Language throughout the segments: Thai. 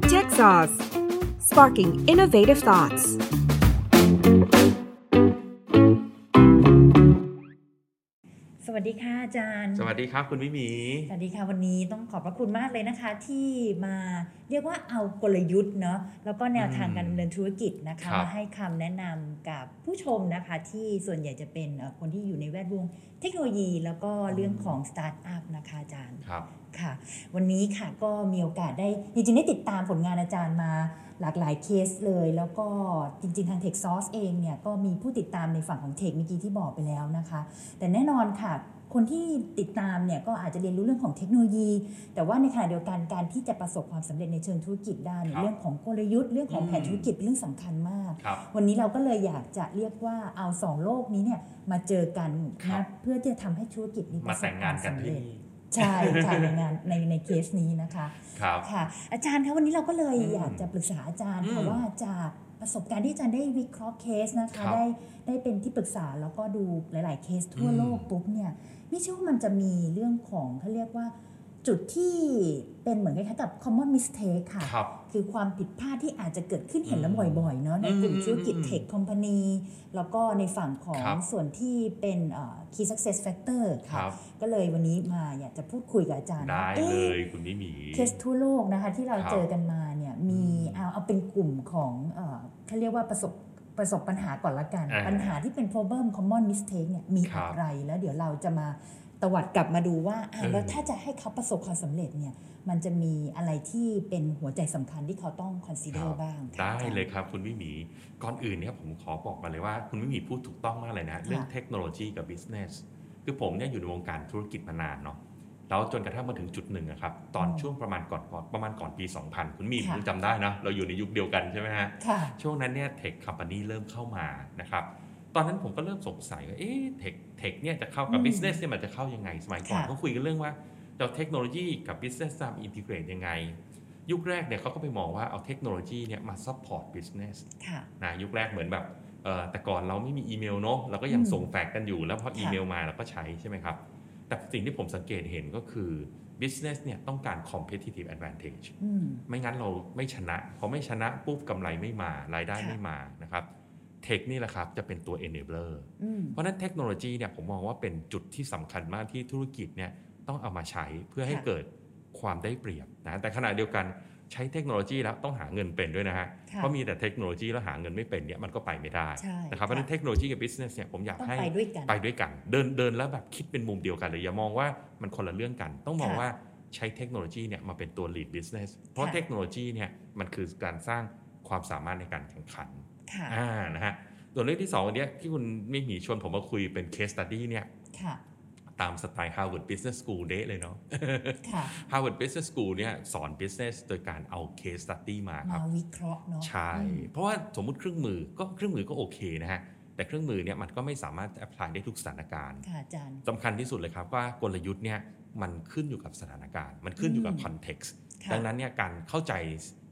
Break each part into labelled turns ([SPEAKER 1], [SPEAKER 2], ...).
[SPEAKER 1] Jaws sparking innovative thoughts.
[SPEAKER 2] สวัสดีค่ะอาจารย์
[SPEAKER 3] สวัสดีครับคุณวิหมี
[SPEAKER 2] สวัสดีค่ะวันนี้ต้องขอบพระคุณมากเลยนะคะ ที่มาเรียกว่าเอากลยุทธ์เนาะแล้วก็แนวทางการดำเนินธุรกิจนะคะ
[SPEAKER 3] ครับ
[SPEAKER 2] มาให้คำแนะนำกับผู้ชมนะคะ ที่ส่วนใหญ่จะเป็นเอ่อคนที่อยู่ในแวดวงเทคโนโลยี แล้วก็เรื่องของสตาร์ทอัพนะคะอาจารย์
[SPEAKER 3] ครับ
[SPEAKER 2] ค่ะ วันนี้ค่ะก็มีโอกาสได้จริงๆได้ติดตามผลงานอาจารย์มาหลากหลายเคสเลย แล้วก็จริงๆทาง Tech Source เองเนี่ยก็มีผู้ติดตามในฝั่งของเทคเมื่อกี้ที่บอกไปแล้วนะคะ แต่แน่นอนค่ะ คนที่ติดตามเนี่ยก็อาจจะเรียนรู้เรื่องของเทคโนโลยี แต่ว่าในขณะเดียวกันการที่จะประสบความสำเร็จในเชิงธุรกิจได้เนี่ย
[SPEAKER 3] ครับ
[SPEAKER 2] เรื่องของกลยุทธ์เรื่องของ
[SPEAKER 3] อืม
[SPEAKER 2] แผนธุรกิจเป็นเรื่องสำคัญมาก
[SPEAKER 3] ครับ
[SPEAKER 2] วันนี้เราก็เลยอยากจะเรียกว่าเอาสองโลกนี้เนี่ยมาเจอกัน
[SPEAKER 3] ครั
[SPEAKER 2] นะ
[SPEAKER 3] บ
[SPEAKER 2] เพื่อที่จะทำให้ธุรกิจนี้ป
[SPEAKER 3] มา
[SPEAKER 2] ระส
[SPEAKER 3] แต่
[SPEAKER 2] บ
[SPEAKER 3] งงาว
[SPEAKER 2] คาน ม
[SPEAKER 3] กัน
[SPEAKER 2] สำ
[SPEAKER 3] ที่
[SPEAKER 2] เร็จ
[SPEAKER 3] นี่
[SPEAKER 2] ใช่ค่ะในงานในในเคสนี้นะคะ
[SPEAKER 3] ครับ
[SPEAKER 2] ค่ะอาจารย์คะวันนี้เราก็เลย
[SPEAKER 3] อืม
[SPEAKER 2] อยากจะปรึกษาอาจารย์ค่ะ
[SPEAKER 3] อืม
[SPEAKER 2] ว่าจากประสบการณ์ที่อาจารย์ได้วิเคราะห์เคสนะคะ
[SPEAKER 3] ครับ
[SPEAKER 2] ได้ได้เป็นที่ปรึกษาแล้วก็ดูหลาย ๆ เคสทั่ว
[SPEAKER 3] อืม
[SPEAKER 2] โลกปุ๊บเนี่ยไม่เชื่อว่ามันจะมีเรื่องของเขาเรียกว่า จุดที่เป็นเหมือนคล้ายๆกับ common mistake ค่ะ
[SPEAKER 3] ครับ
[SPEAKER 2] คือความผิดพลาดที่อาจจะเกิดขึ้นเห็นแล้ว
[SPEAKER 3] อืม
[SPEAKER 2] บ่อยๆเนาะในกลุ่ม
[SPEAKER 3] อืม
[SPEAKER 2] ธุรกิจ
[SPEAKER 3] อืม
[SPEAKER 2] tech company แล้วก็ในฝั่งของ
[SPEAKER 3] ครับ
[SPEAKER 2] ส่วนที่เป็นเอ่อ key success factor
[SPEAKER 3] ค
[SPEAKER 2] ค่ะ
[SPEAKER 3] รับ
[SPEAKER 2] ก็เลยวันนี้มาอยากจะพูดคุยกับอาจารย์ว่า
[SPEAKER 3] ได้
[SPEAKER 2] อ๊ะ
[SPEAKER 3] เลยคุณวิหมี
[SPEAKER 2] เคสทั่วโลกนะคะที่เรา
[SPEAKER 3] ครับ
[SPEAKER 2] เจอกันมาเนี่ยมีเอาเอาเป็นกลุ่มของเอ่อเขาเรียกว่าประสบประสบปัญหาก่อนละกัน
[SPEAKER 3] อ่า
[SPEAKER 2] ปัญหาที่เป็น problem common mistake เนี่ยมี
[SPEAKER 3] ครั
[SPEAKER 2] อะ
[SPEAKER 3] บ
[SPEAKER 2] ไร แล้วเดี๋ยวเราจะมาตวัดกลับมาดูว่าอ่ะ
[SPEAKER 3] เออ
[SPEAKER 2] แล้วถ้าจะให้เขาประสบความสำเร็จเนี่ยมันจะมีอะไรที่เป็นหัวใจสำคัญที่เขาต้อง consider บ้างค่ะ
[SPEAKER 3] ได้
[SPEAKER 2] อาจาร
[SPEAKER 3] เลยครับคุณวิหมี ก่อนอื่นเนี่ยผมขอบอกมาเลยว่าคุณวิหมีพูดถูกต้องมากเลยนะ เรื่องเทคโนโลยีกับบิสเนสคือผมเนี่ยอยู่ในวงการธุรกิจมานานเนาะแล้วจนกระทั่งมาถึงจุดหนึ่งอะครับ ตอน
[SPEAKER 2] อืม
[SPEAKER 3] ช่วงประมาณก่อนก่อนประมาณก่อนปี 2000 คุณวิหมี
[SPEAKER 2] ค่ะ
[SPEAKER 3] ผมจำได้นะ เราอยู่ในยุคเดียวกันใช่ไหมฮะ
[SPEAKER 2] ค่ะ
[SPEAKER 3] ช่วงนั้นเนี่ยเทคค o m p a n y เริ่มเข้ามานะครับ ตอนนั้นผมก็เริ่มสงสัยว่า เอ๊ะเทคเทคเนี่ยจะเข้ากับ
[SPEAKER 2] อืม
[SPEAKER 3] business เนี่ยมันจะเข้ายังไง สมัยก่อน
[SPEAKER 2] ค่ะ
[SPEAKER 3] ก็คุยกันเรื่องว่าเราเทคโนโลยีกับ business จะอินทิเกรตยังไง ยุคแรกเนี่ยเขาก็ไปมองว่าเอาเทคโนโลยีเนี่ยมา support business
[SPEAKER 2] ค่ะ
[SPEAKER 3] นะยุคแรกเหมือนแบบเอ่อแต่ก่อนเราไม่มีอีเมลเนาะเราก็ยัง
[SPEAKER 2] อืม
[SPEAKER 3] ส่งแฟกซ์กันอยู่ แล้วพอ
[SPEAKER 2] ค่ะ
[SPEAKER 3] อีเมลมาเราก็ใช้ใช่ไหมครับ แต่สิ่งที่ผมสังเกตเห็นก็คือ business เนี่ยต้องการ competitive advantage
[SPEAKER 2] อืม
[SPEAKER 3] ไม่งั้นเราไม่ชนะ พอไม่ชนะปุ๊บกำไรไม่มารายได้
[SPEAKER 2] ค่ะ
[SPEAKER 3] ไม่มานะครับเทคนี่แหละครับจะเป็นตัว enabler
[SPEAKER 2] อืม
[SPEAKER 3] เพราะฉะนั้นเทคโนโลยีเนี่ยผมมองว่าเป็นจุดที่สำคัญมากที่ธุรกิจเนี่ยต้องเอามาใช้เพื่อให้
[SPEAKER 2] ค่ะ
[SPEAKER 3] เกิดความได้เปรียบนะแต่ขณะเดียวกันใช้เทคโนโลยีแล้วต้องหาเงินเป็นด้วยนะฮะ
[SPEAKER 2] ค่ะ
[SPEAKER 3] เพราะมีแต่เทคโนโลยีแล้วหาเงินไม่เป็นเนี่ยมันก็ไปไม่ได้
[SPEAKER 2] ใช่
[SPEAKER 3] นะครับเพราะฉะนั้น
[SPEAKER 2] ค่ะ
[SPEAKER 3] เทคโนโลยีกับ business เนี่ยผมอยาก
[SPEAKER 2] ต้อง
[SPEAKER 3] ให้
[SPEAKER 2] ไปด้วยกัน
[SPEAKER 3] ไปด้วยกันเดินเดินแล้วแบบคิดเป็นมุมเดียวกันเลย อย่ามองว่ามันคนละเรื่องกัน ต้องมอง
[SPEAKER 2] ค่ะ
[SPEAKER 3] ว่าใช้เทคโนโลยีเนี่ยมาเป็นตัว lead business เพราะ
[SPEAKER 2] ค่ะ
[SPEAKER 3] เทคโนโลยีเนี่ยมันคือการสร้างความสามารถในการแข่งขัน
[SPEAKER 2] ค่ะ
[SPEAKER 3] อ่านะฮะส่วนเรื่องที่สองอันเนี้ยที่คุณมิหมีชวนผมมาคุยเป็น case study เนี่ย
[SPEAKER 2] ค่ะ
[SPEAKER 3] ตามสไตล์ Harvard Business School เดะเลยเนาะ
[SPEAKER 2] ค่ะ
[SPEAKER 3] Harvard Business School เนี่ยสอน business โดยการเอา case study มาค
[SPEAKER 2] มา
[SPEAKER 3] รับ
[SPEAKER 2] วิเคราะห์เนาะ
[SPEAKER 3] ใช่ เพราะว่าสมมุติเครื่องมือก็เครื่องมือก็โอเคนะฮะแต่เครื่องมือเนี่ยมันก็ไม่สามารถ apply ได้ทุกสถานการณ์
[SPEAKER 2] ค่ะอาจารย์
[SPEAKER 3] สำคัญที่สุดเลยครับว่ากลยุทธ์เนี่ยมันขึ้นอยู่กับสถานการณ์ มันขึ้นอยู่กับ
[SPEAKER 2] อืม
[SPEAKER 3] คอนเท็กซ์
[SPEAKER 2] ค่ะ
[SPEAKER 3] ดังนั้นเนี่ยการเข้าใจ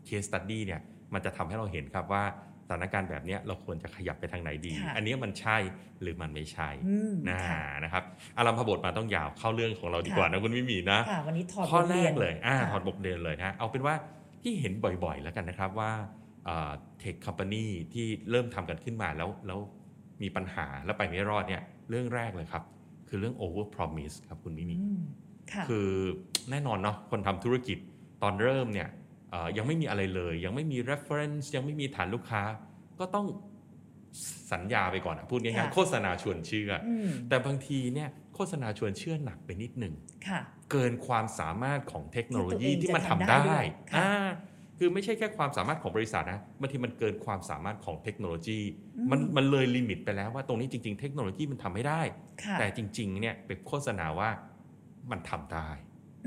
[SPEAKER 3] case study เนี่ยมันจะทำให้เราเห็นครับว่าสถานการณ์แบบเนี้ยเราควรจะขยับไปทางไหนดี
[SPEAKER 2] ค่ะ
[SPEAKER 3] อันเนี้ยมันใช่หรือมันไม่ใช่
[SPEAKER 2] อืม
[SPEAKER 3] นะ
[SPEAKER 2] ค่ะ
[SPEAKER 3] นะครับอารัมพบทมาต้องยาวเข้าเรื่องของเราดี
[SPEAKER 2] ค่ะ
[SPEAKER 3] กว่านะคุณมิมีนะ
[SPEAKER 2] ค่ะวันนี้ถอด
[SPEAKER 3] ข้อบ
[SPEAKER 2] ท
[SPEAKER 3] แร
[SPEAKER 2] รีน
[SPEAKER 3] กเลยอ่า
[SPEAKER 2] ค่ะ
[SPEAKER 3] ถอดบทเรียนเลยนะเอาเป็นว่าที่เห็นบ่อยๆ แล้วกันนะครับว่าเทคคอมพานีที่เริ่มทำกันขึ้นมาแล้วแล้วมีปัญหาแล้วไปไม่รอดเนี่ยเรื่องแรกเลยครับ คือเรื่อง over promise ครับคุณมิมี
[SPEAKER 2] อืมค่ะ
[SPEAKER 3] คือแน่นอนเนาะคนทำธุรกิจตอนเริ่มเนี่ยเอ่อยังไม่มีอะไรเลย ยังไม่มี reference ยังไม่มีฐานลูกค้า ก็ต้องสัญญาไปก่อนอะพูดง่าย
[SPEAKER 2] ค่ะ
[SPEAKER 3] ๆโฆษณาชวนเชื่ออ
[SPEAKER 2] อืม
[SPEAKER 3] แต่บางทีเนี่ยโฆษณาชวนเชื่อหนักไปนิดหนึ่ง
[SPEAKER 2] ค่ะ
[SPEAKER 3] เกินความสามารถของเทคโนโลยี
[SPEAKER 2] ที่
[SPEAKER 3] ที่
[SPEAKER 2] ตัวเอง
[SPEAKER 3] มันทำ
[SPEAKER 2] จะทำได้
[SPEAKER 3] ได้
[SPEAKER 2] ด้วยค่ะ
[SPEAKER 3] อ่าคือไม่ใช่แค่ความสามารถของบริษัทนะบางทีมันเกินความสามารถของเทคโนโลยี
[SPEAKER 2] อืม
[SPEAKER 3] มันมันเลยลิมิตไปแล้วว่าตรงนี้จริง ๆ เทคโนโลยีมันทำไม่ได้
[SPEAKER 2] ค่ะ
[SPEAKER 3] แต่จริง ๆ เนี่ยเป็นโฆษณาว่ามันทำได้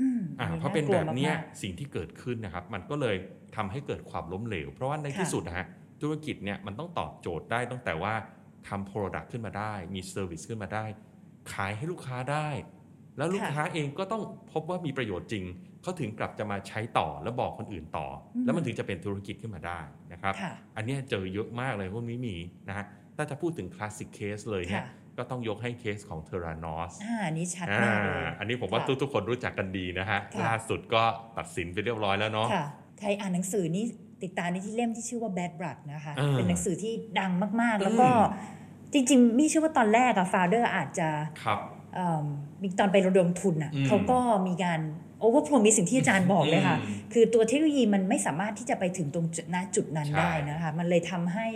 [SPEAKER 2] อืม
[SPEAKER 3] อ่า
[SPEAKER 2] อั
[SPEAKER 3] เพราะเป็นแบบเนี้ย
[SPEAKER 2] ากลัวมาก
[SPEAKER 3] สิ่งที่เกิดขึ้นนะครับ มันก็เลยทำให้เกิดความล้มเหลว เพราะว่าในที่
[SPEAKER 2] ค่ะ
[SPEAKER 3] สุดนะฮะธุรกิจเนี่ยมันต้องตอบโจทย์ได้ตั้งแต่ว่าทำโปรดักต์ขึ้นมาได้ มีเซอร์วิสขึ้นมาได้ ขายให้ลูกค้าได้ แล้วลูกค้าเองก็ต้องพบว่ามีประโยชน์จริง เขาถึงกลับจะมาใช้ต่อและบอกคนอื่นต่ออ
[SPEAKER 2] ม
[SPEAKER 3] แล้วมันถึงจะเป็นธุรกิจขึ้นมาได้นะครับ
[SPEAKER 2] ค่ะ
[SPEAKER 3] อันเนี้ยเจอเยอะมากเลยพวกนี้มีนะฮะถ้าจะพูดถึงคลาสสิกเคสเลยเนี่ย
[SPEAKER 2] ค่ะ
[SPEAKER 3] ก็ต้องยกให้เคสของเทรานอส
[SPEAKER 2] อ่าอันนี้ชัด
[SPEAKER 3] อ่
[SPEAKER 2] มากเลย
[SPEAKER 3] าอันนี้ผมว่า
[SPEAKER 2] ค่ะ
[SPEAKER 3] ทุกๆคนรู้จักกันดีนะฮะ
[SPEAKER 2] ค่ะ
[SPEAKER 3] ล่าสุดก็ตัดสินไปเรียบร้อยแล้วเนาะ
[SPEAKER 2] ค่ะ ใครอ่านหนังสือนี่ ติดตามได้ที่เล่มที่ชื่อว่า Bad Blood นะคะ
[SPEAKER 3] อ่า
[SPEAKER 2] เป็นหนังสือที่ดังมาก ๆ แล้วก็
[SPEAKER 3] อื
[SPEAKER 2] จริง ๆ มี่เชื่อว่าตอนแรกอะฟาวเดอร์อาจจะ
[SPEAKER 3] ครับ
[SPEAKER 2] เอิ่มมีตอนไประดมทุนอะ
[SPEAKER 3] อืม
[SPEAKER 2] เขาก็มีการโอเวอร์พรมิสิ่งที่อาจารย์บอกเลยค่ะ
[SPEAKER 3] ม
[SPEAKER 2] คือตัวเทคโนโลยีมันไม่สามารถที่จะไปถึงตรงจุดณจุดนั้น
[SPEAKER 3] ใช่
[SPEAKER 2] ได้นะคะ มันเลยทำให้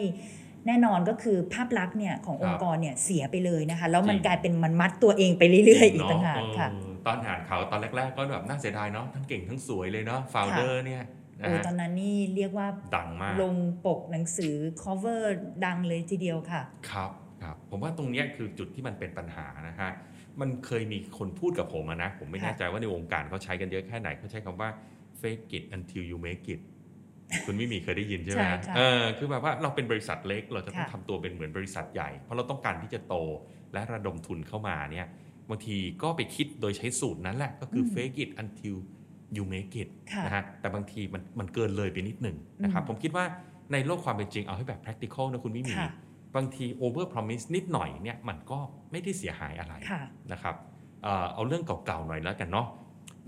[SPEAKER 2] แน่นอนก็คือภาพลักษณ์เนี่ยขององค์กรเนี่ยเสียไปเลยนะคะ แล้วมัน
[SPEAKER 3] จริง
[SPEAKER 2] กลายเป็นมันมัดตัวเองไปเรื่อย ๆ อีก
[SPEAKER 3] เนะ
[SPEAKER 2] ต่างหาก
[SPEAKER 3] เออ
[SPEAKER 2] ค่ะ
[SPEAKER 3] ตอนอ่านเขาวตอนแรก ๆ ก็แบบน่าเสียดายเนาะทั้งเก่งทั้งสวยเลยเนาะโฟลเดอร์เนี่ยนะ
[SPEAKER 2] โอ้ย
[SPEAKER 3] ฮะ
[SPEAKER 2] ตอนนั้นนี่เรียกว่า
[SPEAKER 3] ดังมาก
[SPEAKER 2] ลงปกหนังสือ cover ดังเลยทีเดียวค่ะ
[SPEAKER 3] ครับครับผมว่าตรงเนี้ยคือจุดที่มันเป็นปัญหานะฮะมันเคยมีคนพูดกับผมอะนะ ผมไม่
[SPEAKER 2] ค่ะ
[SPEAKER 3] แน่ใจว่าในวงการเขาใช้กันเยอะแค่ไหนเขาใช้คำว่า fake it until you make it คุณไม่มีเคยได้ยินใช่ไหม
[SPEAKER 2] ใช่ค่ะ
[SPEAKER 3] เออคือแบบว่าเราเป็นบริษัทเล็ก เราจะต้อง
[SPEAKER 2] ค่ะ
[SPEAKER 3] ทำตัวเป็นเหมือนบริษัทใหญ่ เพราะเราต้องการที่จะโตและระดมทุนเข้ามาเนี่ยบางทีก็ไปคิดโดยใช้สูตรนั้นแหละ ก็คืออ fake it until you make it
[SPEAKER 2] ค่ะ
[SPEAKER 3] นะฮะแต่บางทีมันมันเกินเลยไปนิดหนึ่งนะครับ
[SPEAKER 2] อืม
[SPEAKER 3] ผมคิดว่าในโลกความเป็นจริงเอาให้แบบ practical นะคุณวิมี
[SPEAKER 2] ค่ะ
[SPEAKER 3] บางที over promise นิดหน่อยเนี่ยมันก็ไม่ได้เสียหายอะไร
[SPEAKER 2] ค่ะ
[SPEAKER 3] นะครับเอ่อเอาเรื่องเก่าๆหน่อยแล้วกันเนาะ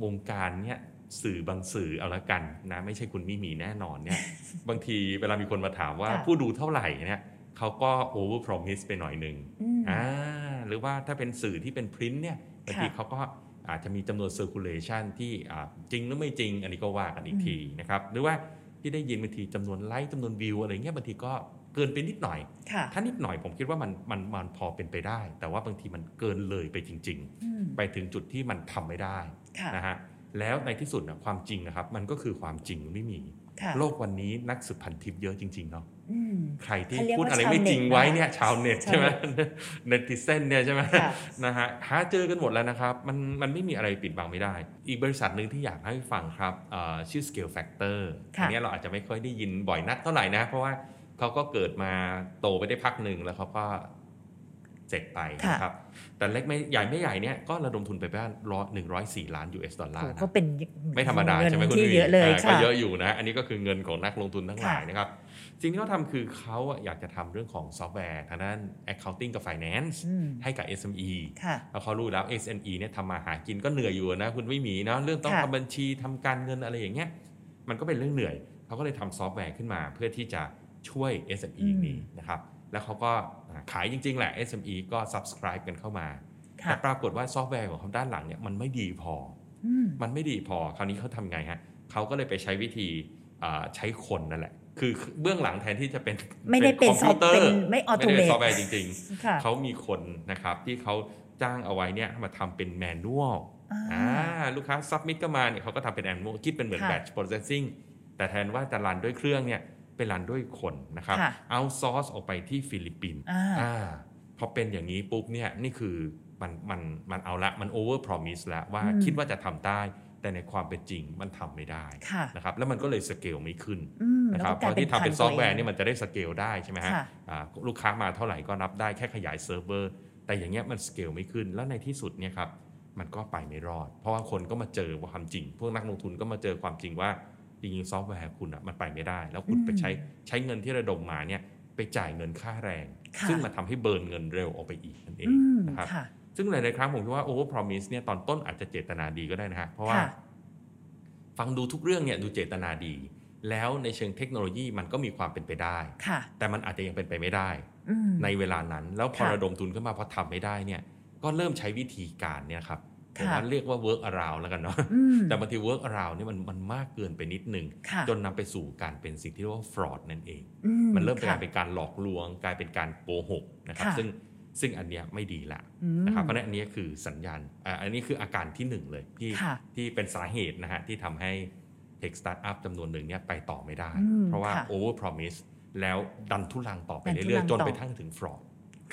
[SPEAKER 3] วงการเนี่ยสื่อบางสื่อเอาละกันนะไม่ใช่คุณมิมีแน่นอนเนี่ย บางทีเวลามีคนมาถามว่า
[SPEAKER 2] ค่ะ
[SPEAKER 3] ผู้ดูเท่าไหร่เนี่ยเขาก็ over promise ไปหน่อยหนึ่ง
[SPEAKER 2] อืม
[SPEAKER 3] อ่าหรือว่าถ้าเป็นสื่อที่เป็นพรินต์เนี่ยบางที
[SPEAKER 2] ค่ะ
[SPEAKER 3] เขาก็อาจจะมีจำนวน circulation ที่อ่าจริงหรือไม่จริง อันนี้ก็ว่ากันอีก
[SPEAKER 2] อืม
[SPEAKER 3] ทีนะครับหรือว่าที่ได้ยินบางทีจำนวนไลค์จำนวนวิวอะไรเงี้ยบางทีก็เกินไปนิดหน่อย
[SPEAKER 2] ค่ะ
[SPEAKER 3] ถ้านิดหน่อยผมคิดว่ามันมันมันพอเป็นไปได้ แต่ว่าบางทีมันเกินเลยไปจริง
[SPEAKER 2] อืม
[SPEAKER 3] ๆ ไปถึงจุดที่มันทำไม่ได้
[SPEAKER 2] ค่ะ
[SPEAKER 3] นะฮะแล้วในที่สุดนะความจริงนะครับมันก็คือความจริงไม่มี
[SPEAKER 2] ค่ะ
[SPEAKER 3] โลกวันนี้นักสืบพันทิปเยอะจริงๆเนาะ
[SPEAKER 2] อืม
[SPEAKER 3] ใครที่
[SPEAKER 2] เขาเรียก
[SPEAKER 3] พูด
[SPEAKER 2] ว่า
[SPEAKER 3] อะไรไม่จริงไว้เนี่ยชาวเน็ต
[SPEAKER 2] ชาว
[SPEAKER 3] ใช่ไหม
[SPEAKER 2] เน็ต
[SPEAKER 3] เน็ติเซนเนี่ยใช่ไหม
[SPEAKER 2] ค่ะ
[SPEAKER 3] นะฮะหาเจอกันหมดแล้วนะครับ มันมันไม่มีอะไรปิดบังไม่ได้ อีกบริษัทหนึ่งที่อยากให้ฟังครับเอ่อชื่อ Scale Factor
[SPEAKER 2] ค่ะ
[SPEAKER 3] อัเนี้ยเราอาจจะไม่ค่อยได้ยินบ่อยนักเท่าไหร่นะ เพราะว่าเขาก็เกิดมาโตไปได้พักหนึ่งแล้วเขาก็เสร็จไป
[SPEAKER 2] ค่ะ
[SPEAKER 3] นะครับ แต่เล็กไม่ใหญ่ไม่ใหญ่เนี่ยก็ระดมทุนไปประมาณร้อยหนึ่งร้อยสี่ล้าน US ดอลลา
[SPEAKER 2] โห
[SPEAKER 3] ร์นะ
[SPEAKER 2] ก็เป็น
[SPEAKER 3] ไม่ธรรมดา
[SPEAKER 2] เงิน
[SPEAKER 3] ใช่ไหมคุณ
[SPEAKER 2] ที่
[SPEAKER 3] วี
[SPEAKER 2] เยอะเลย
[SPEAKER 3] าก็
[SPEAKER 2] ค่ะ
[SPEAKER 3] เยอะอยู่นะ อันนี้ก็คือเงินของนักลงทุนทั้งหลาย
[SPEAKER 2] ค่ะ
[SPEAKER 3] นะครับ สิ่งที่เขาทำคือเขาอะอยากจะทำเรื่องของซอฟต์แวร์ทางด้าน accounting กับ finance
[SPEAKER 2] อืม
[SPEAKER 3] ให้กับ SME
[SPEAKER 2] ค่ะ
[SPEAKER 3] แล้วเขารู้แล้ว SME เนี่ยทำมาหากินก็เหนื่อยอยู่นะ คุณไม่มีเนาะเรื่องต้อง
[SPEAKER 2] ค่ะ
[SPEAKER 3] ทำบัญชีทำการเงินอะไรอย่างเงี้ยมันก็เป็นเรื่องเหนื่อย เขาก็เลยทำซอฟต์แวร์ขึ้นมา เพื่อที่จะช่วย SME นี้นะครับ แล้วเขาก็อ่าขายจริง ๆ แหละ SME ก็ subscribe กันเข้ามา
[SPEAKER 2] ค่ะ
[SPEAKER 3] แต่ปรากฏว่าซอฟต์แวร์ของเขาด้านหลังเนี่ยมันไม่ดีพอ
[SPEAKER 2] อืม
[SPEAKER 3] มันไม่ดีพอคราวนี้เขาทำไงฮะเขาก็เลยไปใช้วิธีอ่าใช้คนนั่นแหละ คือเบื้องหลังแทนที่จะเป็น
[SPEAKER 2] ไม่ได้เป็น
[SPEAKER 3] คอมพิวเตอร์
[SPEAKER 2] เป็นไม่
[SPEAKER 3] ไม่ได้เป็น
[SPEAKER 2] automate
[SPEAKER 3] ซอฟต์แวร์จริง
[SPEAKER 2] ค่ะ
[SPEAKER 3] ๆ เขามีคนนะครับที่เขาจ้างเอาไว้เนี่ยมาทำเป็นแมนนวล
[SPEAKER 2] อ่า
[SPEAKER 3] ลูกค้าซับมิ t ก็มาเนี่ยเขาก็ทำเป็นแมนนวลคิดเป็นเหมือน
[SPEAKER 2] ค่ะ
[SPEAKER 3] แบ t โปรเซสซิ่งแต่แทนว่าจะรันด้วยเครื่องเนี่ยเป็นรันด้วยคนนะครับ
[SPEAKER 2] ค่ะ
[SPEAKER 3] เอาซอร์สออกไปที่ฟิลิปปินส์
[SPEAKER 2] อ่า
[SPEAKER 3] อ่าพอเป็นอย่างนี้ปุ๊บเนี่ยนี่คือมันมันมันเอาละมันโอเวอร์พรอมิสแล้วว่า
[SPEAKER 2] อืม
[SPEAKER 3] คิดว่าจะทำได้ แต่ในความเป็นจริงมันทำไม่ได้
[SPEAKER 2] ค่ะ
[SPEAKER 3] นะครับแล้วมันก็เลยสเกลไม่ขึ้น
[SPEAKER 2] อืม
[SPEAKER 3] นะ
[SPEAKER 2] แล้
[SPEAKER 3] คว
[SPEAKER 2] ก็กลาย
[SPEAKER 3] รับเพราะที่ทำเป็น
[SPEAKER 2] พั
[SPEAKER 3] ซอฟต์แวร์
[SPEAKER 2] ตัง
[SPEAKER 3] เนี่ยมันจะได้สเกลได้ใช่ไหมฮะ
[SPEAKER 2] ค่ะ
[SPEAKER 3] อ่าลูกค้ามาเท่าไหร่ก็นับได้แค่ขยายเซิร์ฟเวอร์แต่อย่างเงี้ยมันสเกลไม่ขึ้น แล้วในที่สุดเนี่ยครับมันก็ไปไม่รอด เพราะว่าคนก็มาเจอความจริง พวกนักลงทุนก็มาเจอความจริงว่าจริงๆซอฟต์แวร์คุณอะมันไปไม่ได้ แล้วคุณไปใช้ใช้เงินที่ระดมมาเนี่ยไปจ่ายเงินค่าแรง
[SPEAKER 2] ค่ะ
[SPEAKER 3] ซึ่งมันทำให้เบิร์นเงินเร็วออกไปอีกนั่นเอง
[SPEAKER 2] อืม
[SPEAKER 3] นะครับ
[SPEAKER 2] ค่ะ
[SPEAKER 3] ซึ่งหลาย ๆ ครั้งผมคิดว่า over promise เนี่ยตอนต้นอาจจะเจตนาดีก็ได้นะฮะ เพราะว่า
[SPEAKER 2] ค่ะ
[SPEAKER 3] ฟังดูทุกเรื่องเนี่ยดูเจตนาดี แล้วในเชิงเทคโนโลยีมันก็มีความเป็นไปได้
[SPEAKER 2] ค่ะ
[SPEAKER 3] แต่มันอาจจะยังเป็นไปไม่ได้
[SPEAKER 2] อืม
[SPEAKER 3] ในเวลานั้น แล้วพอ
[SPEAKER 2] ค่ะ
[SPEAKER 3] ระดมทุนขึ้นมาพอทำไม่ได้เนี่ยก็เริ่มใช้วิธีการเนี่ยครับผม
[SPEAKER 2] ค่ะ
[SPEAKER 3] ว่าเรียกว่า work around แล้วกันเนาะ
[SPEAKER 2] อืม
[SPEAKER 3] แต่บางที work around เนี่ยมันมันมากเกินไปนิดนึง
[SPEAKER 2] ค่ะ
[SPEAKER 3] จนนำไปสู่การเป็นสิ่งที่เรียกว่า fraud นั่นเอง
[SPEAKER 2] อื
[SPEAKER 3] มันเริ่มกลา
[SPEAKER 2] ค่ะ
[SPEAKER 3] ยเป็นการหลอกลวง กลายเป็นการโกหกนะครับ
[SPEAKER 2] ค่ะ
[SPEAKER 3] ซึ่งซึ่งอันเนี้ยไม่ดีละ
[SPEAKER 2] อืม
[SPEAKER 3] นะครับเพราะฉะนั้นอันเนี้ยคือสัญญาณอ่าอันนี้คืออาการที่หนึ่งเลยที่
[SPEAKER 2] ค่ะ
[SPEAKER 3] ที่เป็นสาเหตุนะฮะที่ทำให้ Tech Startup จำนวนหนึ่งเนี่ยไปต่อไม่ได้
[SPEAKER 2] อืม
[SPEAKER 3] เพราะว่า
[SPEAKER 2] ค่ะ
[SPEAKER 3] Over Promise แล้วดันทุลังต่อไป
[SPEAKER 2] ดันทุ
[SPEAKER 3] เรื่อย
[SPEAKER 2] ลัง
[SPEAKER 3] ๆ จน
[SPEAKER 2] ต่อ
[SPEAKER 3] ไปทั้งถึง fraud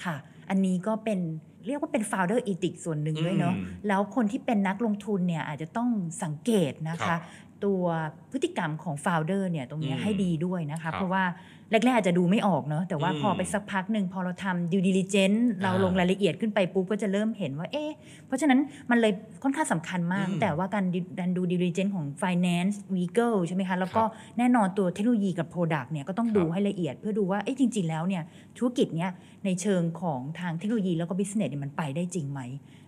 [SPEAKER 2] ค่ะ อันนี้ก็เป็นเรียกว่าเป็น founder ethic ส่วนหนึ่ง
[SPEAKER 3] อืม
[SPEAKER 2] ด้วยเนาะ แล้วคนที่เป็นนักลงทุนเนี่ยอาจจะต้องสังเกตนะ
[SPEAKER 3] ครั
[SPEAKER 2] คะ
[SPEAKER 3] บ
[SPEAKER 2] ตัวพฤติกรรมของ founder เนี่ยตรงเนี้ย
[SPEAKER 3] อืม
[SPEAKER 2] ให้ดีด้วยนะ
[SPEAKER 3] ครั
[SPEAKER 2] คะ
[SPEAKER 3] บ
[SPEAKER 2] เพราะว่าแรกๆอาจจะดูไม่ออกเนาะ แต่ว่า
[SPEAKER 3] อืม
[SPEAKER 2] พอไปสักพักหนึ่งพอเราทำ due diligence เราลงรายละเอียดขึ้นไปปุ๊บก็จะเริ่มเห็นว่าเอ๊ะ เพราะฉะนั้นมันเลยค่อนข้างสำคัญมาก
[SPEAKER 3] อืม
[SPEAKER 2] แต่ว่าการดิการดู due diligence ของ finance vehicle ใช่ไหมคะ แล้วก็แน่นอนตัวเทคโนโลยีกับ product เนี่ยก็ต้องดู
[SPEAKER 3] ครับ
[SPEAKER 2] ให้ละเอียดเพื่อดูว่าเอ๊ะจริง ๆ แล้วเนี่ยธุรกิจเนี่ยในเชิงของทางเทคโนโลยีแล้วก็ business เนี่ยมันไปได้จริงไหม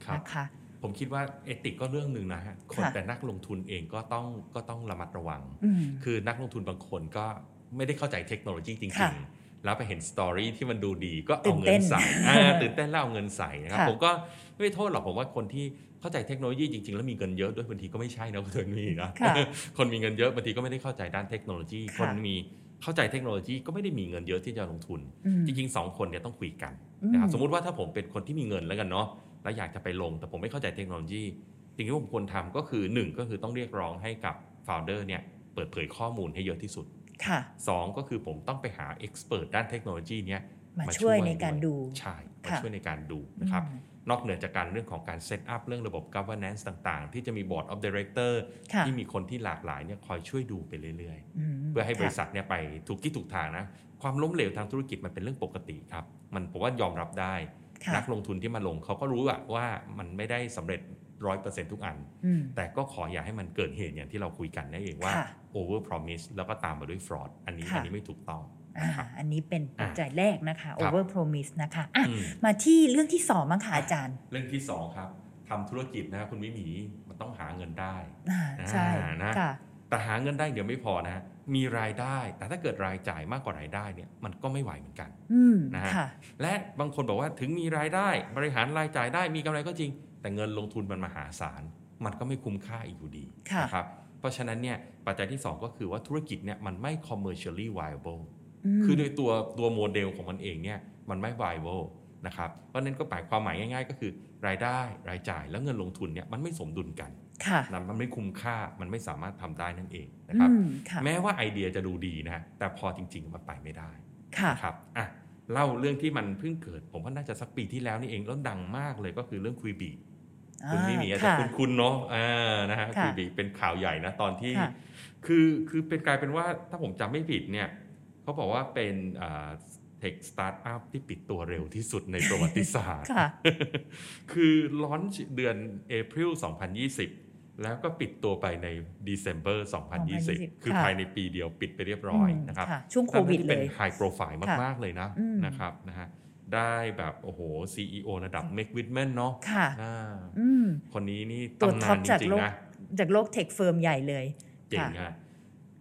[SPEAKER 3] ครับ
[SPEAKER 2] นะคะ
[SPEAKER 3] ผมคิดว่าเอติกก็เรื่องหนึ่งนะฮะคน
[SPEAKER 2] ค่ะ
[SPEAKER 3] แต่นักลงทุนเองก็ต้องก็ต้องระมัดระวัง
[SPEAKER 2] อืม
[SPEAKER 3] คือนักลงทุนบางคนก็ ไม่ได้เข้าใจเทคโนโลยีจริ
[SPEAKER 2] ค่ะ
[SPEAKER 3] งๆ แล้วไปเห็นสตอรี่ที่มันดูดีก็
[SPEAKER 2] ตื่น
[SPEAKER 3] เอาเงิ
[SPEAKER 2] เต้
[SPEAKER 3] น
[SPEAKER 2] น
[SPEAKER 3] ใส่อ่า ตื่นเต้นแล้วเอาเงินใส่นะครับ
[SPEAKER 2] ค่ะ
[SPEAKER 3] ผมก็ไม่โทษหรอกผมว่าคนที่เข้าใจเทคโนโลยีจริงๆ แล้วมีเงินเยอะด้วยบางทีก็ไม่ใช่นะ คนมีนะ
[SPEAKER 2] ค่ะ
[SPEAKER 3] คนมีเงินเยอะบางทีก็ไม่ได้เข้าใจด้านเทคโนโลยี
[SPEAKER 2] ค่ะ
[SPEAKER 3] คนมีเข้าใจเทคโนโลยีก็ไม่ได้มีเงินเยอะที่จะลงทุน
[SPEAKER 2] อืม
[SPEAKER 3] จริงๆสองคนเนี่ยต้องคุยกัน
[SPEAKER 2] อืม
[SPEAKER 3] นะครับสมมุติว่าถ้าผมเป็นคนที่มีเงินแล้วกันเนาะแล้วอยากจะไปลง แต่ผมไม่เข้าใจเทคโนโลยีสิ่งที่ผมควรทำก็คือหนึ่งก็คือต้องเรียกร้องให้กับฟ o u เดอร์เนี่ยเปิดเผยข้อมูลให้เยอะที่สุด
[SPEAKER 2] ค่ะ
[SPEAKER 3] สองก็คือผมต้องไปหาเอ็กซ์เพรสด้านเทคโนโลยีเนี่ย
[SPEAKER 2] มาช่วยในการดู
[SPEAKER 3] ใช่มา
[SPEAKER 2] ค่ะ
[SPEAKER 3] ช่วยในการดูนะครับ
[SPEAKER 2] อืม
[SPEAKER 3] นอกเหนือจากการเรื่องของการเซตอัพเรื่องระบบ governance ต่างๆ ที่จะมี board of director
[SPEAKER 2] ค่ะ
[SPEAKER 3] ที่มีคนที่หลากหลายเนี่ยคอยช่วยดูไปเรื่อย
[SPEAKER 2] ม
[SPEAKER 3] ๆ เพื่อให้บริ
[SPEAKER 2] ค่ะ
[SPEAKER 3] ษัทเนี่ยไปถูกที่ถูกทางนะ ความล้มเหลวทางธุรกิจมันเป็นเรื่องปกติครับ มันผมว่ายอมรับได้
[SPEAKER 2] ค่ะ
[SPEAKER 3] นัลงทุนที่มาลงเขาก็รู้อะว่ามันไม่ได้สำเร็จร้อยเปอร์เซ็นทุกอัน
[SPEAKER 2] อืม
[SPEAKER 3] แต่ก็ขออย่าให้มันเกิดเหตุอย่างที่เราคุยกันนั่นเองว่า
[SPEAKER 2] ค่ะ
[SPEAKER 3] over promise แล้วก็ตามมาด้วย fraud อันนี้
[SPEAKER 2] ค่ะ
[SPEAKER 3] อันนี้ไม่ถูกต้อง
[SPEAKER 2] อ่า
[SPEAKER 3] นะครับ
[SPEAKER 2] อันนี้เป็นปัจจัยแรกนะคะ
[SPEAKER 3] ครับ
[SPEAKER 2] over promise นะคะอ่ะ
[SPEAKER 3] อืม
[SPEAKER 2] มาที่เรื่องที่สองมั้งค่ะอาจารย์
[SPEAKER 3] เรื่องที่สองครับทำธุรกิจนะคุณวิหมีมันต้องหาเงินได้
[SPEAKER 2] อ่าใช่
[SPEAKER 3] อ่านะ
[SPEAKER 2] ค่ะ
[SPEAKER 3] แต่หาเงินได้เดี๋ยวไม่พอนะ มีรายได้ แต่ถ้าเกิดรายจ่ายมากกว่ารายได้เนี่ยมันก็ไม่ไหวเหมือนกัน
[SPEAKER 2] อืม
[SPEAKER 3] นะฮะ
[SPEAKER 2] ค่ะ
[SPEAKER 3] และบางคนบอกว่าถึงมีรายได้ บริหารรายจ่ายได้มีกำไรก็จริง แต่เงินลงทุนมันมหาศาล มันก็ไม่คุ้มค่าอีกอยู่ดี
[SPEAKER 2] ค่ะ
[SPEAKER 3] นะครับเพราะฉะนั้นเนี่ยปัจจัยที่ 2 ก็คือว่าธุรกิจเนี่ยมันไม่ commercially viable
[SPEAKER 2] ม
[SPEAKER 3] คือโดยตัวตัวโมเดลของมันเองเนี่ยมันไม่ viable นะครับเพราะฉะนั้นก็หมายความหมายง่าย ๆ ก็คือรายได้รายจ่ายแล้วเงินลงทุนเนี่ยมันไม่สมดุลกัน
[SPEAKER 2] ค่ะ
[SPEAKER 3] นะมันไม่คุ้มค่ามันไม่สามารถทำได้นั่นเองนะครับ
[SPEAKER 2] อืมค่ะ
[SPEAKER 3] แม้ว่าไอเดียจะดูดีนะ แต่พอจริง ๆ มันไปไม่ได้
[SPEAKER 2] ค่ะ
[SPEAKER 3] นะครับอ่ะเล่าเรื่องที่มันเพิ่งเกิด ผมว่าน่าจะสักปีที่แล้วนี่เองแล้วดังมากเลยก็คือเรื่องคุยบีคุณไม่มีอาจจะคุณคุณเนาะอ่านะฮะ
[SPEAKER 2] ค่ะ
[SPEAKER 3] คุยบีเป็นข่าวใหญ่นะตอนที่
[SPEAKER 2] ค่ะ
[SPEAKER 3] คือคือเป็นกลายเป็นว่าถ้าผมจำไม่ผิดเนี่ยเขาบอกว่าเป็นเทคสตาร์ทอัพที่ปิดตัวเร็วที่สุดในประวัติศาสตร์
[SPEAKER 2] ค่ะ
[SPEAKER 3] คือลอนช์เดือนเอพริล2020 แล้วก็ปิดตัวไปใน December 2020
[SPEAKER 2] 2020
[SPEAKER 3] คือ
[SPEAKER 2] ค่ะ
[SPEAKER 3] ภายในปีเดียวปิดไปเรียบร้อย
[SPEAKER 2] ม
[SPEAKER 3] นะครับ
[SPEAKER 2] ช่วงโควิด
[SPEAKER 3] นั่น
[SPEAKER 2] เล
[SPEAKER 3] เป็น
[SPEAKER 2] ย
[SPEAKER 3] ไฮโปรไฟล์
[SPEAKER 2] ค่ะ
[SPEAKER 3] มาก ๆ เลยนะ
[SPEAKER 2] อืม
[SPEAKER 3] นะครับนะฮะได้แบบโอ้โห CEO ระดับ m มกวิ t แมนเนาะ
[SPEAKER 2] ค่ะ
[SPEAKER 3] อ่า
[SPEAKER 2] อืม
[SPEAKER 3] คนนี้นี่
[SPEAKER 2] ตัว
[SPEAKER 3] ตำ
[SPEAKER 2] ท็อ
[SPEAKER 3] นา
[SPEAKER 2] น ป
[SPEAKER 3] จ
[SPEAKER 2] จาก
[SPEAKER 3] ริง
[SPEAKER 2] โล
[SPEAKER 3] ๆ
[SPEAKER 2] ก
[SPEAKER 3] นะ
[SPEAKER 2] จากโลกเทคเฟิร์มใหญ่เลย
[SPEAKER 3] เจ๋ง
[SPEAKER 2] ค่ะ
[SPEAKER 3] อะ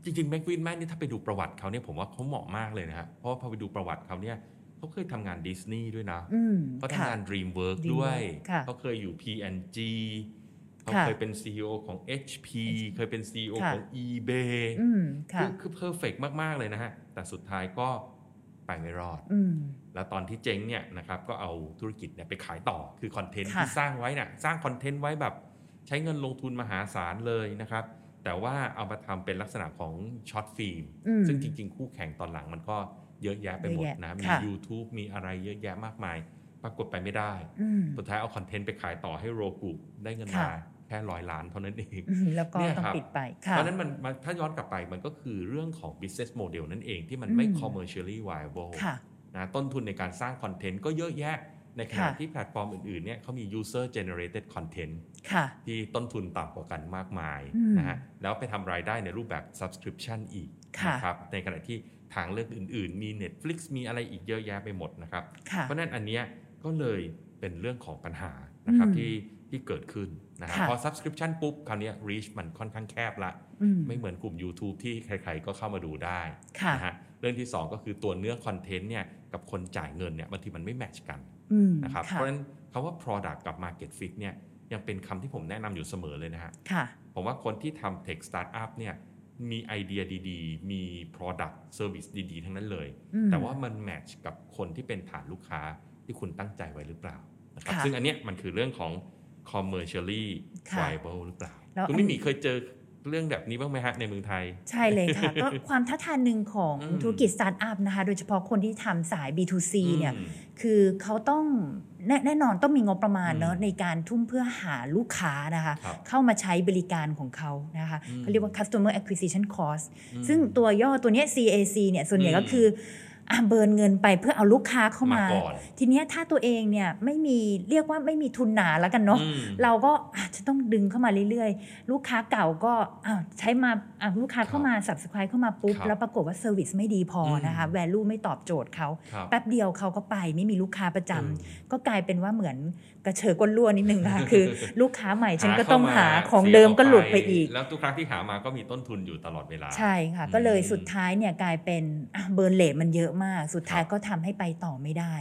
[SPEAKER 3] จริงๆแม็กวินแม่นี่ถ้าไปดูประวัติเขาเนี่ยผมว่าเขาเหมาะมากเลยนะฮะเพราะว่าพอไปดูประวัติเขาเนี่ยเขาเคยทำงานดิสนีย์ด้วยนะ
[SPEAKER 2] อืม
[SPEAKER 3] เขา
[SPEAKER 2] ค่ะ
[SPEAKER 3] ทำงาน DreamWork
[SPEAKER 2] DreamWorks
[SPEAKER 3] ด้วย
[SPEAKER 2] ค่ะ
[SPEAKER 3] เขาเคยอยู่ P&G เขา
[SPEAKER 2] ค่ะ
[SPEAKER 3] เคยเป็น CEO ของ HP เคยเป็น CEO
[SPEAKER 2] ค่ะ
[SPEAKER 3] ของ eBay
[SPEAKER 2] อืมค่ะ
[SPEAKER 3] คือคือเพอร์เฟกมาก ๆ เลยนะฮะ แต่สุดท้ายก็ไปไม่รอด
[SPEAKER 2] อืม
[SPEAKER 3] แล้วตอนที่เจ๊งเนี่ยนะครับก็เอาธุรกิจเนี่ยไปขายต่อคือคอนเทนต์
[SPEAKER 2] ค่ะ
[SPEAKER 3] ที่สร้างไว้น่ะสร้างคอนเทนต์ไว้แบบใช้เงินลงทุนมหาศาลเลยนะครับ แต่ว่าเอามาทำเป็นลักษณะของช็อตฟิล์ม
[SPEAKER 2] อืม
[SPEAKER 3] ซึ่งจริง ๆ คู่แข่งตอนหลังมันก็เยอะแยะไปหมด
[SPEAKER 2] เยอะแยะ
[SPEAKER 3] นะ มี
[SPEAKER 2] ค่ะ
[SPEAKER 3] YouTube มีอะไรเยอะแยะมากมาย ปรากฏไปไม่ได้
[SPEAKER 2] อืม
[SPEAKER 3] สุดท้ายเอาคอนเทนต์ไปขายต่อให้โรกุได้เงิน
[SPEAKER 2] ค่ะ
[SPEAKER 3] มาแค่ร้อยล้านเท่านั้นเอง
[SPEAKER 2] อืมแล้วก็
[SPEAKER 3] เนี่ย
[SPEAKER 2] ต้อง
[SPEAKER 3] ครับ
[SPEAKER 2] ปิดไปค่ะ
[SPEAKER 3] เพราะฉะนั้นมันมันถ้าย้อนกลับไปมันก็คือเรื่องของ business model นั่นเองที่มันไม่
[SPEAKER 2] อืม
[SPEAKER 3] commercially viable
[SPEAKER 2] ค่ะ
[SPEAKER 3] นะต้นทุนในการสร้างคอนเทนต์ก็เยอะแยะ ในขณะ
[SPEAKER 2] ค่ะ
[SPEAKER 3] ที่แพลตฟอร์มอื่นๆเนี่ยเขามี user generated content
[SPEAKER 2] ค่ะ
[SPEAKER 3] ที่ต้นทุนต่ำกว่ากันมากมาย
[SPEAKER 2] อืม
[SPEAKER 3] นะฮะแล้วไปทำรายได้ในรูปแบบ subscription อีก
[SPEAKER 2] ค่ะ
[SPEAKER 3] นะครับในขณะที่ทางเลือกอื่นๆ มี Netflix มีอะไรอีกเยอะแยะไปหมดนะครับ
[SPEAKER 2] ค่ะ
[SPEAKER 3] เพราะฉะนั้นอันเนี้ยก็เลยเป็นเรื่องของปัญหานะครับ
[SPEAKER 2] อืม
[SPEAKER 3] ที่ที่เกิดขึ้นนะฮะ
[SPEAKER 2] ค่ะ
[SPEAKER 3] พอ subscription ปุ๊บคราวเนี้ย reach มันค่อนข้างแคบละ
[SPEAKER 2] อืม
[SPEAKER 3] ไม่เหมือนกลุ่ม YouTube ที่ใครๆก็เข้ามาดูได้
[SPEAKER 2] ค่ะ
[SPEAKER 3] นะฮะเรื่องที่ 2 ก็คือตัวเนื้อคอนเทนต์เนี่ยกับคนจ่ายเงินเนี่ยบางทีมันไม่แมทช์กัน
[SPEAKER 2] อืม
[SPEAKER 3] นะครับเพ
[SPEAKER 2] ค่ะ
[SPEAKER 3] ราะฉะนั้นคำว่า product กับ market fit เนี่ยยังเป็นคำที่ผมแนะนำอยู่เสมอเลยนะฮะ
[SPEAKER 2] ค่ะ
[SPEAKER 3] ผมว่าคนที่ทำ tech startup เนี่ยมีไอเดียดีๆ มี product service ดีๆ ทั้งนั้นเลย
[SPEAKER 2] อืม
[SPEAKER 3] แต่ว่ามันแมทช์กับคนที่เป็นฐานลูกค้าที่คุณตั้งใจไว้หรือเปล่านะครับ
[SPEAKER 2] ค่ะ
[SPEAKER 3] ซึ่งอันเนี้ยมันคือเรื่องของ commercially
[SPEAKER 2] ค่ะ
[SPEAKER 3] viable หรือเปล่า
[SPEAKER 2] แล้ว
[SPEAKER 3] คุณไม่มีเคยเจอเรื่องแบบนี้บ้างไหมฮะในเมืองไทย
[SPEAKER 2] ใช่เลย ค่ะ ก็ความท้าทายหนึ่งของ
[SPEAKER 3] อืม
[SPEAKER 2] ธุรกิจสตาร์ทอัพนะคะ โดยเฉพาะคนที่ทำสาย B2C เนี่ย
[SPEAKER 3] อืม
[SPEAKER 2] คือเขาต้องแน่แน่นอนต้องมีงบประมาณเนอะ
[SPEAKER 3] อืม
[SPEAKER 2] ในการทุ่มเพื่อหาลูกค้านะคะ
[SPEAKER 3] ครับ
[SPEAKER 2] เข้ามาใช้บริการของเขานะคะ
[SPEAKER 3] อืม
[SPEAKER 2] เขาเรียกว่า customer acquisition cost
[SPEAKER 3] อืม
[SPEAKER 2] ซึ่งตัวย่อตัวเนี้ย CAC เนี่ยส่วนใหญ่
[SPEAKER 3] อืม
[SPEAKER 2] ก็คือ อ่ะเบิร์นเงินไปเพื่อเอาลูกค้าเข้า
[SPEAKER 3] มา
[SPEAKER 2] มา
[SPEAKER 3] ก่อน
[SPEAKER 2] ทีเนี้ยถ้าตัวเองเนี่ยไม่มีเรียกว่าไม่มีทุนหนาแล้วกันเนาะ
[SPEAKER 3] อืม
[SPEAKER 2] เราก็อาจจะต้องดึงเข้ามาเรื่อยๆ ลูกค้าเก่าก็อ้าวใช้มาอ่ะลูกค้าเข้ามา subscribe เข้ามาปุ๊บ
[SPEAKER 3] ครับ
[SPEAKER 2] แล้วปรากฏว่าเซอร์วิสไม่ดีพออ
[SPEAKER 3] ม
[SPEAKER 2] นะคะ value ไม่ตอบโจทย์เขา
[SPEAKER 3] ครับ
[SPEAKER 2] แป๊บเดียวเขาก็ไปไม่มีลูกค้าประจำ
[SPEAKER 3] อืม
[SPEAKER 2] ก็กลายเป็นว่าเหมือนกระเฉอกลนลัวนิดนึง ค่ะ คือลูกค้าใหม่ฉันก็ต้องหา
[SPEAKER 3] เข้ม
[SPEAKER 2] ของเดิมก็หลุดไป
[SPEAKER 3] เสีย
[SPEAKER 2] อีก
[SPEAKER 3] แล้วทุกครั้งที่หามาก็มีต้นทุนอยู่ตลอดเวลา
[SPEAKER 2] ใช่ค่ะ
[SPEAKER 3] อืม
[SPEAKER 2] ก็เลยสุดท้ายเนี่ยกลายเป็นอ่ะเบิร์นเลทมันเยอะมาก สุดท้าย
[SPEAKER 3] ครับ
[SPEAKER 2] ก็ทำให้ไปต่อไม่ได้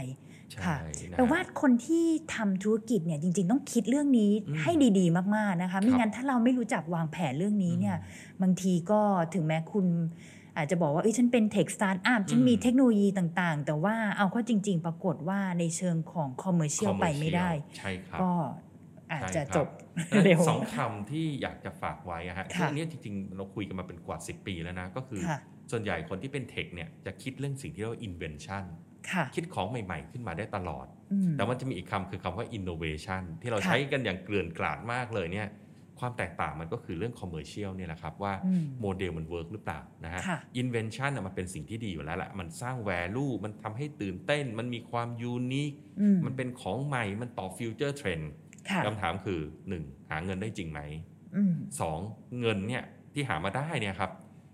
[SPEAKER 3] ใช่
[SPEAKER 2] ค่ะ
[SPEAKER 3] นะ
[SPEAKER 2] แปลว่าคนที่ทำธุรกิจเนี่ยจริง ๆ ต้องคิดเรื่องนี้
[SPEAKER 3] อืม
[SPEAKER 2] ให้ดีๆ มากๆนะคะไม่งั้นถ้าเราไม่รู้จักวางแผนเรื่องนี้เนี่ยบางทีก็ถึงแม้คุณ อาจจะบอกว่าเอ้ยฉันเป็นเทคสตาร์ทอัพฉันมี
[SPEAKER 3] อืม
[SPEAKER 2] เทคโนโลยีต่างๆ แต่ว่าเอาเข้าจริง ๆ ปรากฏว่าในเชิงของคอมเมอร์เชียล
[SPEAKER 3] commercial
[SPEAKER 2] ไปไม่ได้
[SPEAKER 3] ใช่ครับ
[SPEAKER 2] ก็อาจจะ
[SPEAKER 3] ใช่ครับ
[SPEAKER 2] จบเร็ว
[SPEAKER 3] สองคำที่อยากจะฝากไว้อะฮะ
[SPEAKER 2] ค่ะ
[SPEAKER 3] เรื่องนี้จริงๆ เราคุยกันมาเป็นกว่า 10 ปีแล้วนะ ก็คือ
[SPEAKER 2] ค่ะ
[SPEAKER 3] ส่วนใหญ่คนที่เป็นเทคเนี่ยจะคิดเรื่องสิ่งที่เรียกว่า invention
[SPEAKER 2] ค่ะ
[SPEAKER 3] คิดของใหม่ๆ ขึ้นมาได้ตลอด
[SPEAKER 2] อืม
[SPEAKER 3] แต่มันจะมีอีกคำคือคำว่า innovation ที่เรา
[SPEAKER 2] ค่ะ
[SPEAKER 3] ใช้กันอย่างเกลื่อนกลาดมากเลยเนี่ยความแตกต่างมันก็คือเรื่อง commercial เนี่ยแหละครับว่า
[SPEAKER 2] อืม
[SPEAKER 3] โมเดลมันเวิร์กหรือเปล่านะฮะ
[SPEAKER 2] ค่ะ
[SPEAKER 3] invention น่ะมันเป็นสิ่งที่ดีอยู่แล้วแหละมันสร้าง value มันทำให้ตื่นเต้น มันมีความยูนิค
[SPEAKER 2] อืม
[SPEAKER 3] มันเป็นของใหม่ มันต่อ future trend
[SPEAKER 2] ค่ะ
[SPEAKER 3] คำถามคือ 1. หาเงินได้จริงไหม
[SPEAKER 2] อืม
[SPEAKER 3] 2. เงินเนี่ยที่หามาได้เนี่ยครับ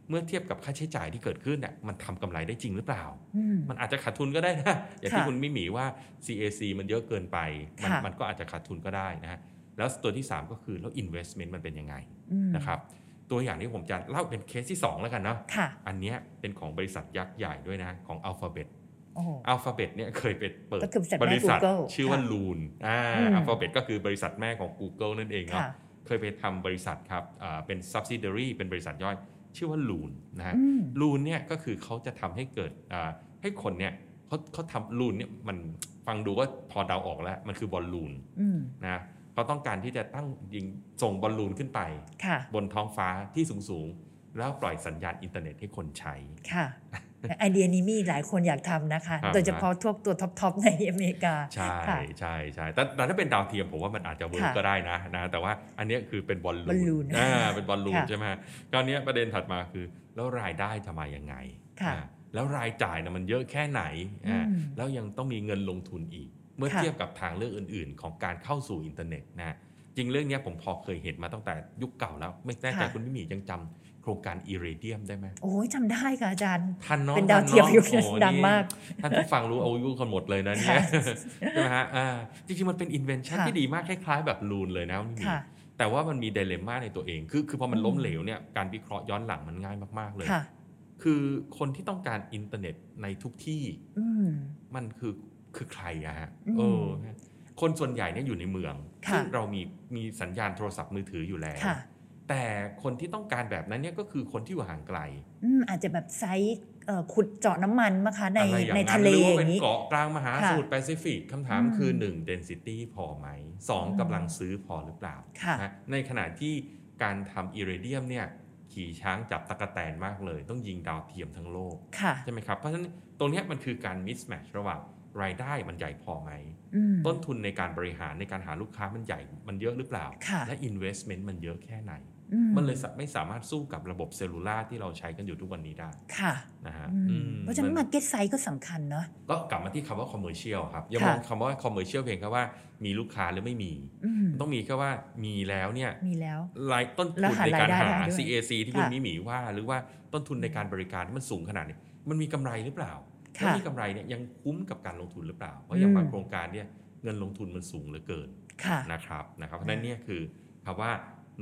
[SPEAKER 3] เมื่อเทียบกับค่าใช้จ่ายที่เกิดขึ้นเนี่ยมันทำกำไรได้จริงหรือเปล่า
[SPEAKER 2] อืม
[SPEAKER 3] มันอาจจะขาดทุนก็ได้นะ อย่างที่
[SPEAKER 2] ค่ะ
[SPEAKER 3] คุณมิหมีว่า CAC มันเยอะเกินไป มั
[SPEAKER 2] ค่ะ
[SPEAKER 3] มันก็อาจจะขาดทุนก็ได้นะฮะ แล้วตัวที่ 3 ก็คือแล้ว investment มันเป็นยังไง
[SPEAKER 2] อืม
[SPEAKER 3] นะครับตัวอย่างที่ผมจะเล่าเป็นเคสที่ 2 แล้วกันเนาะ
[SPEAKER 2] ค่ะ
[SPEAKER 3] อันเนี้ยเป็นของบริษัทยักษ์ใหญ่ด้วยนะ ของ Alphabet
[SPEAKER 2] โอ้โห
[SPEAKER 3] Alphabet เนี่ยเคยเป็นเปิด
[SPEAKER 2] ก็คือบริษัทแม่
[SPEAKER 3] บริษัท
[SPEAKER 2] Google
[SPEAKER 3] ชื่อว่า
[SPEAKER 2] ค่ะ
[SPEAKER 3] ลูนอ่า
[SPEAKER 2] อืม
[SPEAKER 3] Alphabet ก็คือบริษัทแม่ของ Google นั่นเองเนาะ
[SPEAKER 2] ค่ะ
[SPEAKER 3] เคยไปทำบริษัทครับอ่าเป็น subsidiary เป็นบริษัทย่อยชื่อว่าลูนนะฮะ
[SPEAKER 2] อืม
[SPEAKER 3] ลูนเนี่ยก็คือเขาจะทำให้เกิดอ่าให้คนเนี่ยเขาเขาทำลูนเนี่ยมันฟังดูก็พอเดาออกแล้วมันคือบอลลูน
[SPEAKER 2] อืม
[SPEAKER 3] นะเขาต้องการที่จะตั้งยิงส่งบอลลูนขึ้นไป
[SPEAKER 2] ค่ะ
[SPEAKER 3] บนท้องฟ้าที่สูง ๆ แล้วปล่อยสัญญาณอินเทอร์เน็ตให้คนใช้
[SPEAKER 2] ค่ะไอเดียนี้มีหลายคนอยากทำนะคะ
[SPEAKER 3] ครับ
[SPEAKER 2] โดยเฉพาะทั่วตัวท็อปๆในอเมริกา
[SPEAKER 3] ใช่
[SPEAKER 2] ค่ะ
[SPEAKER 3] ใช่ใช่แต่แต่ถ้าเป็นดาวเทียมผมว่ามันอาจจะเวิร์ก
[SPEAKER 2] ค่ะ
[SPEAKER 3] ก็ได้นะนะ แต่ว่าอันเนี้ยคือเป็นบอล
[SPEAKER 2] บอลลู
[SPEAKER 3] ลู
[SPEAKER 2] น
[SPEAKER 3] อ่าเป็นบอลลูน
[SPEAKER 2] ค่ะ
[SPEAKER 3] ใช่ไหมคราวเนี้ยประเด็นถัดมาคือ แล้วรายได้จะมายังไง
[SPEAKER 2] ค่ะ
[SPEAKER 3] อ่าแล้วรายจ่ายนะมันเยอะแค่ไหนอ่า
[SPEAKER 2] อืม
[SPEAKER 3] แล้วยังต้องมีเงินลงทุนอีก เมื่อ
[SPEAKER 2] ค่ะ
[SPEAKER 3] เทียบกับทางเลือกอื่น ๆ ของการเข้าสู่อินเทอร์เน็ตนะจริงเรื่องเนี้ยผมพอเคยเห็นมาตั้งแต่ยุคเก่าแล้ว ไม่แน่ใจคุณมิหมียังจำโครงการอีเรเดียมได้ไหม
[SPEAKER 2] โอ้ยจำได้ค่ะอาจารย์
[SPEAKER 3] ทันเนาะ
[SPEAKER 2] เป็นดาว
[SPEAKER 3] ทั
[SPEAKER 2] เทียม
[SPEAKER 3] อะ
[SPEAKER 2] ยุคนั้น
[SPEAKER 3] โอ้
[SPEAKER 2] ดังมาก
[SPEAKER 3] ท่านผู้ฟังรู้เอายุคนหมดเลยนะเนี่ยใช่ไหมฮะอ่าจริงๆ มันเป็นอินเวนชั่น
[SPEAKER 2] ค่ะ
[SPEAKER 3] ที่ดีมากคล้ายๆ แบบลูนเลยนะมันมี
[SPEAKER 2] ค่ะ
[SPEAKER 3] แต่ว่ามันมีเดเลม่าในตัวเอง คือคือพอมัน
[SPEAKER 2] อืม
[SPEAKER 3] ล้มเหลวเนี่ยการวิเคราะห์ย้อนหลังมันง่ายมากๆเลย
[SPEAKER 2] ค่ะ
[SPEAKER 3] คือคนที่ต้องการอินเทอร์เน็ตในทุกที่
[SPEAKER 2] อืม
[SPEAKER 3] มันคือคือใครอะฮะ
[SPEAKER 2] อืม
[SPEAKER 3] เออฮะคนส่วนใหญ่เนี่ยอยู่ในเมือง
[SPEAKER 2] ค่ะ
[SPEAKER 3] ซึ่งเรามีมีสัญญาณโทรศัพท์มือถืออยู่แล้ว
[SPEAKER 2] ค่ะ
[SPEAKER 3] แต่คนที่ต้องการแบบนั้นเนี่ยก็คือคนที่อยู่ห่างไกล
[SPEAKER 2] อืมอาจจะแบบไซส์เอ่อขุดเจาะน้ำมันมะคะใน
[SPEAKER 3] อะไรอย่าง
[SPEAKER 2] ใน
[SPEAKER 3] นั้น
[SPEAKER 2] ทะเล
[SPEAKER 3] หรือ
[SPEAKER 2] อ
[SPEAKER 3] ว่าเป็
[SPEAKER 2] ย่าน งนี้
[SPEAKER 3] เกาะกลางมหา
[SPEAKER 2] ค่ะ
[SPEAKER 3] สมุทรแปซิฟิกคำถามคือ
[SPEAKER 2] อืม
[SPEAKER 3] 1 density พอไหม
[SPEAKER 2] อืม
[SPEAKER 3] 2กำลังซื้อพอหรือเปล่า
[SPEAKER 2] ค่ะ
[SPEAKER 3] นะในขณะที่การทำอิเรเดียมเนี่ยขี่ช้างจับตะกแตนมากเลย ต้องยิงดาวเทียมทั้งโลก
[SPEAKER 2] ค่ะ
[SPEAKER 3] ใช่ไหมครับ เพราะฉะนั้นตรงเนี้ยมันคือการมิสแมชระหว่างรายได้มันใหญ่พอไหม
[SPEAKER 2] อืม
[SPEAKER 3] ต้นทุนในการบริหารในการหาลูกค้ามันใหญ่มันเยอะหรือเปล่า
[SPEAKER 2] ค่ะ
[SPEAKER 3] และ investment มันเยอะแค่ไหน
[SPEAKER 2] อื
[SPEAKER 3] มันเลยสะไม่สามารถสู้กับระบบเซลลูล่าที่เราใช้กันอยู่ทุกวันนี้ได้
[SPEAKER 2] ค่ะ
[SPEAKER 3] นะฮะ
[SPEAKER 2] อืม
[SPEAKER 3] อืม
[SPEAKER 2] เพราะฉะนั้นมาร์เก็ตไซส์ก็สำคัญเนาะ
[SPEAKER 3] ก็กลับมาที่คำว่า commercial ครับอย่า
[SPEAKER 2] ค่ะ
[SPEAKER 3] มองคำว่า commercial เพียงแค่ว่ามีลูกค้าหรือไม่มี
[SPEAKER 2] อืม
[SPEAKER 3] ต้องมีแค่ว่ามีแล้วเนี่ย
[SPEAKER 2] มีแล้ว
[SPEAKER 3] รายต้นทุ
[SPEAKER 2] แล้ว
[SPEAKER 3] น
[SPEAKER 2] หา
[SPEAKER 3] ในกา
[SPEAKER 2] รา
[SPEAKER 3] ร
[SPEAKER 2] ยได้
[SPEAKER 3] หา
[SPEAKER 2] ได้ด้วย
[SPEAKER 3] CAC ที่คุณ
[SPEAKER 2] ค่ะ
[SPEAKER 3] มิหมีว่า หรือว่าต้นทุนในการบริการที่มันสูงขนาดนี้มันมีกำไรหรือเปล่า
[SPEAKER 2] ค่ะ
[SPEAKER 3] ถ้ามีกำไรเนี่ยยังคุ้มกับการลงทุนหรือเปล่า เพราะอย่างบาง
[SPEAKER 2] อืม
[SPEAKER 3] โครงการเนี่ยเงินลงทุนมันสูงเหลือเกิน
[SPEAKER 2] ค่ะ
[SPEAKER 3] นะครับนะครับเพราะฉะนั้นเนี่ยคือคำว่า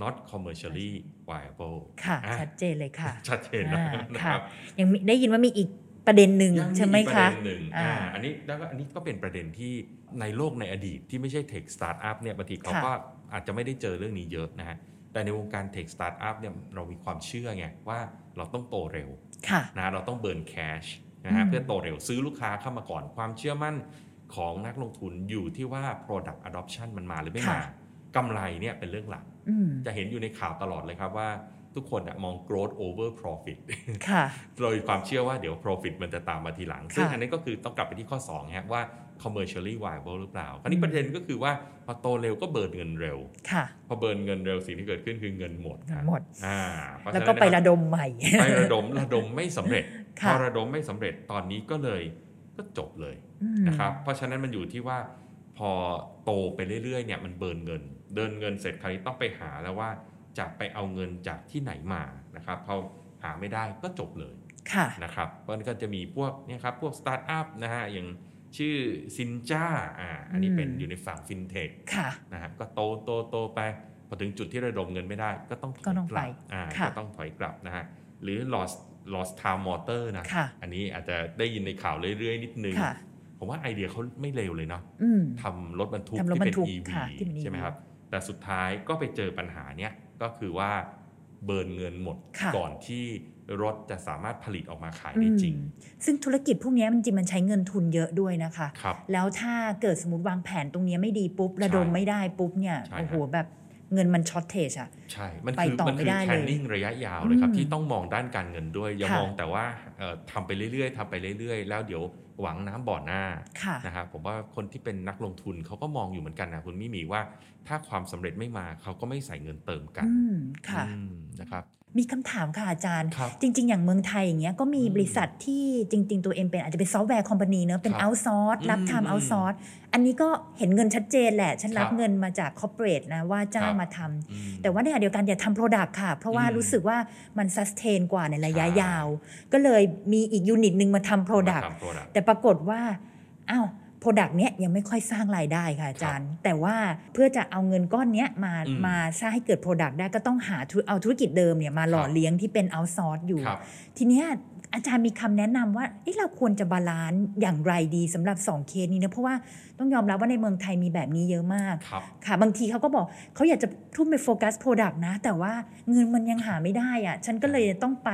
[SPEAKER 3] not commercially viable
[SPEAKER 2] ค่ะ
[SPEAKER 3] อ่ะ
[SPEAKER 2] ชัดเจนเลยค่ะ
[SPEAKER 3] ชัดเจนนะ
[SPEAKER 2] อ่า
[SPEAKER 3] นะค
[SPEAKER 2] ค่ะ
[SPEAKER 3] รับ
[SPEAKER 2] ยังมีได้ยินว่ามีอีกประเด็นหนึ่ง
[SPEAKER 3] ยัง
[SPEAKER 2] ใช่ไหม
[SPEAKER 3] อีกป
[SPEAKER 2] คะ
[SPEAKER 3] ระเด็นหนึ่ง
[SPEAKER 2] อ่า
[SPEAKER 3] อ่าอันนี้แล้วก็อันนี้ก็เป็นประเด็นที่ในโลกในอดีตที่ไม่ใช่เทคสตาร์ทอัพเนี่ยบางทีเขา
[SPEAKER 2] ค่ะ
[SPEAKER 3] ก็อาจจะไม่ได้เจอเรื่องนี้เยอะนะฮะ แต่ในวงการเทคสตาร์ทอัพเนี่ยเรามีความเชื่อไงว่าเราต้องโตเร็ว
[SPEAKER 2] ค่ะ
[SPEAKER 3] นะเราต้องเบิร์นแคชนะฮะ
[SPEAKER 2] อืม
[SPEAKER 3] เพื่อโตเร็วซื้อลูกค้าเข้ามาก่อนความเชื่อมั่นของนักลงทุนอยู่ที่ว่า Product Adoption มันมาหรือไม่มากำไรเนี่ยเป็นเรื่องหลัก
[SPEAKER 2] อืม
[SPEAKER 3] จะเห็นอยู่ในข่าวตลอดเลยครับว่าทุกคนอะมอง growth over profit
[SPEAKER 2] ค่ะ
[SPEAKER 3] โดยความเชื่อว่าเดี๋ยว profit มันจะตามมาทีหลัง
[SPEAKER 2] ค่ะ
[SPEAKER 3] ซึ่งอันนี้ก็คือต้องกลับไปที่ข้อ2ฮะว่า commercially viable หรือเปล่า คราวนี้ประเด็นก็คือว่าพอโตเร็วก็เบิร์นเงินเร็ว
[SPEAKER 2] ค่ะ
[SPEAKER 3] พอเบิร์นเงินเร็วสิ่งที่เกิดขึ้นคือเงินหมด
[SPEAKER 2] เงินหมด
[SPEAKER 3] อ่าเพราฉ
[SPEAKER 2] แล้ว
[SPEAKER 3] นั้น
[SPEAKER 2] ก็
[SPEAKER 3] เนี่ย
[SPEAKER 2] ไประดมใหม่
[SPEAKER 3] ไประดมระดมไม่สำเร็จ พ
[SPEAKER 2] ค่ะ
[SPEAKER 3] อระดมไม่สำเร็จตอนนี้ก็เลยก็จบเลย
[SPEAKER 2] อืม
[SPEAKER 3] นะครับ เพราะฉะนั้นมันอยู่ที่ว่าพอโตไปเรื่อยๆเนี่ยมันเบิร์นเงิน เดินเงินเสร็จคราวนี้ต้องไปหาแล้วว่าจะไปเอาเงินจากที่ไหนมานะครับพอหาไม่ได้ก็จบเลย
[SPEAKER 2] ค่ะ
[SPEAKER 3] นะครับเพราะฉะนั้นก็จะมีพวกเนี่ยครับพวกสตาร์ทอัพนะฮะอย่างชื่อซินจ้าอ่าอันนี้เป็น
[SPEAKER 2] อืม
[SPEAKER 3] อยู่ในฝั่งฟินเทค
[SPEAKER 2] ค่ะ
[SPEAKER 3] นะฮะก็โตโตโตไป พอถึงจุดที่ระดมเงินไม่ได้ ก็ต้องถย
[SPEAKER 2] ก็ต้อง
[SPEAKER 3] กลั
[SPEAKER 2] ไป
[SPEAKER 3] อ่า
[SPEAKER 2] ค่ะ
[SPEAKER 3] ก็ต้องถอยกลับนะฮะหรือ lost lost time motor นะ
[SPEAKER 2] ค่ะ
[SPEAKER 3] อันนี้อาจจะได้ยินในข่าวเรื่อยๆ นิดนึง
[SPEAKER 2] ค่ะ
[SPEAKER 3] ผมว่าไอเดียเขาไม่เลวเลยเนาะ
[SPEAKER 2] อืม
[SPEAKER 3] ทำรถบรรทุก
[SPEAKER 2] ทำรถบร
[SPEAKER 3] ที่เป็น
[SPEAKER 2] รทุก
[SPEAKER 3] EV
[SPEAKER 2] ค่ะที่เป็น EV
[SPEAKER 3] ใช่ไหมครับ แต่สุดท้ายก็ไปเจอปัญหาเนี้ยก็คือว่าเบิร์นเงินหมด
[SPEAKER 2] ค่ะ
[SPEAKER 3] ก่อนที่รถจะสามารถผลิตออกมาขายได้จริง
[SPEAKER 2] อืมซึ่งธุรกิจพวกเนี้ยมันจริงมันใช้เงินทุนเยอะด้วยนะคะ
[SPEAKER 3] ครับ
[SPEAKER 2] แล้วถ้าเกิดสมมติวางแผนตรงเนี้ยไม่ดีปุ๊บ ระดม
[SPEAKER 3] ใช่
[SPEAKER 2] ไม่ได้ปุ๊บเนี่ย
[SPEAKER 3] ใช่ครับ
[SPEAKER 2] โอ้โหแบบเงินมันช็อตเทชอะ
[SPEAKER 3] ใช่ มัน
[SPEAKER 2] ไป
[SPEAKER 3] คือ
[SPEAKER 2] ต่อ
[SPEAKER 3] มัน
[SPEAKER 2] ไม่
[SPEAKER 3] คือ
[SPEAKER 2] ได้
[SPEAKER 3] แพ
[SPEAKER 2] เลย
[SPEAKER 3] นนิ่งระยะยาวเลยครับ
[SPEAKER 2] อืม
[SPEAKER 3] ที่ต้องมองด้านการเงินด้วย อย่า
[SPEAKER 2] ค่ะ
[SPEAKER 3] มองแต่ว่าเอ่อทำไปเรื่อยๆทำไปเรื่อยๆ แล้วเดี๋ยวหวังน้ำบ่อหน้า
[SPEAKER 2] ค่ะ
[SPEAKER 3] นะครับผมว่าคนที่เป็นนักลงทุนเขาก็มองอยู่เหมือนกันนะคุณมิมีว่า ถ้าความสำเร็จไม่มาเขาก็ไม่ใส่เงินเติมกัน
[SPEAKER 2] อืมค่ะ
[SPEAKER 3] อืมนะครับ
[SPEAKER 2] มีคำถามค่ะอาจารย์
[SPEAKER 3] ครับ
[SPEAKER 2] จริง ๆ อย่างเมืองไทยอย่างเงี้ยก็มี
[SPEAKER 3] อืม
[SPEAKER 2] บริษัทที่จริง ๆ ตัวเองเป็นอาจจะเป็นซอฟต์แวร์คอมพานีเนอะเป็น
[SPEAKER 3] ครับ
[SPEAKER 2] เอาซอร์สรับ
[SPEAKER 3] อืม
[SPEAKER 2] ทำเอาซอร์สอันนี้ก็เห็นเงินชัดเจนแหละ ฉันรับ
[SPEAKER 3] ครับ
[SPEAKER 2] เงินมาจากคอร์เปอเรทนะว่าจ้าง
[SPEAKER 3] ครับ
[SPEAKER 2] มาทำ
[SPEAKER 3] อืม
[SPEAKER 2] แต่ว่าในขณะเดียวกันอย่าทำโปรดักต์ค่ะ เพราะว่า
[SPEAKER 3] อืม
[SPEAKER 2] รู้สึกว่ามันซัสเทนกว่าในระยะ
[SPEAKER 3] ใช่
[SPEAKER 2] ยาว ก็เลยมีอีกยูนิตหนึ่งมาทำโปรดักต์
[SPEAKER 3] มาทำ product
[SPEAKER 2] แต่ปรากฏว่าอ้าวโปรดักต์เนี้ยยังไม่ค่อยสร้างรายได้ค่ะอาจารย์ แต่ว่าเพื่อจะเอาเงินก้อนเนี้ยมา
[SPEAKER 3] อืม
[SPEAKER 2] มาสร้างให้เกิดโปรดักต์ได้ก็ต้องหาธุเอาธุรกิจเดิมเนี่ยมาหล่อ
[SPEAKER 3] ครับ
[SPEAKER 2] เลี้ยงที่เป็นเอาซอร์สอยู่
[SPEAKER 3] ครับ
[SPEAKER 2] ทีเนี้ยอาจารย์มีคำแนะนำว่าเอ๊ะเราควรจะบาลานซ์อย่างไรดีสำหรับสองเคสนี้นะเพราะว่าต้องยอมรับว่าในเมืองไทยมีแบบนี้เยอะมาก
[SPEAKER 3] ครับ
[SPEAKER 2] ค่ะบางทีเขาก็บอกเขาอยากจะทุ่มไปโฟกัสโปรดักต์นะ แต่ว่าเงินมันยังหาไม่ได้อะฉันก็เลยต้องไป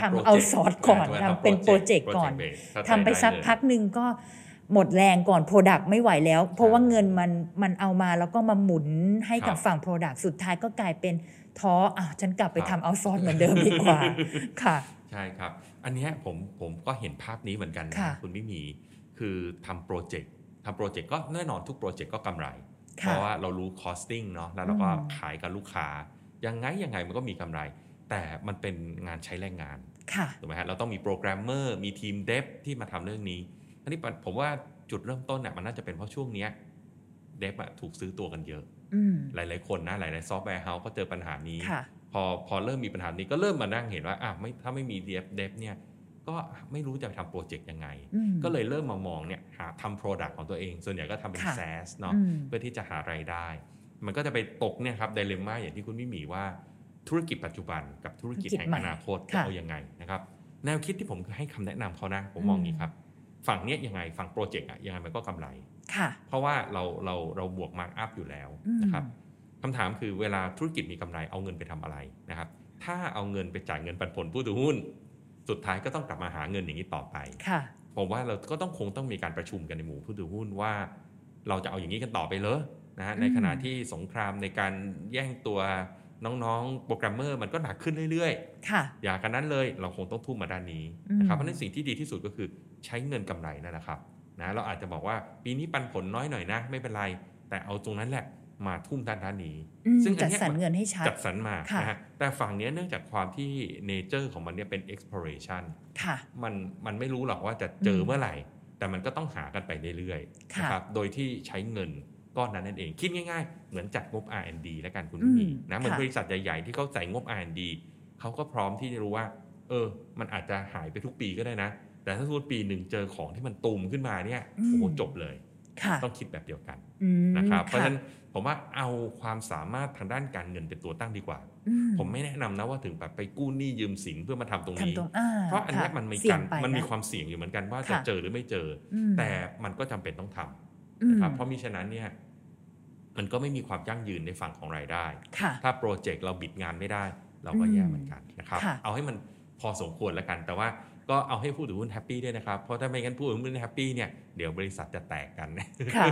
[SPEAKER 2] ทำ
[SPEAKER 3] project
[SPEAKER 2] เอาซอสก่อน
[SPEAKER 3] ใช่ไหม
[SPEAKER 2] ทำเป็นโปรเจกต์ก่อน
[SPEAKER 3] project based เข้าใจ
[SPEAKER 2] ทำไปสัก
[SPEAKER 3] ด้เลย
[SPEAKER 2] พักหนึ่งก็หมดแรงก่อนโปรดักต์ไม่ไหวแล้ว เพราะว่าเงินมันมันเอามาแล้วก็มาหมุนให้กับ
[SPEAKER 3] ครับ
[SPEAKER 2] ฝั่งโปรดักต์สุดท้ายก็กลายเป็นท้ออ้าวฉันกลับไป
[SPEAKER 3] ครั
[SPEAKER 2] ทำ
[SPEAKER 3] บ
[SPEAKER 2] เอาซอสเหมือนเดิมดีก ว่าค่ะ
[SPEAKER 3] ใช่ครับ อันเนี้ยผมผมก็เห็นภาพนี้เหมือนกันนะ
[SPEAKER 2] ค่ะ
[SPEAKER 3] คุณไม่มี คือทำโปรเจกต์ทำโปรเจกต์ก็แน่นอนทุกโปรเจกต์ก็กำไร เพ
[SPEAKER 2] ค่ะ
[SPEAKER 3] ราะว่าเรารู้คอสติ้งเนาะแล้วเราก็
[SPEAKER 2] อืม
[SPEAKER 3] ขายกับลูกค้า ยังไงยังไงมันก็มีกำไร แต่มันเป็นงานใช้แรงงาน
[SPEAKER 2] ค่ะ
[SPEAKER 3] ถูกไหมฮะเราต้องมีโปรแกรมเมอร์มีทีมเดฟที่มาทำเรื่องนี้อันนี้ผมว่าจุดเริ่มต้นเนี่ยมันน่าจะเป็นเพราะช่วงเนี้ยเดฟอะถูกซื้อตัวกันเยอะ
[SPEAKER 2] อืม
[SPEAKER 3] หลาย ๆ คนนะหลายๆซอฟต์แวร์เฮาส์ก็เจอปัญหานี้
[SPEAKER 2] ค่ะ
[SPEAKER 3] พอพอเริ่มมีปัญหานี้ก็เริ่มมานั่งเห็นว่าอ่ะไม่ถ้าไม่มีเดฟเดฟเนี่ยก็ไม่รู้จะไปทำโปรเจกต์ยังไง
[SPEAKER 2] อืม
[SPEAKER 3] ก็เลยเริ่มมามองเนี่ยหาทำโปรดักต์ของตัวเอง ส่วนใหญ่ก็ทำเป็น
[SPEAKER 2] ค่ะ
[SPEAKER 3] SaaS เนาะ
[SPEAKER 2] อืม
[SPEAKER 3] เพื่อที่จะหารายได้ มันก็จะไปตกเนี่ยครับไดเลมม่าอย่างที่คุณมิหมีว่าธุรกิจปัจจุบันกับธุรกิจ
[SPEAKER 2] ธุรกิจ
[SPEAKER 3] แห่ง
[SPEAKER 2] ใหม่
[SPEAKER 3] อนาคตจะ
[SPEAKER 2] ค่ะ
[SPEAKER 3] เอายังไงนะครับแนวคิดที่ผมให้คำแนะนำเขานะผม
[SPEAKER 2] อืม
[SPEAKER 3] มองอย่างนี้ครับฝั่งเนี้ยยังไงฝั่งโปรเจกต์อะยังไงมันก็กำไร
[SPEAKER 2] ค่ะ
[SPEAKER 3] เพราะว่าเราเราเราบวกมาร์กอัพอยู่แล้ว
[SPEAKER 2] อืม
[SPEAKER 3] นะครับคำถามคือเวลาธุรกิจมีกำไรเอาเงินไปทำอะไรนะครับ ถ้าเอาเงินไปจ่ายเงินปันผลผู้ถือหุ้น สุดท้ายก็ต้องกลับมาหาเงินอย่างนี้ต่อไป
[SPEAKER 2] ค่ะ
[SPEAKER 3] ผมว่าเราก็ต้องคงต้องมีการประชุมกันในหมู่ผู้ถือหุ้นว่า เราจะเอาอย่างนี้กันต่อไปเลยนะฮะ
[SPEAKER 2] อืม
[SPEAKER 3] ในขณะที่สงครามในการแย่งตัวน้องๆ โปรแกรมเมอร์มันก็หนักขึ้นเรื่อย
[SPEAKER 2] ค่ะ
[SPEAKER 3] ๆ อย่ากันนั้นเลยเราคงต้องทุ่มมาด้านนี้
[SPEAKER 2] อืม
[SPEAKER 3] นะครับเพราะฉะนั้นสิ่งที่ดีที่สุดก็คือใช้เงินกำไรนั่นแหละครับนะเราอาจจะบอกว่าปีนี้ปันผลน้อยหน่อยนะ ไม่เป็นไร แต่เอาตรงนั้นแหละมาทุ่มด้านด้านนี้
[SPEAKER 2] อืม
[SPEAKER 3] ซึ่งอั
[SPEAKER 2] จั
[SPEAKER 3] น
[SPEAKER 2] ด
[SPEAKER 3] เนี้ย
[SPEAKER 2] สรรเงินให้ชัด
[SPEAKER 3] จัดสรรมา
[SPEAKER 2] ค่ะ
[SPEAKER 3] นะฮะแต่ฝั่งเนี้ยเนื่องจากความที่เนเจอร์ของมันเนี่ยเป็น exploration
[SPEAKER 2] ค่ะ
[SPEAKER 3] มันมันไม่รู้หรอกว่าจะเจอ
[SPEAKER 2] ม
[SPEAKER 3] เมื่อไหร่ แต่มันก็ต้องหากันไปเรื่อยๆ
[SPEAKER 2] ค่ะ
[SPEAKER 3] นะครับ โดยที่ใช้เงินก้อนนั้นนั่นเอง คิดง่ายๆ เหมือนจัดงบ R&D แล้วกันคุณผู้มีนะเหมือนบริษัทใหญ่ๆ ที่เขาใส่งบ R&D เขาก็พร้อมที่จะรู้ว่า เออ มันอาจจะหายไปทุกปีก็ได้นะ แต่ถ้าสมมติปีหนึ่งเจอของที่มันตุมขึ้นมาเนี่ยโอ้โหจบเลย
[SPEAKER 2] ค่ะ
[SPEAKER 3] ต้องคิดแบบเดียวกัน
[SPEAKER 2] อืม
[SPEAKER 3] นะครับ เพราะฉะ
[SPEAKER 2] ค่
[SPEAKER 3] นั้นผมว่าเอาความสามารถทางด้านการเงินเป็นตัวตั้งดีกว่า
[SPEAKER 2] อื
[SPEAKER 3] ผมไม่แนะนำนะว่าถึงแบบไปกู้หนี้ยืมสินเพื่อมาทำตรงนี้
[SPEAKER 2] ทำตรงอ่
[SPEAKER 3] เพราะอันเนี้ย
[SPEAKER 2] ค่
[SPEAKER 3] มันมี
[SPEAKER 2] เสี่ย
[SPEAKER 3] กาง ร
[SPEAKER 2] ไป
[SPEAKER 3] มันมี
[SPEAKER 2] ะ
[SPEAKER 3] ความเสี่ยงอยู่เหมือนกันว่า
[SPEAKER 2] ค่ะ
[SPEAKER 3] จะเจอหรือไม่เจอ
[SPEAKER 2] อืม
[SPEAKER 3] อแต่มันก็จำเป็นต้องทำ
[SPEAKER 2] อืม
[SPEAKER 3] นะครับเพราะมิฉะนั้นเนี่ยมันก็ไม่มีความยั่งยืนในฝั่งของรายได้
[SPEAKER 2] ค่ะ
[SPEAKER 3] ถ้าโปรเจกต์เราบิดงานไม่ได้ เราก็แย่เหมือนกันนะครับ
[SPEAKER 2] ค่ะ
[SPEAKER 3] เอาให้มันพอสมควรแล้วกัน แต่ว่าก็เอาให้ผู้ถือหุ้นแฮปปี้ด้วยนะครับ เพราะถ้าไม่งั้นผู้ถือหุ้นแฮปปี้เนี่ยเดี๋ยวบริษัทจะแตกกัน
[SPEAKER 2] ค่ะ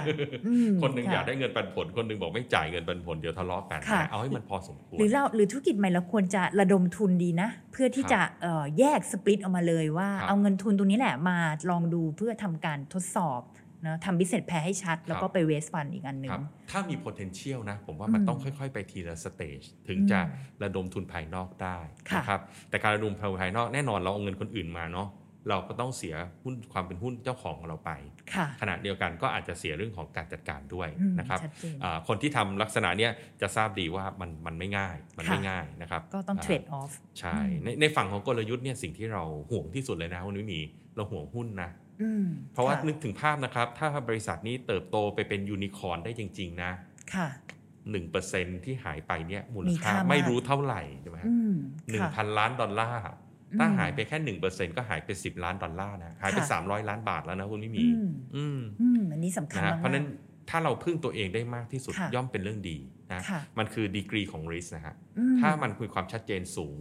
[SPEAKER 2] อืม
[SPEAKER 3] คนหนึ่ง
[SPEAKER 2] ะ
[SPEAKER 3] อยากได้เงินปันผล คนหนึ่งบอกไม่จ่ายเงินปันผลเดี๋ยวทะเลาะกัน
[SPEAKER 2] ค่ะ
[SPEAKER 3] เอาให้มันพอสมควร
[SPEAKER 2] หรือเราหรือธุรกิจใหม่เราควรจะระดมทุนดีนะ เพื่อที่
[SPEAKER 3] ครับ
[SPEAKER 2] จะเอ่อแยกสปลิตออกมาเลยว่า
[SPEAKER 3] ครับ
[SPEAKER 2] เอาเงินทุนตรงนี้แหละมาลองดูเพื่อทำการทดสอบ เนาะทำบิสเ s สแพ้ให้ชัด แล้วก็ไปเวสฟันอีกอันหนึ่
[SPEAKER 3] ค
[SPEAKER 2] ง
[SPEAKER 3] รับถ้ามี potential นะ ผมว่ามัน
[SPEAKER 2] อืม
[SPEAKER 3] ต้องค่อย ๆ ไปทีละสเตจถึงจะ
[SPEAKER 2] อื
[SPEAKER 3] ระดมทุนภายนอกได้
[SPEAKER 2] ค่ะ
[SPEAKER 3] นะครับแต่การระดมทุนภายนอกแน่นอนเราเอาเงินคนอื่นมาเนาะเราก็ต้องเสียหุ้นความเป็นหุ้นเจ้าของของเราไป
[SPEAKER 2] ค่ะ
[SPEAKER 3] ขณะเดียวกันก็อาจจะเสียเรื่องของการจัดการด้วย
[SPEAKER 2] อืม
[SPEAKER 3] นะครับ
[SPEAKER 2] ชัดเจน
[SPEAKER 3] อ่าคนที่ทำลักษณะเนี้ยจะทราบดีว่ามันมันไม่ง่ายมันไม่
[SPEAKER 2] ค่ะ
[SPEAKER 3] ง่ายนะครับ
[SPEAKER 2] ก็ต้องเทรด
[SPEAKER 3] า
[SPEAKER 2] ออฟ
[SPEAKER 3] ใช่
[SPEAKER 2] อืม
[SPEAKER 3] ในในฝั่งของกลยุทธ์เนี่ยสิ่งที่เราห่วงที่สุดเลยนะคุณวิมีเราห่วงหุ้นนะ เพราะว่านึกถึงภาพนะครับ ถ้าบริษัทนี้เติบโตไปเป็นยูนิคอร์นได้จริง ๆ นะ
[SPEAKER 2] ค่ะ
[SPEAKER 3] 1%ที่หายไปเนี่ยมูล
[SPEAKER 2] มี
[SPEAKER 3] ค่า
[SPEAKER 2] ค่ามาก
[SPEAKER 3] ไม่รู้เท่าไหร่ใช่ไหมฮะ
[SPEAKER 2] อืม
[SPEAKER 3] หนึ่ง
[SPEAKER 2] ค่ะ
[SPEAKER 3] พันล้านดอลลาร์ ถ้า
[SPEAKER 2] อืม
[SPEAKER 3] หายไปแค่หนึ่งเปอร์เซ็นก็หายไปสิบล้านดอลลาร์นะ หายไป
[SPEAKER 2] ค่ะ
[SPEAKER 3] สามร้อยล้านบาทแล้วนะคุณไม่มี
[SPEAKER 2] อืม
[SPEAKER 3] อืม
[SPEAKER 2] อืมอันนี้สำคัญ
[SPEAKER 3] นะ
[SPEAKER 2] มา
[SPEAKER 3] ฮะ
[SPEAKER 2] ก
[SPEAKER 3] เพราะฉะนั้นถ้าเราพึ่งตัวเองได้มากที่สุด
[SPEAKER 2] ค่ะ
[SPEAKER 3] ย่อมเป็นเรื่องดีนะ
[SPEAKER 2] ค่ะ
[SPEAKER 3] มันคือดีกรีของ risk นะฮะ
[SPEAKER 2] อืม
[SPEAKER 3] ถ้ามันมีความชัดเจนสูง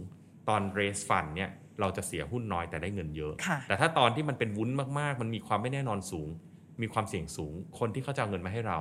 [SPEAKER 3] ตอน raise fund เนี่ยเราจะเสียหุ้นน้อยแต่ได้เงินเยอะ
[SPEAKER 2] ค่ะ
[SPEAKER 3] แต่ถ้าตอนที่มันเป็นวุ้นมากๆ มันมีความไม่แน่นอนสูง มีความเสี่ยงสูง คนที่เขาจะเอาเงินมาให้เรา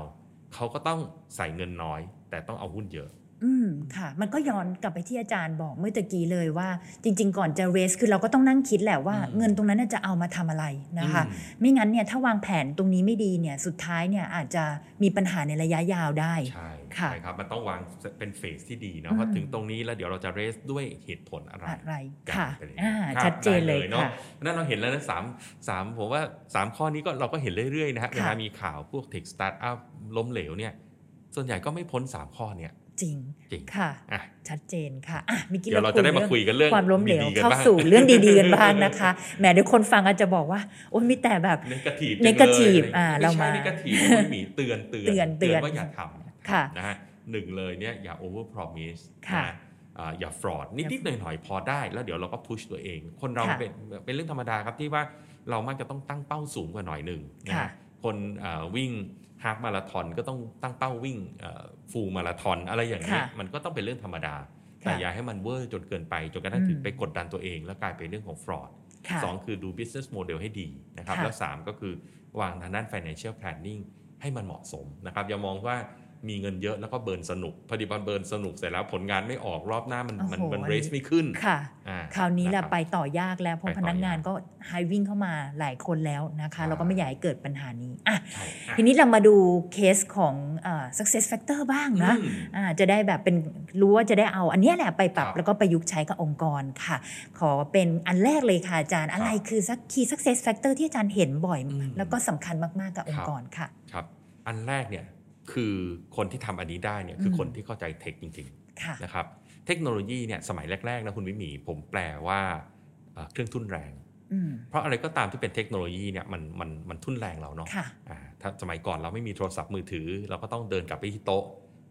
[SPEAKER 3] เขาก็ต้องใส่เงินน้อย แต่ต้องเอาหุ้นเยอะ
[SPEAKER 2] อืมค่ะ มันก็ย้อนกลับไปที่อาจารย์บอกเมื่อตะกี้เลยว่า จริง ๆ ก่อนจะเรสคือเราก็ต้องนั่งคิดแหละว่า
[SPEAKER 3] อืม
[SPEAKER 2] เงินตรงนั้นน่ะจะเอามาทำอะไรนะคะ
[SPEAKER 3] อืม
[SPEAKER 2] ไม่งั้นเนี่ยถ้าวางแผนตรงนี้ไม่ดีเนี่ยสุดท้ายเนี่ยอาจจะมีปัญหาในระยะยาวได้
[SPEAKER 3] ใช่
[SPEAKER 2] ค่ะ
[SPEAKER 3] ใช่ครับ มันต้องวางเป็นเฟสที่ดี
[SPEAKER 2] อื
[SPEAKER 3] นะ
[SPEAKER 2] ม
[SPEAKER 3] ว่าถึงตรงนี้แล้วเดี๋ยวเราจะเรสด้วยเหตุผลอะไร
[SPEAKER 2] อะไร
[SPEAKER 3] กัน
[SPEAKER 2] ค่ะ
[SPEAKER 3] ไปเลย
[SPEAKER 2] อ่า
[SPEAKER 3] ครับ
[SPEAKER 2] ชัดเจนเลย
[SPEAKER 3] ได้
[SPEAKER 2] ค่ะ
[SPEAKER 3] เพราฉนั้นเราเห็นแล้วนะสามสามผมว่าสามข้อนี้ก็เราก็เห็นเรื่อยๆนะฮะ
[SPEAKER 2] ค่ะ
[SPEAKER 3] เวลามีข่าวพวกเทคสตาร์ทอัพล้มเหลวเนี่ยส่วนใหญ่ก็ไม่พ้น 3 ข้อเนี่ย
[SPEAKER 2] จริง
[SPEAKER 3] จริง
[SPEAKER 2] ค่ะ
[SPEAKER 3] อ่ะ
[SPEAKER 2] ชัดเจนค่ะอ่ะมิกกี้
[SPEAKER 3] เดี๋ยวเราจะได้มาคุยกันเรื่อง
[SPEAKER 2] ความล้มเหลว
[SPEAKER 3] ดีๆกัน
[SPEAKER 2] เข้า
[SPEAKER 3] บ้ง
[SPEAKER 2] สู่เรื่องดีๆกันบ้างนะคะแหมเดี๋ยวคนฟังอาจจะบอกว่า โอ้ยมีแต่แบบ
[SPEAKER 3] เนกาทีฟ
[SPEAKER 2] negative อ่าเรามา
[SPEAKER 3] เนกาทีฟหมีเตือนเตือน
[SPEAKER 2] เตือนเตือน
[SPEAKER 3] ว่าอย่าท
[SPEAKER 2] ค่ะ
[SPEAKER 3] ำนะฮะหนึ่งเลยเนี่ยอย่า over promise
[SPEAKER 2] ค่ะ
[SPEAKER 3] นฮ อ่าอย่าฟรอดนิดๆหน่อยๆพอได้แล้วเดี๋ยวเราก็พุชตัวเอง คนเรา
[SPEAKER 2] ค่ะ
[SPEAKER 3] เป็นเป็นเรื่องธรรมดาครับที่ว่าเรามักจะต้องตั้งเป้าสูงกว่าหน่อยหนึ่งนะ
[SPEAKER 2] ค่ะ
[SPEAKER 3] ฮะคนอ่าวิ่งฮาฟมาราธอนก็ต้องตั้งเป้าวิ่งฟูลมาราธอนอะไรอย่างนี้ย
[SPEAKER 2] ค่ะ
[SPEAKER 3] มันก็ต้องเป็นเรื่องธรรมดา แต่อย่าให้มันเวอร์จนเกินไป จนกระทั่ง
[SPEAKER 2] อืม
[SPEAKER 3] ถึงไปกดดันตัวเอง แล้วกลายเป็นเรื่องของฟรอด
[SPEAKER 2] ค่ะ
[SPEAKER 3] สองคือดู business model ให้ดีนะครับ
[SPEAKER 2] ค่ะ
[SPEAKER 3] แล้ว 3 ก็คือวางทางด้าน financial planning ให้มันเหมาะสมนะครับ อย่ามองว่ามีเงินเยอะแล้วก็เบิร์นสนุก พอดีพอเบิร์นสนุกเสร็จแล้วผลงานไม่ออกรอบหน้ามัน
[SPEAKER 2] โอ้โห
[SPEAKER 3] มันมัน
[SPEAKER 2] อันนี้
[SPEAKER 3] raise ไม่ขึ้น
[SPEAKER 2] ค่ะ
[SPEAKER 3] อ่
[SPEAKER 2] คราวนี้แหละ
[SPEAKER 3] คบ
[SPEAKER 2] ไปต่อยากแล้วเพราะพ
[SPEAKER 3] ไปต่อยาก
[SPEAKER 2] นักงานก็ไฮวิ่งเข้ามาหลายคนแล้วนะคะ
[SPEAKER 3] อ่า
[SPEAKER 2] เราก็ไม่อยากให้เกิดปัญหานี้อ่ะ
[SPEAKER 3] ใช่อ่ะ
[SPEAKER 2] ทีนี้เรามาดูเคสของเอ่อ success factor บ้างนะ
[SPEAKER 3] อืม
[SPEAKER 2] อ่าจะได้แบบเป็นรู้ว่าจะได้เอาอันเนี้ยแหละไปปรับ
[SPEAKER 3] ครับ
[SPEAKER 2] แล้วก็ประยุกต์ใช้กับองค์กรค่ะ ขอเป็นอันแรกเลยค่ะอาจารย์อะไรคือ key success factor ที่อาจารย์เห็นบ่อย
[SPEAKER 3] อืม
[SPEAKER 2] แล้วก็สำคัญมากๆกับองค์กรค่ะ
[SPEAKER 3] ครับ อันแรกเนี่ยคือคนที่ทำอันนี้ได้เนี่ยคืออ
[SPEAKER 2] ม
[SPEAKER 3] คนที่เข้าใจเทคจริง ๆ
[SPEAKER 2] ค่ะ
[SPEAKER 3] นะครับเทคโนโลยีเนี่ยสมัยแรกๆนะคุณวิมี ผมแปลว่าเอ่อเครื่องทุ่นแรง
[SPEAKER 2] อืม
[SPEAKER 3] เพราะอะไรก็ตามที่เป็นเทคโนโลยีเนี่ยมันมันมันทุ่นแรงเราเนาะ
[SPEAKER 2] ค่ะ
[SPEAKER 3] อ่าถ้าสมัยก่อนเราไม่มีโทรศัพท์มือถือ เราก็ต้องเดินกลับไปที่โต๊ะ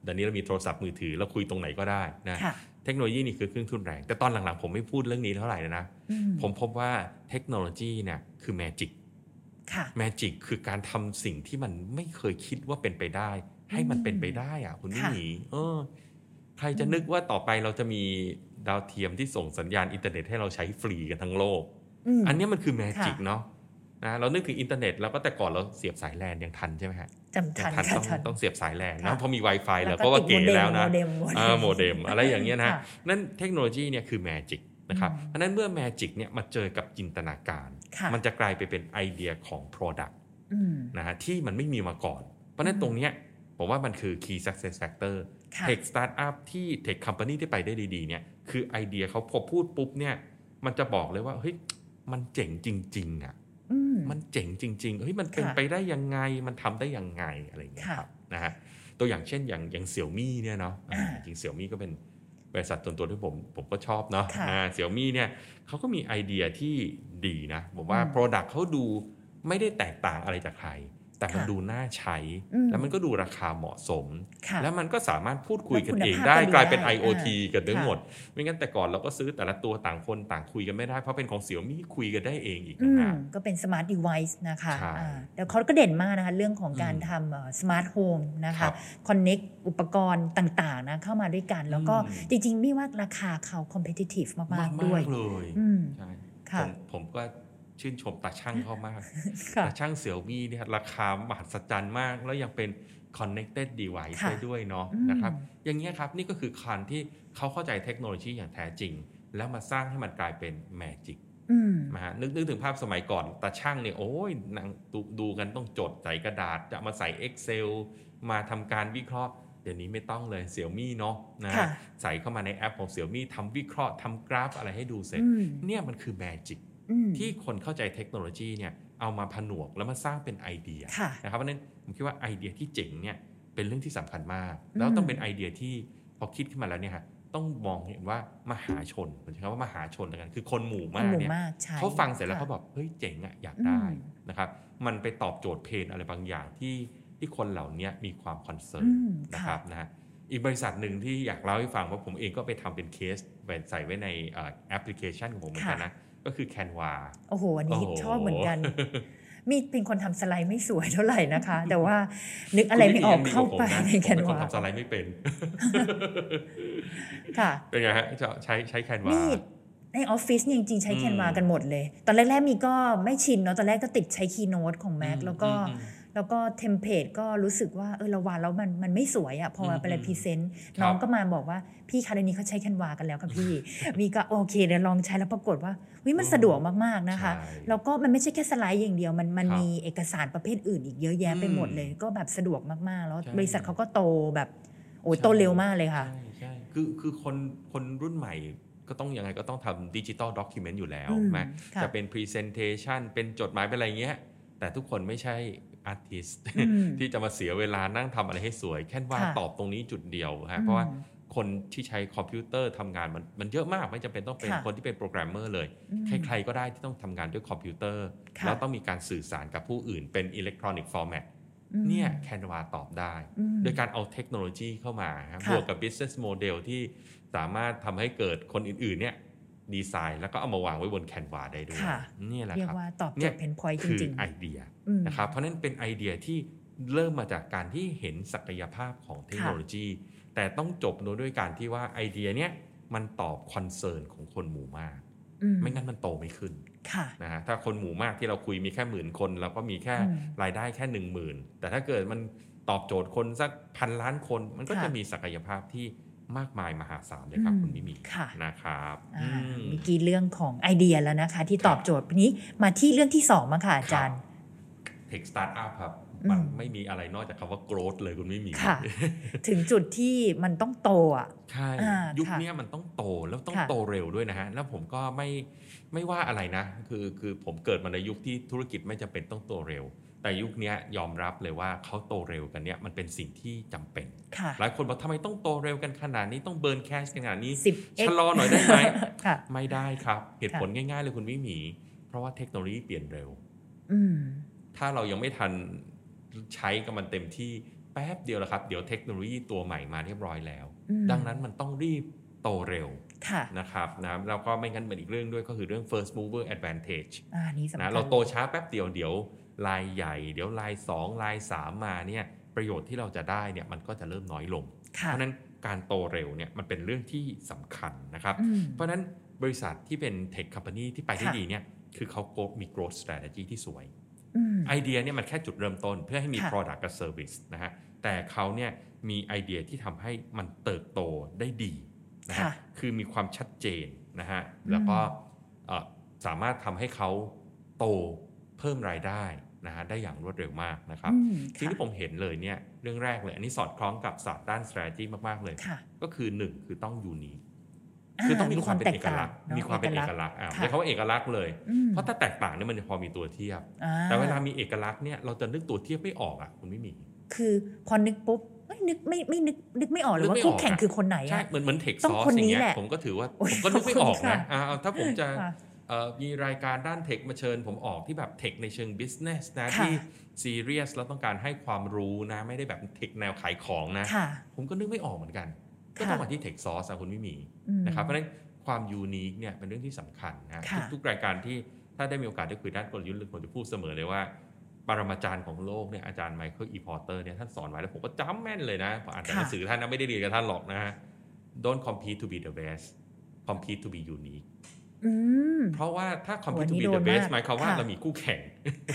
[SPEAKER 3] เดี๋ยวนี้เรามีโทรศัพท์มือถือเราคุยตรงไหนก็ได้นะ
[SPEAKER 2] ค่ะ
[SPEAKER 3] เทคโนโลยีนี่คือเครื่องทุนแรง แต่ตอนหลังๆผมไม่พูดเรื่องนี้เท่าไหร่นะ
[SPEAKER 2] อื
[SPEAKER 3] ผมพบว่าเทคโนโลยีเนี่ยคือแมจิก
[SPEAKER 2] ค่ะ
[SPEAKER 3] แมจิกคือการทำสิ่งที่มันไม่เคยคิดว่าเป็นไปได้ ให้มันเป็นไปได้อะคุณวิ
[SPEAKER 2] ค่ะ
[SPEAKER 3] หนีเออใครจะนึกว่าต่อไปเราจะมีดาวเทียมที่ส่งสัญญาณอินเทอร์เน็ตให้เราใช้ฟรีกันทั้งโลก
[SPEAKER 2] ม
[SPEAKER 3] อันเนี้ยมันคือแมจิก
[SPEAKER 2] ค่ะ
[SPEAKER 3] เนาะนะเรานึกถึงอินเทอร์เน็ตแล้วก็แต่ก่อนเราเสียบสายแลนยังทันใช่ไหมฮะ
[SPEAKER 2] จำทัน
[SPEAKER 3] ทัน
[SPEAKER 2] ค่ะ
[SPEAKER 3] ต้อง
[SPEAKER 2] ทัน
[SPEAKER 3] ต้องเสียบสายแลน
[SPEAKER 2] ค่ะ
[SPEAKER 3] นะเพราะมี Wi-Fi แล้ว
[SPEAKER 2] ก็
[SPEAKER 3] เพราะว่า
[SPEAKER 2] ติ
[SPEAKER 3] เก๋
[SPEAKER 2] ด
[SPEAKER 3] แล้วนะ
[SPEAKER 2] โมเด็มโมเด็
[SPEAKER 3] อ่าม โมเด็มอะไรอย่างเงี้ยนะ
[SPEAKER 2] ค่ะ
[SPEAKER 3] นั่นเทคโนโลยีเนี่ยคือแมจิกนะครับ
[SPEAKER 2] อืม
[SPEAKER 3] เพราะฉะนั้นเมื่อแมจิกเนี่ยมาเจอกับจินตนาการ
[SPEAKER 2] ค่ะ
[SPEAKER 3] มันจะกลายไปเป็นไอเดียของ Product
[SPEAKER 2] อืม
[SPEAKER 3] นะฮะที่มันไม่มีมาก่อน เพราะฉะนั้นตรงเนี้ยผมว่ามันคือ key success factor
[SPEAKER 2] ค่ะ
[SPEAKER 3] tech startup ที่ tech company ที่ไปได้ดีๆเนี่ยคือไอเดียเขาพอพูดปุ๊บเนี่ยมันจะบอกเลยว่าเฮ้ยมันเจ๋งจริงๆอ่ะ
[SPEAKER 2] อืม
[SPEAKER 3] มันเจ๋งจริงๆ เฮ้ย มันเป็น
[SPEAKER 2] ค่ะ
[SPEAKER 3] ไปได้ยังไง มันทำได้ยังไงอะไรอย่างเงี้ย
[SPEAKER 2] ค่ะ
[SPEAKER 3] ครับนะฮะ ตัวอย่างเช่นอย่างอย่างเสี่ยวมี่เนี่ยเนาะอ่า
[SPEAKER 2] อ่า
[SPEAKER 3] จริงเสี่ยวมี่ก็เป็นบริษัทตัวตัวที่ผมผมก็ชอบเนาะ
[SPEAKER 2] ค่ะ
[SPEAKER 3] เสี่ยวมี่า Xiaomi เนี่ยเขาก็มีไอเดียที่ดีนะผมว่า
[SPEAKER 2] อืม
[SPEAKER 3] Product เขาดูไม่ได้แตกต่างอะไรจากใคร แต่มัน
[SPEAKER 2] ค่ะ
[SPEAKER 3] ดูน่าใช้
[SPEAKER 2] อืม
[SPEAKER 3] แล้วมันก็ดูราคาเหมาะสม
[SPEAKER 2] ค่ะ
[SPEAKER 3] แล้วมันก็สามารถพูดคุยกัน
[SPEAKER 2] แล้วคุณ
[SPEAKER 3] เอง
[SPEAKER 2] ภาพ
[SPEAKER 3] ได้
[SPEAKER 2] ก็ดี
[SPEAKER 3] กลายเป็น
[SPEAKER 2] ได้
[SPEAKER 3] IoT กันทั้ง
[SPEAKER 2] ค่ะ
[SPEAKER 3] หมด ไม่งั้นแต่ก่อนเราก็ซื้อแต่ละตัวต่างคนต่างคุยกันไม่ได้ เพราะเป็นของเสี่ยวมี่คุยกันได้เองอีก
[SPEAKER 2] อื
[SPEAKER 3] นะ
[SPEAKER 2] ม
[SPEAKER 3] ฮะ
[SPEAKER 2] ก็เป็นสมาร์ทดีไวซ์นะคะ
[SPEAKER 3] ใช่
[SPEAKER 2] อ่าแล้วเขาก็เด่นมากนะคะ เรื่องของการ
[SPEAKER 3] อืม
[SPEAKER 2] ทำสมาร์ทโฮมนะ
[SPEAKER 3] ครั
[SPEAKER 2] คะ
[SPEAKER 3] บ
[SPEAKER 2] คอนเน็กอุปกรณ์ต่างๆนะเข้ามาด้วยกัน แล้วก็
[SPEAKER 3] อืม
[SPEAKER 2] จริงๆ ไม่ว่าราคาเขาคอมเพ t i t i v e มาม
[SPEAKER 3] าก ก
[SPEAKER 2] ๆ ด้วย
[SPEAKER 3] ๆเลย
[SPEAKER 2] อืม
[SPEAKER 3] ใช่ผ
[SPEAKER 2] ค่ะ
[SPEAKER 3] มผมก็ชื่นชมตาช่างเขามาก
[SPEAKER 2] ค่ะ
[SPEAKER 3] ตาช่างเสี่ยวมี่เนี่ยราคามหัศจรรย์มาก แล้วยังเป็น connected device
[SPEAKER 2] ค่ะ
[SPEAKER 3] ได้ด้วยเนาะ
[SPEAKER 2] อืม
[SPEAKER 3] นะครับ อย่างเงี้ยครับนี่ก็คือคันที่เขาเข้าใจเทคโนโลยีอย่างแท้จริง แล้วมาสร้างให้มันกลายเป็น magic
[SPEAKER 2] อืม
[SPEAKER 3] นะฮะนึกนึกถึงภาพสมัยก่อนตาช่างเนี่ยโอ้ยนางดูดูกันต้องจดใส่กระดาษจะเอามาใส่ Excel มาทำการวิเคราะห์ เดี๋ยวนี้ไม่ต้องเลยเสี่ยวมี่เนาะนะ
[SPEAKER 2] ค่ะ
[SPEAKER 3] ใส่เข้ามาในแอปของเสี่ยวมี่ทำวิเคราะห์ทำกราฟอะไรให้ดูเสร็จ
[SPEAKER 2] อืม
[SPEAKER 3] เนี่ยมันคือแมจิก
[SPEAKER 2] อืม
[SPEAKER 3] ที่คนเข้าใจเทคโนโลยีเนี่ยเอามาผนวกแล้วมาสร้างเป็นไอเดีย
[SPEAKER 2] ค่ะ
[SPEAKER 3] นะครับเพราะฉะนั้นผมคิดว่าไอเดียที่เจ๋งเนี่ยเป็นเรื่องที่สำคัญมาก
[SPEAKER 2] อืม
[SPEAKER 3] แล้วต้องเป็นไอเดียที่พอคิดขึ้นมาแล้วเนี่ยฮะต้องมองเห็นว่ามหาชนผมใช้คำว่ามหาชนแล้วกันคือคนหมู่
[SPEAKER 2] คน
[SPEAKER 3] มาก
[SPEAKER 2] หมู่
[SPEAKER 3] เนี่ย
[SPEAKER 2] มากใช่
[SPEAKER 3] เขาฟังเสร็จแล้ว
[SPEAKER 2] ค่ะ
[SPEAKER 3] เขาบอกเฮ้ยเจ๋งอะอยาก
[SPEAKER 2] อืม
[SPEAKER 3] ได้นะครับมันไปตอบโจทย์เพนอะไรบางอย่างที่ที่คนเหล่านี้มีความคอนเซิร์น
[SPEAKER 2] อืม
[SPEAKER 3] นะค
[SPEAKER 2] ค่ะ
[SPEAKER 3] รับนะฮะอีกบริษัทหนึ่งที่อยากเล่าให้ฟังว่าผมเองก็ไปทำเป็นเคสแบบใส่ไว้ในเอ่อแอปพลิเคชันของผมเหมือนกันนะก็คือ Canva
[SPEAKER 2] โอ้โหอันนี้
[SPEAKER 3] โอ้โห
[SPEAKER 2] ชอบเหมือนกัน มีเป็นคนทำสไลด์ไม่สวยเท่าไหร่นะคะ แต่ว่านึกอะไรไม่ออกเข้าไปใน
[SPEAKER 3] คุณ
[SPEAKER 2] แค
[SPEAKER 3] ลิ
[SPEAKER 2] น
[SPEAKER 3] เดียดีกว่าผมะผมเป็นคน
[SPEAKER 2] วา
[SPEAKER 3] ทำสไลด์ไม่เป็น
[SPEAKER 2] ค่ะ
[SPEAKER 3] เป็นไงฮะจะใช้ใช้แคนวา
[SPEAKER 2] นี่ในออฟฟิศเนี่ยจริงๆ ใช้
[SPEAKER 3] อืม
[SPEAKER 2] แคนวากันหมดเลย ตอนแรก ๆ มีก็ไม่ชินเนาะตอนแรกก็ติดใช้คีโน t ตของ Mac แล้วก็
[SPEAKER 3] อืม
[SPEAKER 2] แล้วก็เทมเพลตก็รู้สึกว่าเออเราวาดแล้วมันมันไม่สวยอะ่ะพอ
[SPEAKER 3] อืม
[SPEAKER 2] ไปเลยพรีเซนต์
[SPEAKER 3] ครับ
[SPEAKER 2] น้องก็มาบอกว่า พี่คะเดี๋ยวนี้เขาใช้แคนวากันแล้วค่ะพี่ มีก็โอเคเดี๋ยวลองใช้แล้วปรากฏว่าวิมันสะดวกมากๆนะคะ
[SPEAKER 3] ใช่
[SPEAKER 2] แล้วก็มันไม่ใช่แค่สไลด์อย่างเดียว มันมัน
[SPEAKER 3] ครับ
[SPEAKER 2] มีเอกสารประเภทอื่นอีกเยอะแยะไปหมดเลย
[SPEAKER 3] อืม
[SPEAKER 2] ก็แบบสะดวกมากๆ แล้ว
[SPEAKER 3] ใช่
[SPEAKER 2] บริษัทเขาก็โตแบบ โอ้ย
[SPEAKER 3] ใช่
[SPEAKER 2] โตเร็วมากเลยค่ะ
[SPEAKER 3] ใช่ใช่คือคือคนคนรุ่นใหม่ก็ต้องยังไงก็ต้องทำดิจิตอลด็อกิเมนต์อยู่แล้ว
[SPEAKER 2] อืม
[SPEAKER 3] ใช่ไหม
[SPEAKER 2] ค่ะ
[SPEAKER 3] จะเป็นพรีเซนเทชันเป็นจดหมายเป็นอะไรเงี้ย แต่ทุกคนไม่ใช่อาร์ติส
[SPEAKER 2] อืม
[SPEAKER 3] ที่จะมาเสียเวลานั่งทำอะไรให้สวย แค่ว่า
[SPEAKER 2] ค่ะ
[SPEAKER 3] ตอบตรงนี้จุดเดียวฮะเพราะว่า คนที่ใช้คอมพิวเตอร์ทำงานมันมันเยอะมากไม่จำเป็นต้องเป็น
[SPEAKER 2] ค่ะ
[SPEAKER 3] คนที่เป็นโปรแกรมเมอร์เลย
[SPEAKER 2] อืม
[SPEAKER 3] ใครๆก็ได้ที่ต้องทำงานด้วยคอมพิวเตอร์
[SPEAKER 2] ค่ะ
[SPEAKER 3] แล้วต้องมีการสื่อสารกับผู้อื่นเป็นอิเล็กทรอนิกส์ฟอร์แมต
[SPEAKER 2] อืม
[SPEAKER 3] เนี่ยแคนวาตอบได้
[SPEAKER 2] อืม
[SPEAKER 3] โดยการเอาเทคโนโลยีเข้ามาครับ
[SPEAKER 2] ค่ะ
[SPEAKER 3] บวกกับ business model ที่สามารถทำให้เกิดคนอื่นๆเนี่ยดีไซน์แล้วก็เอามาวางไว้บนแคนวาได้ด้วย
[SPEAKER 2] ค่ะ
[SPEAKER 3] เนี่ยแหละ
[SPEAKER 2] เรีย
[SPEAKER 3] ค
[SPEAKER 2] ก
[SPEAKER 3] รับ
[SPEAKER 2] ว่าตอบโจ
[SPEAKER 3] เนี่ย
[SPEAKER 2] ทย์เพนพอยต์จ
[SPEAKER 3] คือ
[SPEAKER 2] ริง
[SPEAKER 3] ไอเดีย
[SPEAKER 2] ๆอืม
[SPEAKER 3] นะครับเพราะฉะนั้นเป็นไอเดียที่เริ่มมาจากการที่เห็นศักยภาพของเทคโนโลยี แต่ต้องจบโดยด้วยการที่ว่าไอเดียเนี้ยมันตอบคอนเซิร์นของคนหมู่มาก
[SPEAKER 2] อืม
[SPEAKER 3] ไม่งั้นมันโตไม่ขึ้น
[SPEAKER 2] ค่ะ
[SPEAKER 3] นะฮะถ้าคนหมู่มากที่เราคุยมีแค่หมื่นคนเราก็มีแค่
[SPEAKER 2] อืม
[SPEAKER 3] รายได้แค่หนึ่งหมื่นแต่ถ้าเกิดมันตอบโจทย์คนสักพันล้านคน มันก็
[SPEAKER 2] ค่ะ
[SPEAKER 3] จะมีศักยภาพที่มากมายมหาศาลเลยครับ
[SPEAKER 2] อืม
[SPEAKER 3] คุณมิมี
[SPEAKER 2] ค่ะ
[SPEAKER 3] นะครับ
[SPEAKER 2] อ่า
[SPEAKER 3] อืม
[SPEAKER 2] เมื่อกี้เรื่องของไอเดียแล้วนะคะ ที่ตอบโจทย์นี้มาที่เรื่องที่สองมั้งค่ะอาจารย์
[SPEAKER 3] เทคสตาร์ทอัพครับ
[SPEAKER 2] อืม
[SPEAKER 3] มันไม่มีอะไรนอกจากคำว่า growth เลยคุณมิมี
[SPEAKER 2] ค่ะ ถึงจุดที่มันต้องโตอ่ะ
[SPEAKER 3] ใช่
[SPEAKER 2] อ่า
[SPEAKER 3] ยุค
[SPEAKER 2] ค่ะ
[SPEAKER 3] เนี้ยมันต้องโตแล้วต้อง
[SPEAKER 2] ค่ะ
[SPEAKER 3] โตเร็วด้วยนะฮะ แล้วผมก็ไม่ไม่ว่าอะไรนะ คือคือผมเกิดมาในยุคที่ธุรกิจไม่จำเป็นต้องโตเร็ว แต่ยุคเนี้ยยอมรับเลยว่าเขาโตเร็วกันเนี่ยมันเป็นสิ่งที่จำเป็น
[SPEAKER 2] ค่ะ
[SPEAKER 3] หลายคนบอกทำไมต้องโตเร็วกันขนาดนี้ต้องเบิร์นแคชกันขนา ดนี้
[SPEAKER 2] สิบเอ็ก
[SPEAKER 3] ชะลอหน่อยได้ไหม
[SPEAKER 2] ค่ะ
[SPEAKER 3] ไม่ได้ครับ เหตุ
[SPEAKER 2] ค่ะ
[SPEAKER 3] ผลง่ายๆเลยคุณวิหมี เพราะว่าเทคโนโลยีเปลี่ยนเร็ว
[SPEAKER 2] อืม
[SPEAKER 3] ถ้าเรายังไม่ทันใช้กับมันเต็มที่แป๊บเดียวแหละครับเดี๋ยวเทคโนโลยีตัวใหม่มาเรียบร้อยแล้ว
[SPEAKER 2] อืม
[SPEAKER 3] ดังนั้นมันต้องรีบโตเร็ว
[SPEAKER 2] ค่ะ
[SPEAKER 3] นะครับนะแล้วก็ไม่งั้นเหมือนอีกเรื่องด้วยก็คือเรื่อง first mover advantage
[SPEAKER 2] อ่านี่สำคั
[SPEAKER 3] นะ
[SPEAKER 2] ญ
[SPEAKER 3] เราโตช้าแป๊บเดียวเดี๋ยวลายใหญ่ เดี๋ยวลาย 2 ลาย 3 มาเนี่ยประโยชน์ที่เราจะได้เนี่ยมันก็จะเริ่มน้อยลง เพ
[SPEAKER 2] ค่ะ
[SPEAKER 3] ราะฉะนั้นการโตเร็วเนี่ยมันเป็นเรื่องที่สำคัญนะครับ
[SPEAKER 2] อืม
[SPEAKER 3] เพราะฉะนั้นบริษัทที่เป็น tech company ที่ไปได้
[SPEAKER 2] ค่ะ
[SPEAKER 3] ดีเนี่ยคือเขา growth มี growth strategy ที่สวย
[SPEAKER 2] อืม
[SPEAKER 3] ไอเดียเนี่ยมันแค่จุดเริ่มต้นเพื่อให้มี
[SPEAKER 2] ค่ะ
[SPEAKER 3] product กับ service นะฮะแต่เขาเนี่ยมีไอเดียที่ทำให้มันเติบโตได้ดีนะฮะ
[SPEAKER 2] ค่ะ
[SPEAKER 3] คือมีความชัดเจนนะฮะ
[SPEAKER 2] อืม
[SPEAKER 3] แล้วก็เอ่อสามารถทำให้เขาโตเพิ่มรายได้นะฮะได้อย่างรวดเร็วมากนะครับ
[SPEAKER 2] อืม
[SPEAKER 3] สิ่ง
[SPEAKER 2] ค่ะ
[SPEAKER 3] ที่ผมเห็นเลยเนี่ยเรื่องแรกเลย อันนี้สอดคล้องกับศาสตร์ด้าน strategy มากๆเลย
[SPEAKER 2] ค่ะ
[SPEAKER 3] ก็คือหนึ่งคือต้องยูนีคือต้องมีความเป็นเอกลักษณ์
[SPEAKER 2] ะ
[SPEAKER 3] มีความเป็นเอก
[SPEAKER 2] ษณ์
[SPEAKER 3] ลักษณ์อ่า
[SPEAKER 2] ค่ะ
[SPEAKER 3] เรียกเขาว่าเอกลักษณ์เลย
[SPEAKER 2] อืม
[SPEAKER 3] เพราะถ้าแตกต่างเนี่ยมันจะพอมีตัวเทียบ
[SPEAKER 2] อ่
[SPEAKER 3] แต่เวลามีเอกลักษณ์เนี่ยเราจะนึกตัวเทียบไม่ออกอ่ะคุณไม่มี
[SPEAKER 2] คือพอนึกปุ๊บเอ้ยนึกไม่ไม่นึกนึกไม่ออกเลย
[SPEAKER 3] นึก
[SPEAKER 2] ว่า
[SPEAKER 3] ไม่
[SPEAKER 2] คู่
[SPEAKER 3] ออก
[SPEAKER 2] แข่ง
[SPEAKER 3] อะ
[SPEAKER 2] คือคนไหน
[SPEAKER 3] ใช่
[SPEAKER 2] อะ
[SPEAKER 3] เหมือนเหมือนเทค
[SPEAKER 2] ต้อ
[SPEAKER 3] ซ
[SPEAKER 2] ง
[SPEAKER 3] อส
[SPEAKER 2] คน
[SPEAKER 3] อ
[SPEAKER 2] นี้
[SPEAKER 3] ย่างเงี้
[SPEAKER 2] แห
[SPEAKER 3] ย
[SPEAKER 2] ละ
[SPEAKER 3] ผมก็ถือว่า
[SPEAKER 2] โอ้ย
[SPEAKER 3] ผมก็นึกไม่ออ
[SPEAKER 2] ข
[SPEAKER 3] ก
[SPEAKER 2] อบคุณค่ะ
[SPEAKER 3] นะอ่าเอาถ้าผมจะ
[SPEAKER 2] ค่ะ
[SPEAKER 3] เอ่อมีรายการด้านเทคมาเชิญ ผมออกที่แบบเทคในเชิงบิสเนสนะ
[SPEAKER 2] ค่ะ
[SPEAKER 3] ที่ซีเรียสแล้วต้องการให้ความรู้นะ ไม่ได้แบบเทคแนวขายของนะ
[SPEAKER 2] ค่ะ
[SPEAKER 3] ผมก็นึกไม่ออกเหมือนกัน ก็
[SPEAKER 2] ค่ะ
[SPEAKER 3] ต้องมาที่เทคซอสอะคุณไม่มี
[SPEAKER 2] อืม
[SPEAKER 3] นะครับเพราะฉะนั้นความยูนิคเนี่ยเป็นเรื่องที่สำคัญนะ
[SPEAKER 2] ค่ะ
[SPEAKER 3] ทุกๆรายการที่ถ้าได้มีโอกาสได้คุยด้านกลยุทธ์ผมจะพูดเสมอเลยว่า ปรมาจารย์ของโลกเนี่ยอาจารย์ไมเคิลอีพอร์เตอร์เนี่ยท่านสอนไว้แล้วผมก็จำแม่นเลยนะผมอ่านจากหนัง
[SPEAKER 2] ค่ะ
[SPEAKER 3] สือท่านนะไม่ได้เรียนกับท่านหรอกนะฮะ don't compete to be the best compete to be unique
[SPEAKER 2] อืม
[SPEAKER 3] เพราะว่าถ้า compete
[SPEAKER 2] โอ้
[SPEAKER 3] to
[SPEAKER 2] นี่
[SPEAKER 3] be
[SPEAKER 2] โดน
[SPEAKER 3] the
[SPEAKER 2] มาก
[SPEAKER 3] best หมายความว่า
[SPEAKER 2] ค่ะ
[SPEAKER 3] เรามีคู่แข่ง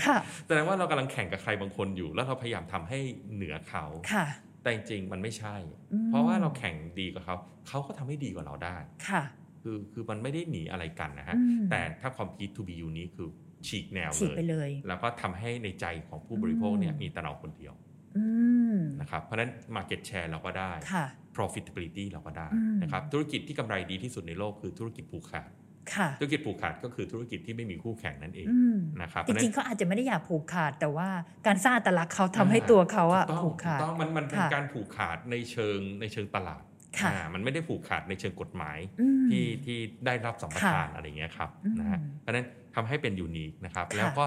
[SPEAKER 2] ค่ะ
[SPEAKER 3] แสดงว่าเรากำลังแข่งกับใครบางคนอยู่ แล้วเราพยายามทำให้เหนือเขา
[SPEAKER 2] ค่ะ
[SPEAKER 3] แต่จริงๆมันไม่ใช่
[SPEAKER 2] อืม
[SPEAKER 3] เพราะว่าเราแข่งดีกว่าเขาเขาก็ทำให้ดีกว่าเราได้
[SPEAKER 2] ค่ะ
[SPEAKER 3] คือคือมันไม่ได้หนีอะไรกันนะฮะ
[SPEAKER 2] อืม
[SPEAKER 3] แต่ถ้าความคิด to be unique คือฉีกแนว
[SPEAKER 2] ฉีก
[SPEAKER 3] เล
[SPEAKER 2] ไป
[SPEAKER 3] ย
[SPEAKER 2] เลย
[SPEAKER 3] แล้วก็ทำให้ในใจของผู้บริโภคเนี่ย
[SPEAKER 2] อืม
[SPEAKER 3] มีแต่เราคนเดียว
[SPEAKER 2] อืม
[SPEAKER 3] นะครับ เพราะฉะนั้น market share เราก็ได้
[SPEAKER 2] ค่ะ
[SPEAKER 3] profitability เราก็ได้
[SPEAKER 2] อืม
[SPEAKER 3] นะครับ ธุรกิจที่กำไรดีที่สุดในโลกคือธุรกิจผูกขาด
[SPEAKER 2] ค่ะ
[SPEAKER 3] ธุรกิจผูกขาดก็คือธุรกิจที่ไม่มีคู่แข่งนั่นเอง
[SPEAKER 2] อืม
[SPEAKER 3] นะครับเพ
[SPEAKER 2] จ
[SPEAKER 3] ราะฉะนั้
[SPEAKER 2] ริ
[SPEAKER 3] น
[SPEAKER 2] งๆเขาอาจจะไม่ได้อยากผูกขาดแต่ว่าการสร้างอัตลักษณ์เขาทำให้
[SPEAKER 3] อ่า
[SPEAKER 2] ตัวเขาอะ
[SPEAKER 3] ถู
[SPEAKER 2] ผู
[SPEAKER 3] ก
[SPEAKER 2] ก
[SPEAKER 3] ต้อง
[SPEAKER 2] ขาด
[SPEAKER 3] ถูกต้องมันมันเป็น
[SPEAKER 2] ค่ะ
[SPEAKER 3] การผูกขาดในเชิงในเชิงตลาด
[SPEAKER 2] ค่ะ
[SPEAKER 3] อ่ามันไม่ได้ผูกขาดในเชิงกฎหมาย
[SPEAKER 2] อืม
[SPEAKER 3] ที่ที่ได้รับสัมปทาน
[SPEAKER 2] ค่ะ
[SPEAKER 3] อะไรอย่างเงี้ยครับ
[SPEAKER 2] อืม
[SPEAKER 3] นะฮะเพราะฉะนั้นทำให้เป็นยูนิคนะครับ
[SPEAKER 2] ค่ะ
[SPEAKER 3] แล้วก็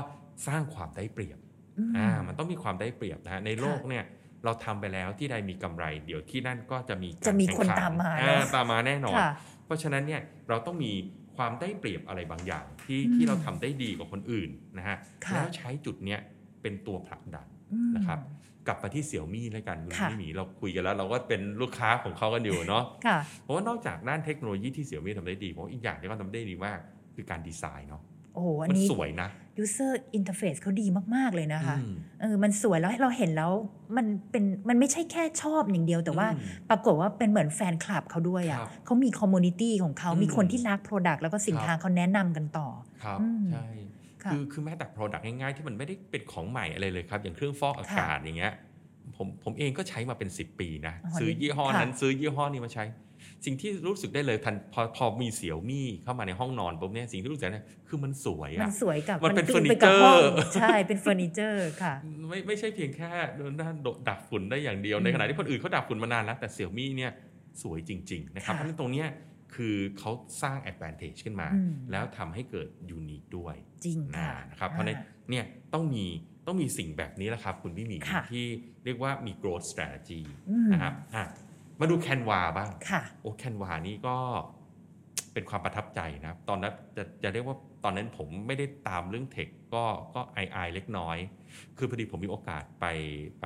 [SPEAKER 3] สร้างความได้เปรียบ
[SPEAKER 2] อืม
[SPEAKER 3] อ่ามันต้องมีความได้เปรียบนะฮะในโลก
[SPEAKER 2] ค่ะ
[SPEAKER 3] เนี่ยเราทำไปแล้วที่ใดมีกำไร เดี๋ยวที่นั่นก็จะมีการ
[SPEAKER 2] จะมี
[SPEAKER 3] แข่ง
[SPEAKER 2] คน
[SPEAKER 3] ขั
[SPEAKER 2] ตามมา
[SPEAKER 3] อ่
[SPEAKER 2] เนอะ
[SPEAKER 3] ตามมาแน่นอน
[SPEAKER 2] ค่ะ
[SPEAKER 3] เพราะฉะนั้นเนี่ยเราต้องมีความได้เปรียบอะไรบางอย่าง ที่
[SPEAKER 2] อืม
[SPEAKER 3] ที่เราทำได้ดีกว่าคนอื่นนะฮะ
[SPEAKER 2] ค่ะ
[SPEAKER 3] แล้วใช้จุดเนี้ยเป็นตัวผลักดัน
[SPEAKER 2] อืม
[SPEAKER 3] นะครับ กลับมาที่เสี่ยวมี่แล้วกันคุณ
[SPEAKER 2] ค่ะ
[SPEAKER 3] พี่หมีเราคุยกันแล้ว เราก็เป็นลูกค้าของเขากันอยู่เนาะ
[SPEAKER 2] ค่ะ
[SPEAKER 3] เพราะว่านอกจากด้านเทคโนโลยีที่เสี่ยวมี่ทำได้ดีผมว่าอีกอย่างที่เขาทำได้ดีมากคือการดีไซน์เนาะ
[SPEAKER 2] โอ้โหอัน
[SPEAKER 3] มัน
[SPEAKER 2] นี้
[SPEAKER 3] สวยนะ
[SPEAKER 2] user interface เขาดีมากๆเลยนะคะ
[SPEAKER 3] อืม
[SPEAKER 2] เออ มันสวยแล้วเราเห็นแล้วมันเป็นมันไม่ใช่แค่ชอบอย่างเดียวแต่ว่า
[SPEAKER 3] อืม
[SPEAKER 2] ปรากฏว่าเป็นเหมือนแฟนคลับเขาด้วย
[SPEAKER 3] ครั
[SPEAKER 2] อะ่ะ
[SPEAKER 3] บ
[SPEAKER 2] เขามีคอมมูนิตี้ของเขา
[SPEAKER 3] อืม
[SPEAKER 2] มีคนที่รักโปรดักต์แล้วก็สิน
[SPEAKER 3] ครับ
[SPEAKER 2] ค้าเขาแนะนำกันต่อ
[SPEAKER 3] ครับ
[SPEAKER 2] อืม
[SPEAKER 3] ใช่
[SPEAKER 2] ค่ะ
[SPEAKER 3] คือคือแม้แต่ Product ง่ายๆ ที่มันไม่ได้เป็นของใหม่อะไรเลยครับ อย่างเครื่องฟอกอากาศอย่างเงี้ยผมผมเองก็ใช้มาเป็น 10 ปีนะ
[SPEAKER 2] อ๋อ
[SPEAKER 3] ซื้อยี่ห้อ
[SPEAKER 2] ค่ะ
[SPEAKER 3] นั้นซื้อยี่ห้อนี้มาใช้ สิ่งที่รู้สึกได้เลยทันพอพอมีเสี่ยวมี่เข้ามาในห้องนอนปุ๊บเนี่ยสิ่งที่รู้สึกได้คือมันสวย
[SPEAKER 2] มั
[SPEAKER 3] อะ
[SPEAKER 2] นสวยกับ
[SPEAKER 3] มันเป็น
[SPEAKER 2] กลืไปกับ
[SPEAKER 3] เฟอร์นิเจอร์
[SPEAKER 2] ห้งใช่ เป็นเฟอร์นิเจอร์ค่ะ
[SPEAKER 3] ไม่ไม่ใช่เพียงแค่โดนด้านดักฝุ่นได้อย่างเดียว
[SPEAKER 2] อืม
[SPEAKER 3] ในขณะที่คนอื่นเขาดักฝุ่นมานานแล้ว แต่เสี่ยมี่เนี่ยสวยจริง ๆ นะครับ
[SPEAKER 2] ค่ะ
[SPEAKER 3] เพราะฉะนั้นตรงเนี้ยคือเขาสร้าง advantage ขึ้นมา
[SPEAKER 2] อืม
[SPEAKER 3] แล้วทำให้เกิด unique ด้วย
[SPEAKER 2] จริง
[SPEAKER 3] นะ
[SPEAKER 2] ค่ะ
[SPEAKER 3] นะครับ เพราะในน
[SPEAKER 2] อ่
[SPEAKER 3] เนี่ยต้องมีต้องมีสิ่งแบบนี้แหละครับ คุณพี่หมี
[SPEAKER 2] ค่ะ
[SPEAKER 3] ที่เรียกว่ามี growth strategy
[SPEAKER 2] อืม
[SPEAKER 3] นะครับอ่ะมาดูแคนวาบ้าง
[SPEAKER 2] ค่ะ
[SPEAKER 3] โอ้แคนวานี่ก็ เป็นความประทับใจนะตอนนั้นจะจะเรียกว่าตอนนั้นผมไม่ได้ตามเรื่องเทคก็ก็ไอไอายๆเล็กน้อย คือพอดีผมมีโอกาสไปไป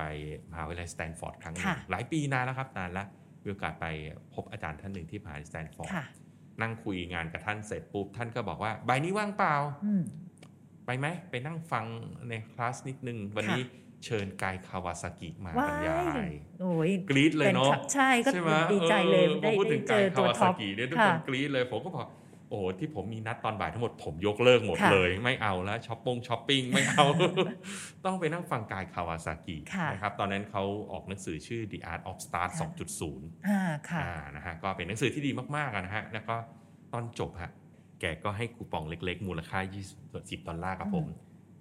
[SPEAKER 3] มหาวิทยาลัยสแตนฟอร์ดครั้งหนึง
[SPEAKER 2] ค่ะ
[SPEAKER 3] หลายปีนานแล้วครับนานละมีโอกาสไปพบอาจารย์ท่านหนึ่งที่มหาวิทยาลัยสแตนฟอร์ด
[SPEAKER 2] ค่ะ
[SPEAKER 3] นั่งคุยงานกับท่านเสร็จปุ๊บ ท่านก็บอกว่าใบายนี้ว่างเปล่า
[SPEAKER 2] อืม
[SPEAKER 3] ไปไหมไปนั่งฟังในคลาสนิดนึง วันนี้เชิญกายคาวาซากิมาบรรยา
[SPEAKER 2] ว้าย ย โอ้ย
[SPEAKER 3] กรี๊ดเลยเนาะ
[SPEAKER 2] ป็คบใช่ก็
[SPEAKER 3] ใช่ไหม
[SPEAKER 2] ดีใจเลย
[SPEAKER 3] ออ
[SPEAKER 2] ได้
[SPEAKER 3] พอพูดถึ
[SPEAKER 2] ได้
[SPEAKER 3] ง
[SPEAKER 2] เจอ
[SPEAKER 3] การคา
[SPEAKER 2] ตัว
[SPEAKER 3] วา
[SPEAKER 2] ท็
[SPEAKER 3] ซา
[SPEAKER 2] อป
[SPEAKER 3] กิเนี่ยทุกค
[SPEAKER 2] ค่ะ
[SPEAKER 3] นกรี๊ดเลย ผมก็บอกโอ้โหที่ผมมีนัดตอนบ่ายทั้งหมดผมยกเลิกหมด
[SPEAKER 2] ค่ะ
[SPEAKER 3] เลย ไม่เอาแล้วช้อปปงช้อปปิ้งไม่เอา ต้องไปนั่งฟังกายคาวาซากิ
[SPEAKER 2] ค่ะ
[SPEAKER 3] นะครับตอนนั้นเขาออกหนังสือชื่อ The Art of Start
[SPEAKER 2] ค่ะ
[SPEAKER 3] 2.0
[SPEAKER 2] อ่าค่ะ
[SPEAKER 3] อ่านะฮะก็เป็นหนังสือที่ดีมากๆอะนะฮะ แล้วก็ตอนจบฮะแกก็ให้คูปองเล็กๆ มูลค่า 20 10ดอลลาร์ครับผม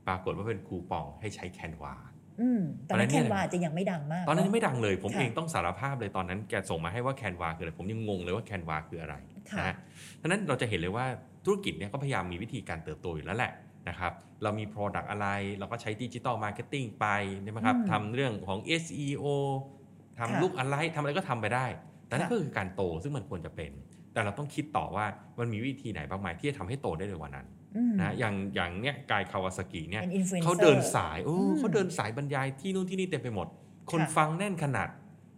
[SPEAKER 3] ปรากฏว่าเป็นคูปองให้ใช้แคนวา
[SPEAKER 2] อืมตอนนั้น
[SPEAKER 3] ตอนนั้น
[SPEAKER 2] แค่
[SPEAKER 3] เนี่ย
[SPEAKER 2] ว่าจะยังไม่ดังมาก
[SPEAKER 3] ตอนนั้นยังไม่ดังเลยผม
[SPEAKER 2] ค่ะ
[SPEAKER 3] เองต้องสารภาพเลยตอนนั้นแกส่งมาให้ว่าแคนวาคืออะไร ผมยังงงเลยว่าแคนวาคืออะไร
[SPEAKER 2] ค่ะ
[SPEAKER 3] นะฮะฉะนั้นเราจะเห็นเลยว่าธุรกิจเนี่ยก็พยายามมีวิธีการเติบโตอยู่แล้วแหละนะครับเรามี Product อะไร เราก็ใช้ดิจิ t a ลมาร์เก็ตติ้งไปใช่ไหมครับ
[SPEAKER 2] อืม
[SPEAKER 3] ทำเรื่องของ SEO
[SPEAKER 2] ค่ะ
[SPEAKER 3] ทำลูกอะไรทำอะไรก็ทำไปได้ แต่นั่น
[SPEAKER 2] ค่ะ
[SPEAKER 3] ก็คือการโตซึ่งมันควรจะเป็น แต่เราต้องคิดต่อว่ามันมีวิธีไหนบ้างไหมที่จะทำให้โตได้เร็วกว่านั้น
[SPEAKER 2] อืม
[SPEAKER 3] นะอย่างอย่างเนี้ยกายคาวาซากิเนี่ย
[SPEAKER 2] เป็น influencer
[SPEAKER 3] เขาเดินสายโอ้
[SPEAKER 2] อืม
[SPEAKER 3] เขาเดินสายบรรยายที่นู่นที่นี่เต็มไปหมด คน
[SPEAKER 2] ค่ะ
[SPEAKER 3] ฟังแน่นขนาด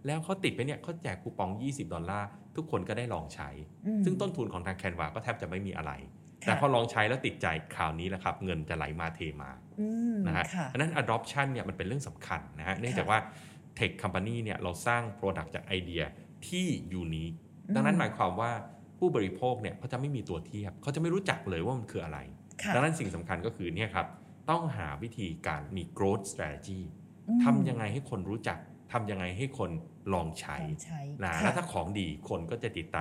[SPEAKER 3] แล้วเขาติดไปเนี่ยเขาแจกคูปอง 20 ดอลลาร์ ทุกคนก็ได้ลองใช้
[SPEAKER 2] อืม
[SPEAKER 3] ซึ่งต้นทุนของทางแคนวาก็แทบจะไม่มีอะไร
[SPEAKER 2] ค่ะ
[SPEAKER 3] แต่พอลองใช้แล้วติดใจคราวนี้แหละครับ เงินจะไหลมาเทมา
[SPEAKER 2] ม
[SPEAKER 3] นะฮะ
[SPEAKER 2] ค่ะ
[SPEAKER 3] อันนั้น adoption เนี่ยมันเป็นเรื่องสำคัญนะฮะเนื่องจากว่า tech company เนี่ยเราสร้าง product จากไอเดียที่ unique ดังนั้นหมายความว่าผู้บริโภคเนี่ยเขาจะไม่มีตัวเทียบเขาจะไม่รู้จักเลยว่ามันคืออะไร
[SPEAKER 2] ค่ะ
[SPEAKER 3] ดังนั้นสิ่งสำคัญก็คือเนี่ยครับ ต้องหาวิธีการมี growth strategy
[SPEAKER 2] อืม
[SPEAKER 3] ทำยังไงให้คนรู้จักทำยังไงให้คนลองใช้
[SPEAKER 2] ลองใช้
[SPEAKER 3] นะ
[SPEAKER 2] ค่ะ
[SPEAKER 3] แล้วถ้าของดีคนก็จะติดใจ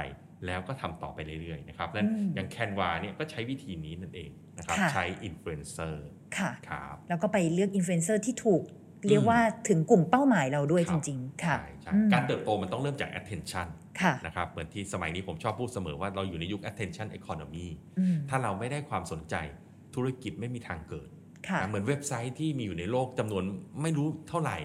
[SPEAKER 3] แล้วก็ทำต่อไปเรื่อยๆนะครับนั้น
[SPEAKER 2] อืม
[SPEAKER 3] อย่างแคนวาเนี่ยก็ใช้วิธีนี้นั่นเองนะครับ
[SPEAKER 2] ค่ะ
[SPEAKER 3] ใช้ influencer
[SPEAKER 2] ค่ะ
[SPEAKER 3] ครับ
[SPEAKER 2] แล้วก็ไปเลือกอินฟลูเอนเซอร์ที่ถูก
[SPEAKER 3] ม
[SPEAKER 2] เรียกว่าถึงกลุ่มเป้าหมายเราด้วย
[SPEAKER 3] ค
[SPEAKER 2] จ
[SPEAKER 3] รับ
[SPEAKER 2] ริง ๆ ค่ะ
[SPEAKER 3] ใช่ใช่
[SPEAKER 2] อืม
[SPEAKER 3] การเติบโตมันต้องเริ่มจาก attention
[SPEAKER 2] ค่ะ
[SPEAKER 3] นะครับ เหมือนที่สมัยนี้ผมชอบพูดเสมอว่าเราอยู่ในยุค attention economy
[SPEAKER 2] อืม
[SPEAKER 3] ถ้าเราไม่ได้ความสนใจธุรกิจไม่มีทางเกิด
[SPEAKER 2] ค่ะ
[SPEAKER 3] เหมือนเว็บไซต์ที่มีอยู่ในโลกจำนวนไม่รู้เท่าไหร่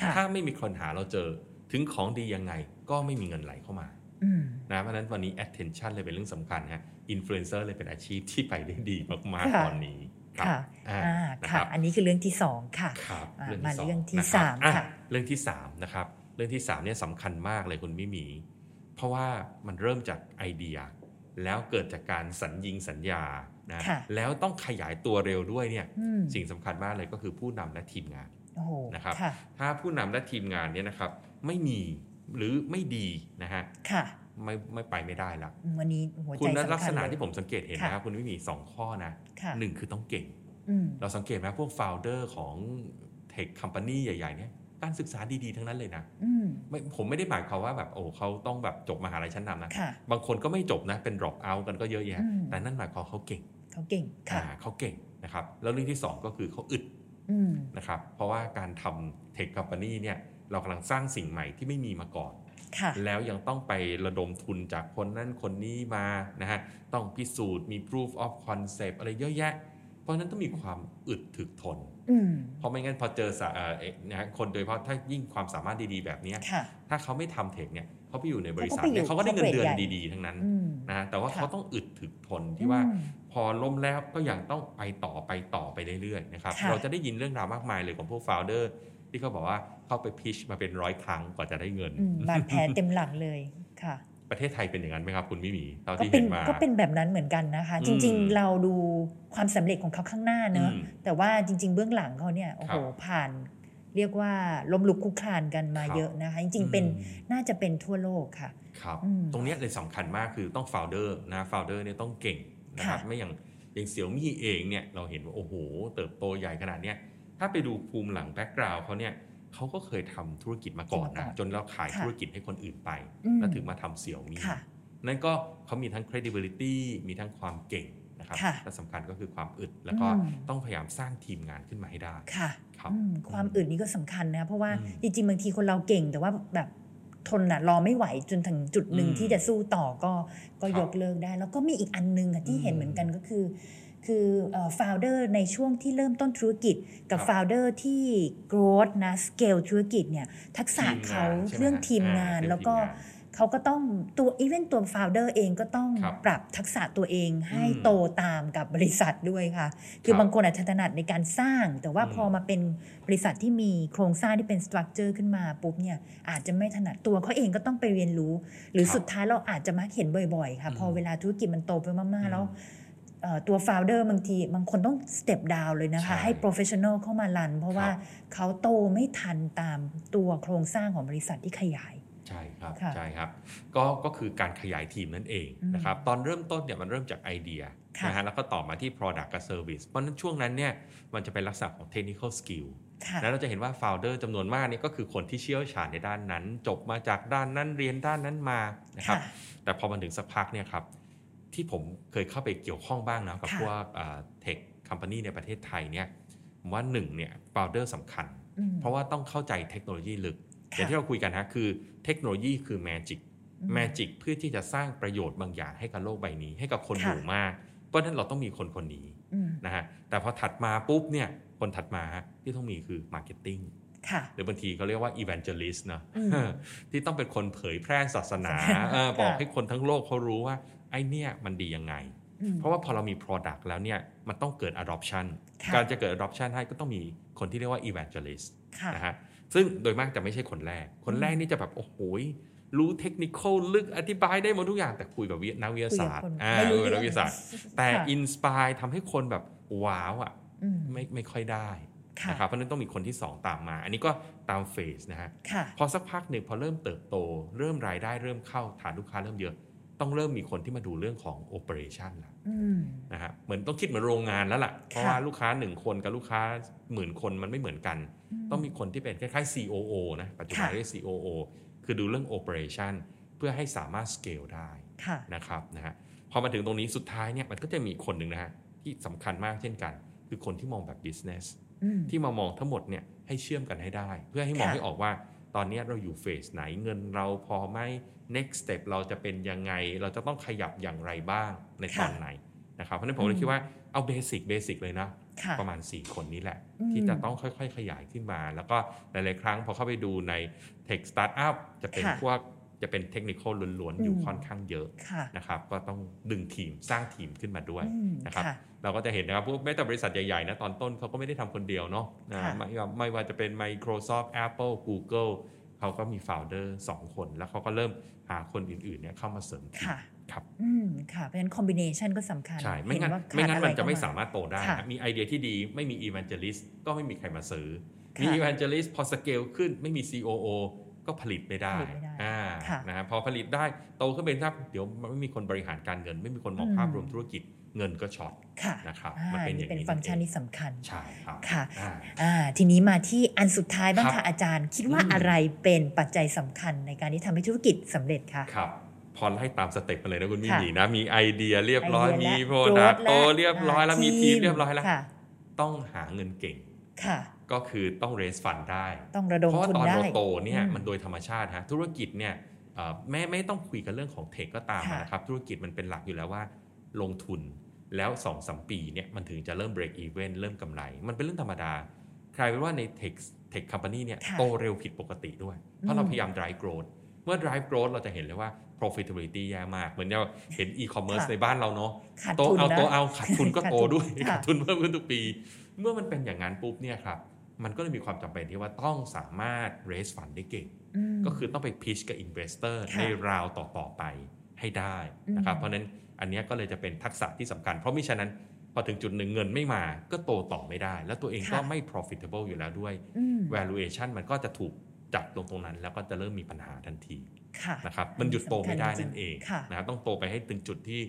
[SPEAKER 2] ค่ะ
[SPEAKER 3] ถ้าไม่มีคนหาเราเจอถึงของดียังไงก็ไม่มีเงินไหลเข้ามา
[SPEAKER 2] อืม
[SPEAKER 3] นะเพราะฉะนั้นวันนี้ attention เลยเป็นเรื่องสำคัญฮะ influencer เลยเป็นอาชีพที่ไปได้ดีมากๆตอนนี้รับ
[SPEAKER 2] ค่ะ
[SPEAKER 3] อ่า
[SPEAKER 2] อ่า
[SPEAKER 3] นะค
[SPEAKER 2] ค่ะ
[SPEAKER 3] รับ
[SPEAKER 2] อันนี้คือเรื่องที่สองค่ะ
[SPEAKER 3] ครับ
[SPEAKER 2] อ่า
[SPEAKER 3] ส
[SPEAKER 2] มาเรื่องที่
[SPEAKER 3] นะครับ
[SPEAKER 2] สาม
[SPEAKER 3] อ่
[SPEAKER 2] ค่ะ
[SPEAKER 3] เรื่องที่สามนะครับเรื่องที่สามเนี่ยสำคัญมากเลยคุณมิหมี เพราะว่ามันเริ่มจากไอเดีย แล้วเกิดจากการสัญญิงสัญญานะ
[SPEAKER 2] ค่ะ
[SPEAKER 3] แล้วต้องขยายตัวเร็วด้วยเนี่ย
[SPEAKER 2] อืม
[SPEAKER 3] สิ่งสำคัญมากเลยก็คือผู้นำและทีมงาน
[SPEAKER 2] โอ้โห
[SPEAKER 3] นะครับ
[SPEAKER 2] ค่ะ
[SPEAKER 3] ถ้าผู้นำและทีมงานเนี่ยนะครับไม่มีหรือไม่ดีนะฮะ
[SPEAKER 2] ค่ะ
[SPEAKER 3] ไม่ไม่ไปไม่ได้ละ
[SPEAKER 2] วันนี้หัว
[SPEAKER 3] คุ
[SPEAKER 2] ใจสำ
[SPEAKER 3] ณ
[SPEAKER 2] คัญ
[SPEAKER 3] ลักษณะ
[SPEAKER 2] เย
[SPEAKER 3] ที่ผมสังเกตเห็น
[SPEAKER 2] ค่ะ
[SPEAKER 3] นะครับคุณวิมีสองข้อนะ
[SPEAKER 2] ค่ะ
[SPEAKER 3] หนึ่งคือต้องเก่ง
[SPEAKER 2] อืม
[SPEAKER 3] เราสังเกตไหมพวก f o u เดอร์ของเทคคัม p a นีใหญ่ ๆ เนี่ยการศึกษาดี ๆ ทั้งนั้นเลยนะ
[SPEAKER 2] อืม
[SPEAKER 3] ไม่ผมไม่ได้หมายความว่าแบบโอ้เขาต้องแบบจบมหาลัยชั้นนำนะ
[SPEAKER 2] ค่ะ
[SPEAKER 3] บางคนก็ไม่จบนะ เป็น drop out กันก็เยอะแยะ
[SPEAKER 2] อืม
[SPEAKER 3] แต่นั่นหมายความเขาเก่ง
[SPEAKER 2] เขาเก่งค่ะ
[SPEAKER 3] อ่าเขาเก่งนะครับ แล้วเรื่องที่ 2 ก็คือเขาอึด
[SPEAKER 2] อืม
[SPEAKER 3] นะครับ เพราะว่าการทำเทคคัม p a นีเนี่ยเรากำลังสร้างสิ่งใหม่ที่ไม่มีมาก่อน
[SPEAKER 2] ค่ะ
[SPEAKER 3] แล้วยังต้องไประดมทุนจากคนนั่นคนนี้มานะฮะต้องพิสูจน์มี proof of concept อะไรเยอะแยะ เพราะฉะนั้นต้องมีความอึดถึกทน
[SPEAKER 2] อืม
[SPEAKER 3] เพราะไม่งั้นพอเจอสะเอ่อเอ่อนะฮะคนโดยเฉพาะถ้ายิ่งความสามารถดีๆแบบเนี้ย
[SPEAKER 2] ค่ะ
[SPEAKER 3] ถ้าเขาไม่ทำเทคเนี่ยเขาไปอยู่ในบริษัท
[SPEAKER 2] เขาก็ไปอยู่
[SPEAKER 3] เนี่ยเขาก็ได้เงินเดือน
[SPEAKER 2] เขาเปลี่ยน
[SPEAKER 3] ดีๆ ทั้งนั้น
[SPEAKER 2] อืม
[SPEAKER 3] นะฮะแต่ว่า
[SPEAKER 2] ค่ะ
[SPEAKER 3] เขาต้องอึดถึกทนที่ว่า
[SPEAKER 2] อืม
[SPEAKER 3] พอล้มแล้วก็ยังต้องไปต่อไปต่อไปเรื่อยๆนะครับ
[SPEAKER 2] ค่ะ
[SPEAKER 3] เราจะได้ยินเรื่องราวมากมายเลยของพวก founder ที่เขาบอกว่าเข้าไปพิชมาเป็นร้อยครั้งกว่าจะได้เงิน
[SPEAKER 2] อืมบาดแผลเต็มหลังเลยค่ะ
[SPEAKER 3] ประเทศไทยเป็นอย่างนั้นไหมครับคุณมิหมีเท่า
[SPEAKER 2] ก็
[SPEAKER 3] ที่
[SPEAKER 2] เป็
[SPEAKER 3] เห็
[SPEAKER 2] น
[SPEAKER 3] นมา
[SPEAKER 2] ก็เป็นแบบนั้นเหมือนกันนะคะ
[SPEAKER 3] อืม
[SPEAKER 2] จริงๆเราดูความสำเร็จของเขาข้างหน้าเนอะ
[SPEAKER 3] อืม
[SPEAKER 2] แต่ว่าจริง ๆ เบื้องหลังเขาเนี่ยโอ้โห
[SPEAKER 3] ครับ
[SPEAKER 2] ผ่าน เรียกว่าล้มลุกคลุกคลานกันมา
[SPEAKER 3] ครับ
[SPEAKER 2] เยอะนะคะ จริงๆเป็น
[SPEAKER 3] อืม
[SPEAKER 2] น่าจะเป็นทั่วโลกค่ะ
[SPEAKER 3] ครับ
[SPEAKER 2] อืม
[SPEAKER 3] ตรงเนี้ยเลยสำคัญมากคือต้อง founder นะ founder เนี่ยต้องเก่งนะครับ
[SPEAKER 2] ค่ะ
[SPEAKER 3] ไม่อย่างอย่างเสี่ยวมี่เองเนี่ยเราเห็นว่าโอ้โห เติบโตใหญ่ขนาดเนี้ยถ้าไปดูภูมิหลังแบ็กกราวเขาเนี่ยเขาก็เคยทำธุรกิจมาก่อนนะ
[SPEAKER 2] มาก่อน
[SPEAKER 3] จนแล้วขาย
[SPEAKER 2] ค่ะ
[SPEAKER 3] ธุรกิจให้คนอื่นไป
[SPEAKER 2] อืม
[SPEAKER 3] แล้วถึงมาทำเสี่ยวมี่
[SPEAKER 2] ค่ะ
[SPEAKER 3] นั่นก็เขามีทั้ง credibility มีทั้งความเก่งนะครับ
[SPEAKER 2] ค่ะ
[SPEAKER 3] และสำคัญก็คือความอึดแล้วก็
[SPEAKER 2] อืม
[SPEAKER 3] ต้องพยายามสร้างทีมงานขึ้นมาให้ได้
[SPEAKER 2] ค่ะ
[SPEAKER 3] ครับ
[SPEAKER 2] อืมความอึดนี้ก็สำคัญนะ เพราะว่า
[SPEAKER 3] อืม
[SPEAKER 2] จริงๆบางทีคนเราเก่ง แต่ว่าแบบทนน่ะรอไม่ไหวจนถึงจุดหนึ่ง
[SPEAKER 3] อืม
[SPEAKER 2] ที่จะสู้ต่อก็ก็
[SPEAKER 3] ครับ
[SPEAKER 2] ยกเลิกได้ แล้วก็มีอีกอันหนึงอะที่เห็น
[SPEAKER 3] อืม
[SPEAKER 2] เหมือนกันก็คือ คือฟาวเดอร์ในช่วงที่เริ่มต้นธุรกิจกับ
[SPEAKER 3] ครับ
[SPEAKER 2] ฟาวเดอร์ที่ growth นะ scale ธุรกิจเนี่ยทักษะ
[SPEAKER 3] ทีมงาน
[SPEAKER 2] เขา
[SPEAKER 3] ใช่ไหม
[SPEAKER 2] เรื่องทีมงา
[SPEAKER 3] อ่านเรื่อง
[SPEAKER 2] แล้วก็
[SPEAKER 3] ทีมงาน
[SPEAKER 2] เขาก็ต้องตัวอีเวนต์ตัวฟาวเดอร์เองก็ต้อง
[SPEAKER 3] ครับ
[SPEAKER 2] ปรับทักษะตัวเองให้
[SPEAKER 3] อืม
[SPEAKER 2] โตตามกับบริษัทด้วยค่ะ คื
[SPEAKER 3] ครับบ
[SPEAKER 2] อางคนอาจจะถนัดในการสร้าง แต่ว่า
[SPEAKER 3] อืม
[SPEAKER 2] พอมาเป็นบริษัทที่มีโครงสร้างที่เป็นสตรัคเจอร์ขึ้นมาปุ๊บเนี่ยอาจจะไม่ถนัดตัวเขาเองก็ต้องไปเรียนรู้ หรือ
[SPEAKER 3] ครับ
[SPEAKER 2] สุดท้ายเราอาจจะมักเห็นบ่อยๆ ค่ะ
[SPEAKER 3] อืม
[SPEAKER 2] พอเวลาธุรกิจมันโตไปมาก
[SPEAKER 3] อืม
[SPEAKER 2] ๆ แล้วเอ่อตัวโฟลเดอร์บางทีบางคนต้องสเต็ปดาวเลยนะคะ
[SPEAKER 3] ใช่
[SPEAKER 2] ให้โปรเฟชชั่นอลเข้ามารัน เพราะว่า
[SPEAKER 3] ครับ
[SPEAKER 2] เขาโตไม่ทันตามตัวโครงสร้างของบริษัทที่ขยาย
[SPEAKER 3] ใช่ครับ
[SPEAKER 2] ค่ะ
[SPEAKER 3] ใช่ครับก็ก็คือการขยายทีมนั่นเอง
[SPEAKER 2] อืม
[SPEAKER 3] นะครับตอนเริ่มต้นเนี่ยมันเริ่มจากไอเดีย
[SPEAKER 2] ค่ะ
[SPEAKER 3] นะฮะแล้วก็ต่อมาที่ Product กับ Service เพราะฉะนั้นช่วงนั้นเนี่ยมันจะเป็นลักษณะของ Technical Skill
[SPEAKER 2] ค่ะ
[SPEAKER 3] แล้วเราจะเห็นว่า Founder จำนวนมากเนี่ยก็คือคนที่เชี่ยวชาญในด้านนั้น จบมาจากด้านนั้นเรียนด้านนั้นมานะครับ
[SPEAKER 2] ค่ะ
[SPEAKER 3] แต่พอมันถึงสักพักเนี่ยครับที่ผมเคยเข้าไปเกี่ยวข้องบ้างนะกับ
[SPEAKER 2] ค่ะ
[SPEAKER 3] พวกเทคคัมพานีในประเทศไทยเนี่ยผมว่าหนึ่งเนี่ย Founder สำคัญ
[SPEAKER 2] อืม
[SPEAKER 3] เพราะว่าต้องเข้าใจเทคโนโลยีลึก
[SPEAKER 2] ค่ะ
[SPEAKER 3] อย่างที่เราคุยกันนะคือเทคโนโลยีคือแมจิก
[SPEAKER 2] อืม
[SPEAKER 3] แมจิกเพื่อที่จะสร้างประโยชน์บางอย่างให้กับโลกใบนี้ ให้กับคนห
[SPEAKER 2] ค่ะ
[SPEAKER 3] มู่มาก เพราะฉะนั้นเราต้องมีคนคนนี้
[SPEAKER 2] อืม
[SPEAKER 3] นะฮะแต่พอถัดมาปุ๊บเนี่ยคนถัดมาที่ต้องมีคือมาร์เก็ตติ้ง
[SPEAKER 2] ค่ะ
[SPEAKER 3] หรือบางทีเขาเรียกว่าอี a n นเจลิสต์นะ
[SPEAKER 2] อืม
[SPEAKER 3] เออ ที่ต้องเป็นคนเผยแพร่ศาส นาเออ
[SPEAKER 2] ค่ะ
[SPEAKER 3] บอกให้คนทั้งโลกเขารู้ว่าไอเนี่ยมันดียังไง
[SPEAKER 2] อืม
[SPEAKER 3] เพราะว่าพอเรามี Product แล้วเนี่ยมันต้องเกิด adoption
[SPEAKER 2] ค่ะ
[SPEAKER 3] การจะเกิด adoption ให้ก็ต้องมีคนที่เรียกว่า evangelist
[SPEAKER 2] ค่ะ
[SPEAKER 3] นะฮะซึ่งโดยมากจะไม่ใช่คนแรก คนแรกนี่จะแบบ โอ้โหรู้เทคนิคลึกอธิบายได้หมดทุกอย่างแต่คุยแบบวินักวิทยาศาสตร์
[SPEAKER 2] คุยกับคน
[SPEAKER 3] อ่า
[SPEAKER 2] ไม่รู้
[SPEAKER 3] เออ
[SPEAKER 2] เรื่อง
[SPEAKER 3] นักวิทยาศาสตร์ แต่
[SPEAKER 2] ค่ะ
[SPEAKER 3] อินสปายทำให้คนแบบว้าวอ่ะ
[SPEAKER 2] อืม
[SPEAKER 3] ไม่ไม่ค่อยได้
[SPEAKER 2] ค่ะ
[SPEAKER 3] นะครับเพราะฉะนั้นต้องมีคนที่ 2 ตามมา อันนี้ก็ตามเฟสนะฮะ
[SPEAKER 2] ค่ะ
[SPEAKER 3] พอสักพักหนึ่งพอเริ่มเติบโต เริ่มรายได้เริ่มเข้าฐานลูกค้าเริ่มเยอะ ต้องเริ่มมีคนที่มาดูเรื่องของโอเปอเรชันละ
[SPEAKER 2] อืม
[SPEAKER 3] นะฮะเหมือนต้องคิดเหมือนโรงงานแล้วล่ะ เพราะ
[SPEAKER 2] ค่ะ
[SPEAKER 3] ว่าลูกค้า 1 คนกับลูกค้าหมื่นคนมันไม่เหมือนกัน
[SPEAKER 2] อืม
[SPEAKER 3] ต้องมีคนที่เป็นคล้ายๆ COO นะปัจจุบัน
[SPEAKER 2] ค่ะ
[SPEAKER 3] เรียก COO คือดูเรื่อง operation เพื่อให้สามารถ scale ได้
[SPEAKER 2] ค่ะ
[SPEAKER 3] นะครับนะฮะพอมาถึงตรงนี้สุดท้ายเนี่ยมันก็จะมีคนหนึ่งนะฮะที่สำคัญมากเช่นกัน คือคนที่มองแบบ business
[SPEAKER 2] อืม
[SPEAKER 3] ที่มามองทั้งหมดเนี่ยให้เชื่อมกันให้ได้ เพื่อให้มอง
[SPEAKER 2] ค่ะ
[SPEAKER 3] ให้ออกว่าตอนเนี้ยเราอยู่เฟสไหนเงินเราพอไหม next step เราจะเป็นยังไง เราจะต้องขยับอย่างไรบ้างในตอน
[SPEAKER 2] ค่ะ
[SPEAKER 3] ไหนนะครับเพราะฉะนั้นผมเล
[SPEAKER 2] อื
[SPEAKER 3] ย
[SPEAKER 2] ม
[SPEAKER 3] คิดว่าเอาเบสิกเบสิกเลยนะ
[SPEAKER 2] ค่ะ
[SPEAKER 3] ประมาณ 4 คนนี้แหละ
[SPEAKER 2] อืม
[SPEAKER 3] ที่จะต้องค่อยๆ ขยายขึ้นมา แล้วก็หลายๆ ครั้งพอเข้าไปดูใน tech startup จะเป็น
[SPEAKER 2] ค่ะ
[SPEAKER 3] พวกจะเป็นเทคนิคล้วนๆ อยู่
[SPEAKER 2] อืม
[SPEAKER 3] ค่อนข้างเยอะ
[SPEAKER 2] ค่ะ
[SPEAKER 3] นะครับก็ต้องดึงทีมสร้างทีมขึ้นมาด้วย
[SPEAKER 2] อืม
[SPEAKER 3] นะครับ
[SPEAKER 2] ค่ะ
[SPEAKER 3] เราก็จะเห็นนะครับพวกแม้แต่บริษัทใหญ่ ๆ นะตอนต้นเขาก็ไม่ได้ทำคนเดียวเนาะนะ
[SPEAKER 2] ค่ะ
[SPEAKER 3] ไม่ว่าไม่ว่าจะเป็น Microsoft Apple Google เขาก็มี founder สองคน แล้วเขาก็เริ่มหาคนอื่นๆเนี่ยเข้ามาเสริมทีม
[SPEAKER 2] ค่ะ
[SPEAKER 3] ครับ
[SPEAKER 2] อืม ค่ะ เพราะฉะนั้นคอมบิเนชันก็สำคัญ
[SPEAKER 3] ใช่ ไม่
[SPEAKER 2] เห็
[SPEAKER 3] งั้น
[SPEAKER 2] ว่าขาด
[SPEAKER 3] ไม่งั้น
[SPEAKER 2] อร
[SPEAKER 3] มันจะไม่
[SPEAKER 2] เข้
[SPEAKER 3] สามารถโตได้
[SPEAKER 2] ค่ะ
[SPEAKER 3] นะมีไอเดียที่ดีไม่มี evangelist ก็ไม่มีใครมาซื้อ
[SPEAKER 2] ค่ะ
[SPEAKER 3] มี evangelist พอสเกลขึ้นไม่มี COO ก็ผลิตไม่ได้
[SPEAKER 2] ผลิตไม่ได้
[SPEAKER 3] อ่า
[SPEAKER 2] ค่ะ
[SPEAKER 3] นะฮะพอผลิตได้โตขึ้นเป็นสักเดี๋ยวมันไม่มีคนบริหารการเงิน ไม่มีคนมอง
[SPEAKER 2] อืม
[SPEAKER 3] ภาพรวมธุรกิจเงินก็ช็อต
[SPEAKER 2] ค่ะ
[SPEAKER 3] นะครับ
[SPEAKER 2] อ่า
[SPEAKER 3] มันเป็นอ
[SPEAKER 2] นี่
[SPEAKER 3] ย่าง
[SPEAKER 2] เป็น
[SPEAKER 3] นี้
[SPEAKER 2] ฟังก์ชัน
[SPEAKER 3] เอง
[SPEAKER 2] ที่สำคัญ
[SPEAKER 3] ใช่ครับ
[SPEAKER 2] ค่ะ
[SPEAKER 3] อ่า
[SPEAKER 2] อ่าทีนี้มาที่อันสุดท้ายบ้าง
[SPEAKER 3] ครั
[SPEAKER 2] ค่ะ
[SPEAKER 3] บ
[SPEAKER 2] อาจารย์ คิดว่า
[SPEAKER 3] อืม
[SPEAKER 2] อะไรเป็นปัจจัยสำคัญในการที่ทำให้ธุรกิจสำเร็จคะ
[SPEAKER 3] ครับพอไล่ตามสเต็ปมาเลยนะคุณมิ
[SPEAKER 2] ค่ะ
[SPEAKER 3] มีนะมีไอเดียเรียบร้อย
[SPEAKER 2] ไเดี
[SPEAKER 3] มี
[SPEAKER 2] และ
[SPEAKER 3] โปรดัก
[SPEAKER 2] โก
[SPEAKER 3] โต
[SPEAKER 2] และ
[SPEAKER 3] เรียบร้อยแล้วมีทีมเรียบร้อยแล้ว
[SPEAKER 2] ค่ะ
[SPEAKER 3] ต้องหาเงินเก่ง
[SPEAKER 2] ค่ะ
[SPEAKER 3] ก็คือต้องเรสฟันได้
[SPEAKER 2] ต้องระดม
[SPEAKER 3] เพราะว่า
[SPEAKER 2] ทุน
[SPEAKER 3] ตอน
[SPEAKER 2] ได้
[SPEAKER 3] เราโตเนี่ย
[SPEAKER 2] อืม
[SPEAKER 3] มันโดยธรรมชาติฮะธุรกิจเนี่ยเอ่อไม่ไม่ต้องคุยกันเรื่องของเทคก็ตาม
[SPEAKER 2] ค่ะ
[SPEAKER 3] นะครับ ธุรกิจมันเป็นหลักอยู่แล้วว่าลงทุนแล้ว2อสมปีเนี่ยมันถึงจะเริ่ม break even เริ่มกำไร มันเป็นเรื่องธรรมดา ใครเป็นว่าใน tech tech company เนี่ย
[SPEAKER 2] ค่ะ
[SPEAKER 3] โตเร็วผิดปกติด้วย เพราะเรา
[SPEAKER 2] อืม
[SPEAKER 3] พยายาม drive growth เมื่อ drive growth เราจะเห็นเลยว่า profitability แย่มาก เหมือนเราเห็น e-commerce
[SPEAKER 2] ค่ะ
[SPEAKER 3] ในบ้านเราเนาะ
[SPEAKER 2] ขาด
[SPEAKER 3] โต
[SPEAKER 2] ทุน
[SPEAKER 3] เอา
[SPEAKER 2] นะ
[SPEAKER 3] โตเอาขาดทุนก็
[SPEAKER 2] ขาด
[SPEAKER 3] โต
[SPEAKER 2] ทุน
[SPEAKER 3] ด้วย
[SPEAKER 2] ค่ะ
[SPEAKER 3] ขาดทุนเพิ่มขึ้นทุกปี เมื่อมันเป็นอย่างนั้นปุ๊บเนี่ยครับ มันก็เลยมีความจำเป็นที่ว่าต้องสามารถ raise fund ได้เก่ง
[SPEAKER 2] ม
[SPEAKER 3] ก็คือต้องไป pitch กับ investor
[SPEAKER 2] ค่ะ
[SPEAKER 3] ในราวต่อ ๆ ไปให้ได้นะครับ
[SPEAKER 2] อืม
[SPEAKER 3] เพราะฉะนั้นอันเนี้ยก็เลยจะเป็นทักษะที่สำคัญ เพราะมิฉะนั้นพอถึงจุดหนึ่งเงินไม่มาก็โตต่อไม่ได้ แล้วตัวเองก็ไม่ profitable อยู่แล้วด้วย
[SPEAKER 2] ม
[SPEAKER 3] valuation มันก็จะถูกจับลงตรงนั้น แล้วก็จะเริ่มมีปัญหาทันที
[SPEAKER 2] ค่ะ
[SPEAKER 3] นะครับมันหยุดโตไม่ได้นั่นเอง
[SPEAKER 2] ค่ะ
[SPEAKER 3] นะครับต้องโตไปให้ถึงจุดที่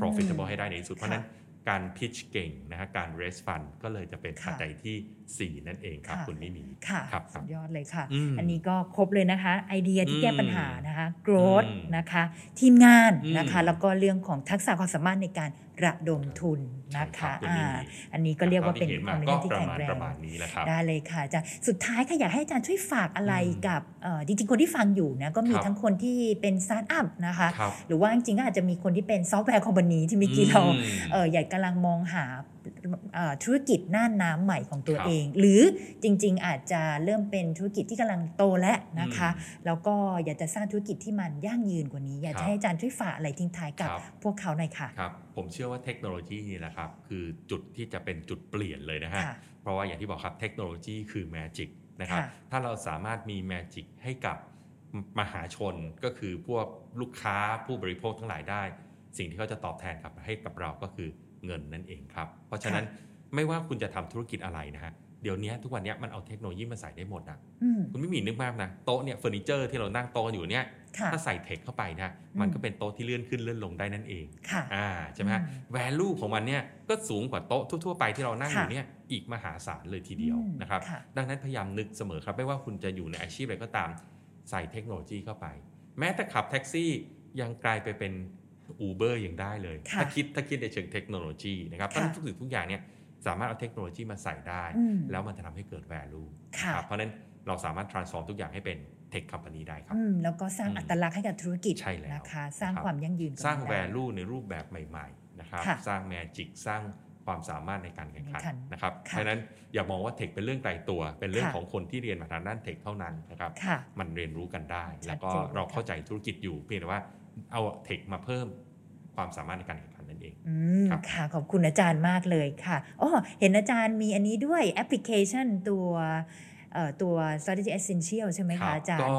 [SPEAKER 3] profitable ให้ได้ในที่สุด
[SPEAKER 2] ค่ะ
[SPEAKER 3] เพราะฉะนั้นการ pitch เก่งนะฮะการ raise fund ก็เลยจะเป็น
[SPEAKER 2] ค่ะ
[SPEAKER 3] ปัจจัยทีสี่4 นั่นเองครับ
[SPEAKER 2] ค่ะ
[SPEAKER 3] คุณมิมี
[SPEAKER 2] ค่ะ
[SPEAKER 3] ครับ
[SPEAKER 2] สุดยอดเลยค่ะ
[SPEAKER 3] อืม
[SPEAKER 2] อันนี้ก็ครบเลยนะคะ ไอเดียที่แก้ปัญหานะคะ growth
[SPEAKER 3] อืม
[SPEAKER 2] นะคะ ทีมงานนะคะ
[SPEAKER 3] อืม
[SPEAKER 2] แล้วก็เรื่องของทักษะความสามารถในการระดมทุนนะ
[SPEAKER 3] ใช่ครั
[SPEAKER 2] คะ
[SPEAKER 3] บคุณ
[SPEAKER 2] อ่า
[SPEAKER 3] ดี
[SPEAKER 2] อันนี้ก็เรียกว่าเป็น
[SPEAKER 3] ที่เห็นมา
[SPEAKER 2] คา
[SPEAKER 3] ว
[SPEAKER 2] มรู้
[SPEAKER 3] ก็
[SPEAKER 2] ที่
[SPEAKER 3] ประ
[SPEAKER 2] แข็ง
[SPEAKER 3] มาณ
[SPEAKER 2] แร
[SPEAKER 3] ป
[SPEAKER 2] ง
[SPEAKER 3] ระมาณนี้แหละครับ
[SPEAKER 2] ได้เลยค่ะอาจารย์สุดท้ายค่ะอยากให้อาจารย์ช่วยฝากอะไร
[SPEAKER 3] อืม
[SPEAKER 2] กับเอ่อจริงๆ คนที่ฟังอยู่นะก็มี
[SPEAKER 3] ครับ
[SPEAKER 2] ทั้งคนที่เป็นสตาร์ทอัพนะคะ
[SPEAKER 3] ครับ
[SPEAKER 2] หรือว่าจริงๆก็อาจจะมีคนที่เป็นซอฟต์แวร์คอมพานีที่เมื่อกี้เรา
[SPEAKER 3] อืม
[SPEAKER 2] เอออยากกำลังมองหาเอ่อธุรกิจหน้าน้ำใหม่ของตัว
[SPEAKER 3] ครับ
[SPEAKER 2] เอง หรือจริงๆ อาจจะเริ่มเป็นธุรกิจที่กำลังโตแล้วนะคะ แล้วก็อยากจะสร้างธุรกิจที่มันยั่งยืนกว่านี้ อยากจะให้อาจารย์ช่วยฝากอะไรทิ้งท้ายกับ
[SPEAKER 3] ครับ
[SPEAKER 2] พวกเขาหน่อยค่ะ
[SPEAKER 3] ครับ ผมเชื่อว่าเทคโนโลยีนี่แหละครับ คือจุดที่จะเป็นจุดเปลี่ยนเลยนะฮะ
[SPEAKER 2] ค่ะ
[SPEAKER 3] เพราะว่าอย่างที่บอกครับเทคโนโลยีคือแมจิกนะครับ
[SPEAKER 2] ค่ะ
[SPEAKER 3] ถ้าเราสามารถมีแมจิกให้กับมมหาชนก็คือพวกลูกค้าผู้บริโภคทั้งหลายได้ สิ่งที่เขาจะตอบแทนกลับมาให้กับเราก็คือเงินนั่นเองครับ เพราะฉะนั้นไม่ว่าคุณจะทำธุรกิจอะไรนะฮะเดี๋ยวนี้ทุกวันนี้มันเอาเทคโนโลยีมาใส่ได้หมดนะ
[SPEAKER 2] อืม
[SPEAKER 3] คุณไม่มีนึกมากนะโต๊ะเนี่ยเฟอร์นิเจอร์ที่เรานั่งโต๊ะกันอยู่เนี่ย
[SPEAKER 2] ค่ะ
[SPEAKER 3] ถ้าใส่เทคเข้าไปนะฮะ
[SPEAKER 2] อืม
[SPEAKER 3] มันก็เป็นโต๊ะที่เลื่อนขึ้นเลื่อนลงได้นั่นเอง
[SPEAKER 2] ค่ะ
[SPEAKER 3] อ่าใช่ไหมฮะ
[SPEAKER 2] อืม
[SPEAKER 3] value ของมันเนี่ยก็สูงกว่าโต๊ะทั่วๆไปที่เรานั่งอยู่
[SPEAKER 2] ค่ะ
[SPEAKER 3] เนี่ยอีกมหาศาลเลยทีเดียว
[SPEAKER 2] อืม
[SPEAKER 3] นะครับ ดังนั้นพยายามนึกเสมอครับ ไม่ว่าคุณจะอยู่ในอาชีพอะไรก็ตาม ใส่เทคโนโลยีเข้าไป แม้แต่ขับแท็กซี่ยังกลายไปเป็น Uber ยังได้เลย
[SPEAKER 2] ค่ะ
[SPEAKER 3] ถ้าคิดถ้าคิดในเชิงเทคโนโลยีนะครับเพราะฉะนั้น
[SPEAKER 2] ค่ะ
[SPEAKER 3] ทุกสิ่งทุกอย่างเนี่ยสามารถเอาเทคโนโลยีมาใส่ได้
[SPEAKER 2] อืม
[SPEAKER 3] แล้วมันจะทำให้เกิด value
[SPEAKER 2] ค่ะ
[SPEAKER 3] ครับเพราะฉะนั้นเราสามารถ transform ทุกอย่างให้เป็น tech company ได้ครับ
[SPEAKER 2] อืมแล้วก็สร้าง
[SPEAKER 3] อืม
[SPEAKER 2] อัตลักษณ์ให้กับธุรกิจ
[SPEAKER 3] ใช่แล้ว
[SPEAKER 2] นะคะ สร้าง
[SPEAKER 3] นะครับ
[SPEAKER 2] ความยั่งยืนกับ
[SPEAKER 3] สร้าง
[SPEAKER 2] มันได้
[SPEAKER 3] value ในรูปแบบใหม่ ๆ นะครับ
[SPEAKER 2] ค่ะ
[SPEAKER 3] สร้าง magic สร้างความสามารถในการแข่งขัน
[SPEAKER 2] แข่งขัน
[SPEAKER 3] นะครับ เพ
[SPEAKER 2] ค่ะ
[SPEAKER 3] ราะฉะนั้นอย่ามองว่าเทคเป็นเรื่องไกลตัว เป็นเรื่อง
[SPEAKER 2] ค่ะ
[SPEAKER 3] ของคนที่เรียนมาทางด้านเทคเท่านั้นนะครับ
[SPEAKER 2] ค่ะ
[SPEAKER 3] มันเรียนรู้กันได้
[SPEAKER 2] ชัดเจน
[SPEAKER 3] แล้วก็เราเข้าใจธุรกิจอยู่ เพียงแต่ว่าเอาเทคมาเพิ่มความสามารถในการแข่งขันนั่นเอง
[SPEAKER 2] อืม
[SPEAKER 3] ครับ
[SPEAKER 2] ค่ะ ขอบคุณอาจารย์มากเลยค่ะอ๋อเห็นอาจารย์มีอันนี้ด้วยแอปพลิเคชันตัวเอ่อตัว strategy essential ใช่ไหม
[SPEAKER 3] ครั
[SPEAKER 2] คะ
[SPEAKER 3] บ
[SPEAKER 2] อาจารย์
[SPEAKER 3] ก็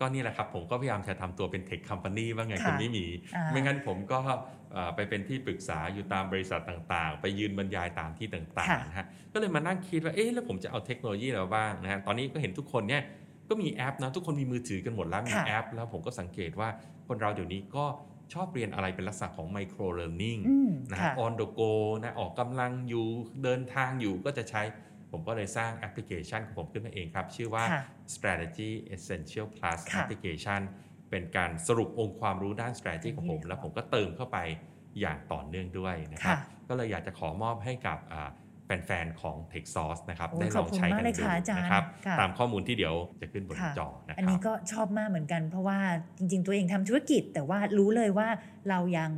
[SPEAKER 3] ก็นี่แหละครับ ผมก็พยายามจะทำตัวเป็นเทคค o m p a นีบ้างไง
[SPEAKER 2] ค่ะ
[SPEAKER 3] คุณนิมี
[SPEAKER 2] อ่า
[SPEAKER 3] ไม่งั้นผมก็เอ่อไปเป็นที่ปรึกษาอยู่ตามบริษัทต่างๆ ไปยืนบรรยายตามที่ต่าง
[SPEAKER 2] ค่ะ
[SPEAKER 3] ๆนะฮะก็เลยมานั่งคิดว่าเอ๊ะแล้วผมจะเอาเทคโนโลยีอะไรบ้างนะฮะตอนนี้ก็เห็นทุกคนเนี่ยก็มีแอปนะทุกคนมีมือถือกันหมดแล้วมี
[SPEAKER 2] ค่ะ
[SPEAKER 3] แอป แล้วผมก็สังเกตว่าคนเราเดี๋ยวนี้ก็ชอบเรียนอะไรเป็นลักษณะของไมโครเล a r นิ่ง
[SPEAKER 2] อืม
[SPEAKER 3] นะฮะ
[SPEAKER 2] ค่ะ
[SPEAKER 3] ออนเดอะโกนะออกกำลังอยู่เดินทางอยู่ก็จะใช้ผมก็เลยสร้างแอปพลิเคชันของผมขึ้นมาเองครับ ชื่อว่า
[SPEAKER 2] ค่ะ
[SPEAKER 3] strategy essential plus
[SPEAKER 2] ค่ะ
[SPEAKER 3] application เป็นการสรุปองค์ความรู้ด้าน strategy ของผม
[SPEAKER 2] ดีครับ
[SPEAKER 3] แล้วผมก็เติมเข้าไปอย่างต่อเนื่องด้วยนะครับ
[SPEAKER 2] ค่ะ
[SPEAKER 3] ก็เลยอยากจะขอมอบให้กับอ่าแฟนๆ ของ Tech Source นะครับ
[SPEAKER 2] โอ้
[SPEAKER 3] ได้
[SPEAKER 2] ข
[SPEAKER 3] ล
[SPEAKER 2] อบ
[SPEAKER 3] อง
[SPEAKER 2] คุณ
[SPEAKER 3] ใช้
[SPEAKER 2] มา
[SPEAKER 3] กั
[SPEAKER 2] ก
[SPEAKER 3] น
[SPEAKER 2] เลย
[SPEAKER 3] ดู
[SPEAKER 2] ค่ะอาจารย์
[SPEAKER 3] นะครับ
[SPEAKER 2] ค่ะ
[SPEAKER 3] ตามข้อมูลที่เดี๋ยวจะขึ้นบน
[SPEAKER 2] ค่ะ
[SPEAKER 3] จอนะ
[SPEAKER 2] อัน
[SPEAKER 3] ครั
[SPEAKER 2] นี้
[SPEAKER 3] บ
[SPEAKER 2] ก็ชอบมากเหมือนกัน เพราะว่าจริง ๆ ตัวเองทำธุรกิจ แต่ว่ารู้เลยว่าเรายัง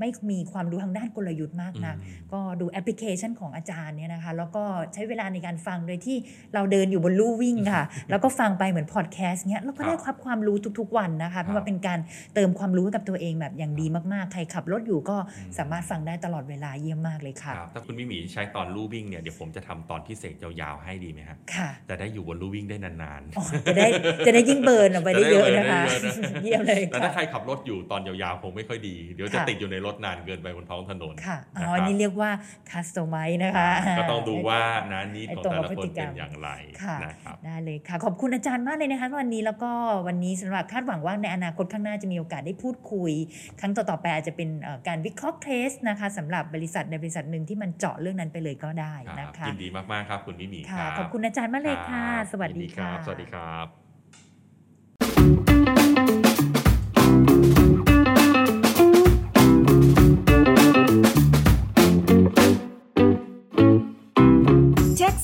[SPEAKER 2] ไม่มีความรู้ทางด้านกลยุทธ์มากนัก
[SPEAKER 3] อืม
[SPEAKER 2] ก็ดูแอปพลิเคชันของอาจารย์เนี่ยนะคะ แล้วก็ใช้เวลาในการฟังโดยที่เราเดินอยู่บนลู่วิ่งค่ะ แล้วก็ฟังไปเหมือนพอดแคสต์เนี้ยแล้วก็ได้ครับความรู้ทุกๆวันนะคะเพราะว่าเป็นการเติมความรู้ให้กับตัวเองแบบอย่างดีมากๆ ใครขับรถอยู่ก็
[SPEAKER 3] อืม
[SPEAKER 2] สามารถฟังได้ตลอดเวลาเยี่ยมมากเลยค่ะ
[SPEAKER 3] ครับถ้าคุณมิมีใช้ตอนลู่วิ่งเนี่ยเดี๋ยวผมจะทำตอนพิเศษยาวๆให้ดีไหมฮะ
[SPEAKER 2] ค่ะ
[SPEAKER 3] จะได้อยู่บนลู่วิ่งได้นาน
[SPEAKER 2] อ๋อจะได้จะได้ยิ่งเบิร์นออก
[SPEAKER 3] ๆ
[SPEAKER 2] ไปได้เยอะ
[SPEAKER 3] บิร์
[SPEAKER 2] นะคะ
[SPEAKER 3] ได้เยอ
[SPEAKER 2] เยี่ยมเลย
[SPEAKER 3] แต่
[SPEAKER 2] ค่ะ
[SPEAKER 3] ถ้าใครขับรถอยู่ตอนยาวๆคงไม่ค่อยดี เดี๋ยวจะ
[SPEAKER 2] ค่ะ
[SPEAKER 3] ติดอยู่ใน รถนานเกินไปบนท้องถนน
[SPEAKER 2] ค่ะอ๋
[SPEAKER 3] นะค
[SPEAKER 2] อ
[SPEAKER 3] รับ
[SPEAKER 2] นี่เรียกว่าคัสตอมไมนะคะ
[SPEAKER 3] ก็ต้องดูว่านะนิด
[SPEAKER 2] ไ
[SPEAKER 3] ของแต่ละ
[SPEAKER 2] บ
[SPEAKER 3] คน
[SPEAKER 2] พฤ
[SPEAKER 3] เป็น
[SPEAKER 2] ม
[SPEAKER 3] อย่างไร
[SPEAKER 2] ค่ะ
[SPEAKER 3] นะครับ
[SPEAKER 2] ได้เลยค่ะ ขอบคุณอาจารย์มากเลยนะคะวันนี้แล้วก็วันนี้สำหรับคาดหวังว่าในอนาคตข้างหน้าจะมีโอกาสได้พูดคุย ครั้งต่อๆไปอาจจะเป็นเอ่อการวิเคราะห์เคสนะคะสำหรับบริษัทในบริษัทหนึ่งที่มันเจาะเรื่องนั้นไปเลยก็ได้
[SPEAKER 3] ครับ
[SPEAKER 2] นะคะ
[SPEAKER 3] ยินดีมาก ๆ ครับ คุณมิมี
[SPEAKER 2] ค่ะ
[SPEAKER 3] รับ
[SPEAKER 2] ขอบคุณอาจารย์มากเลยค่ะ
[SPEAKER 3] รับ
[SPEAKER 2] สวัส
[SPEAKER 3] ยิน
[SPEAKER 2] ดีค่ะ
[SPEAKER 3] รับสวัสดีครับ
[SPEAKER 1] Tech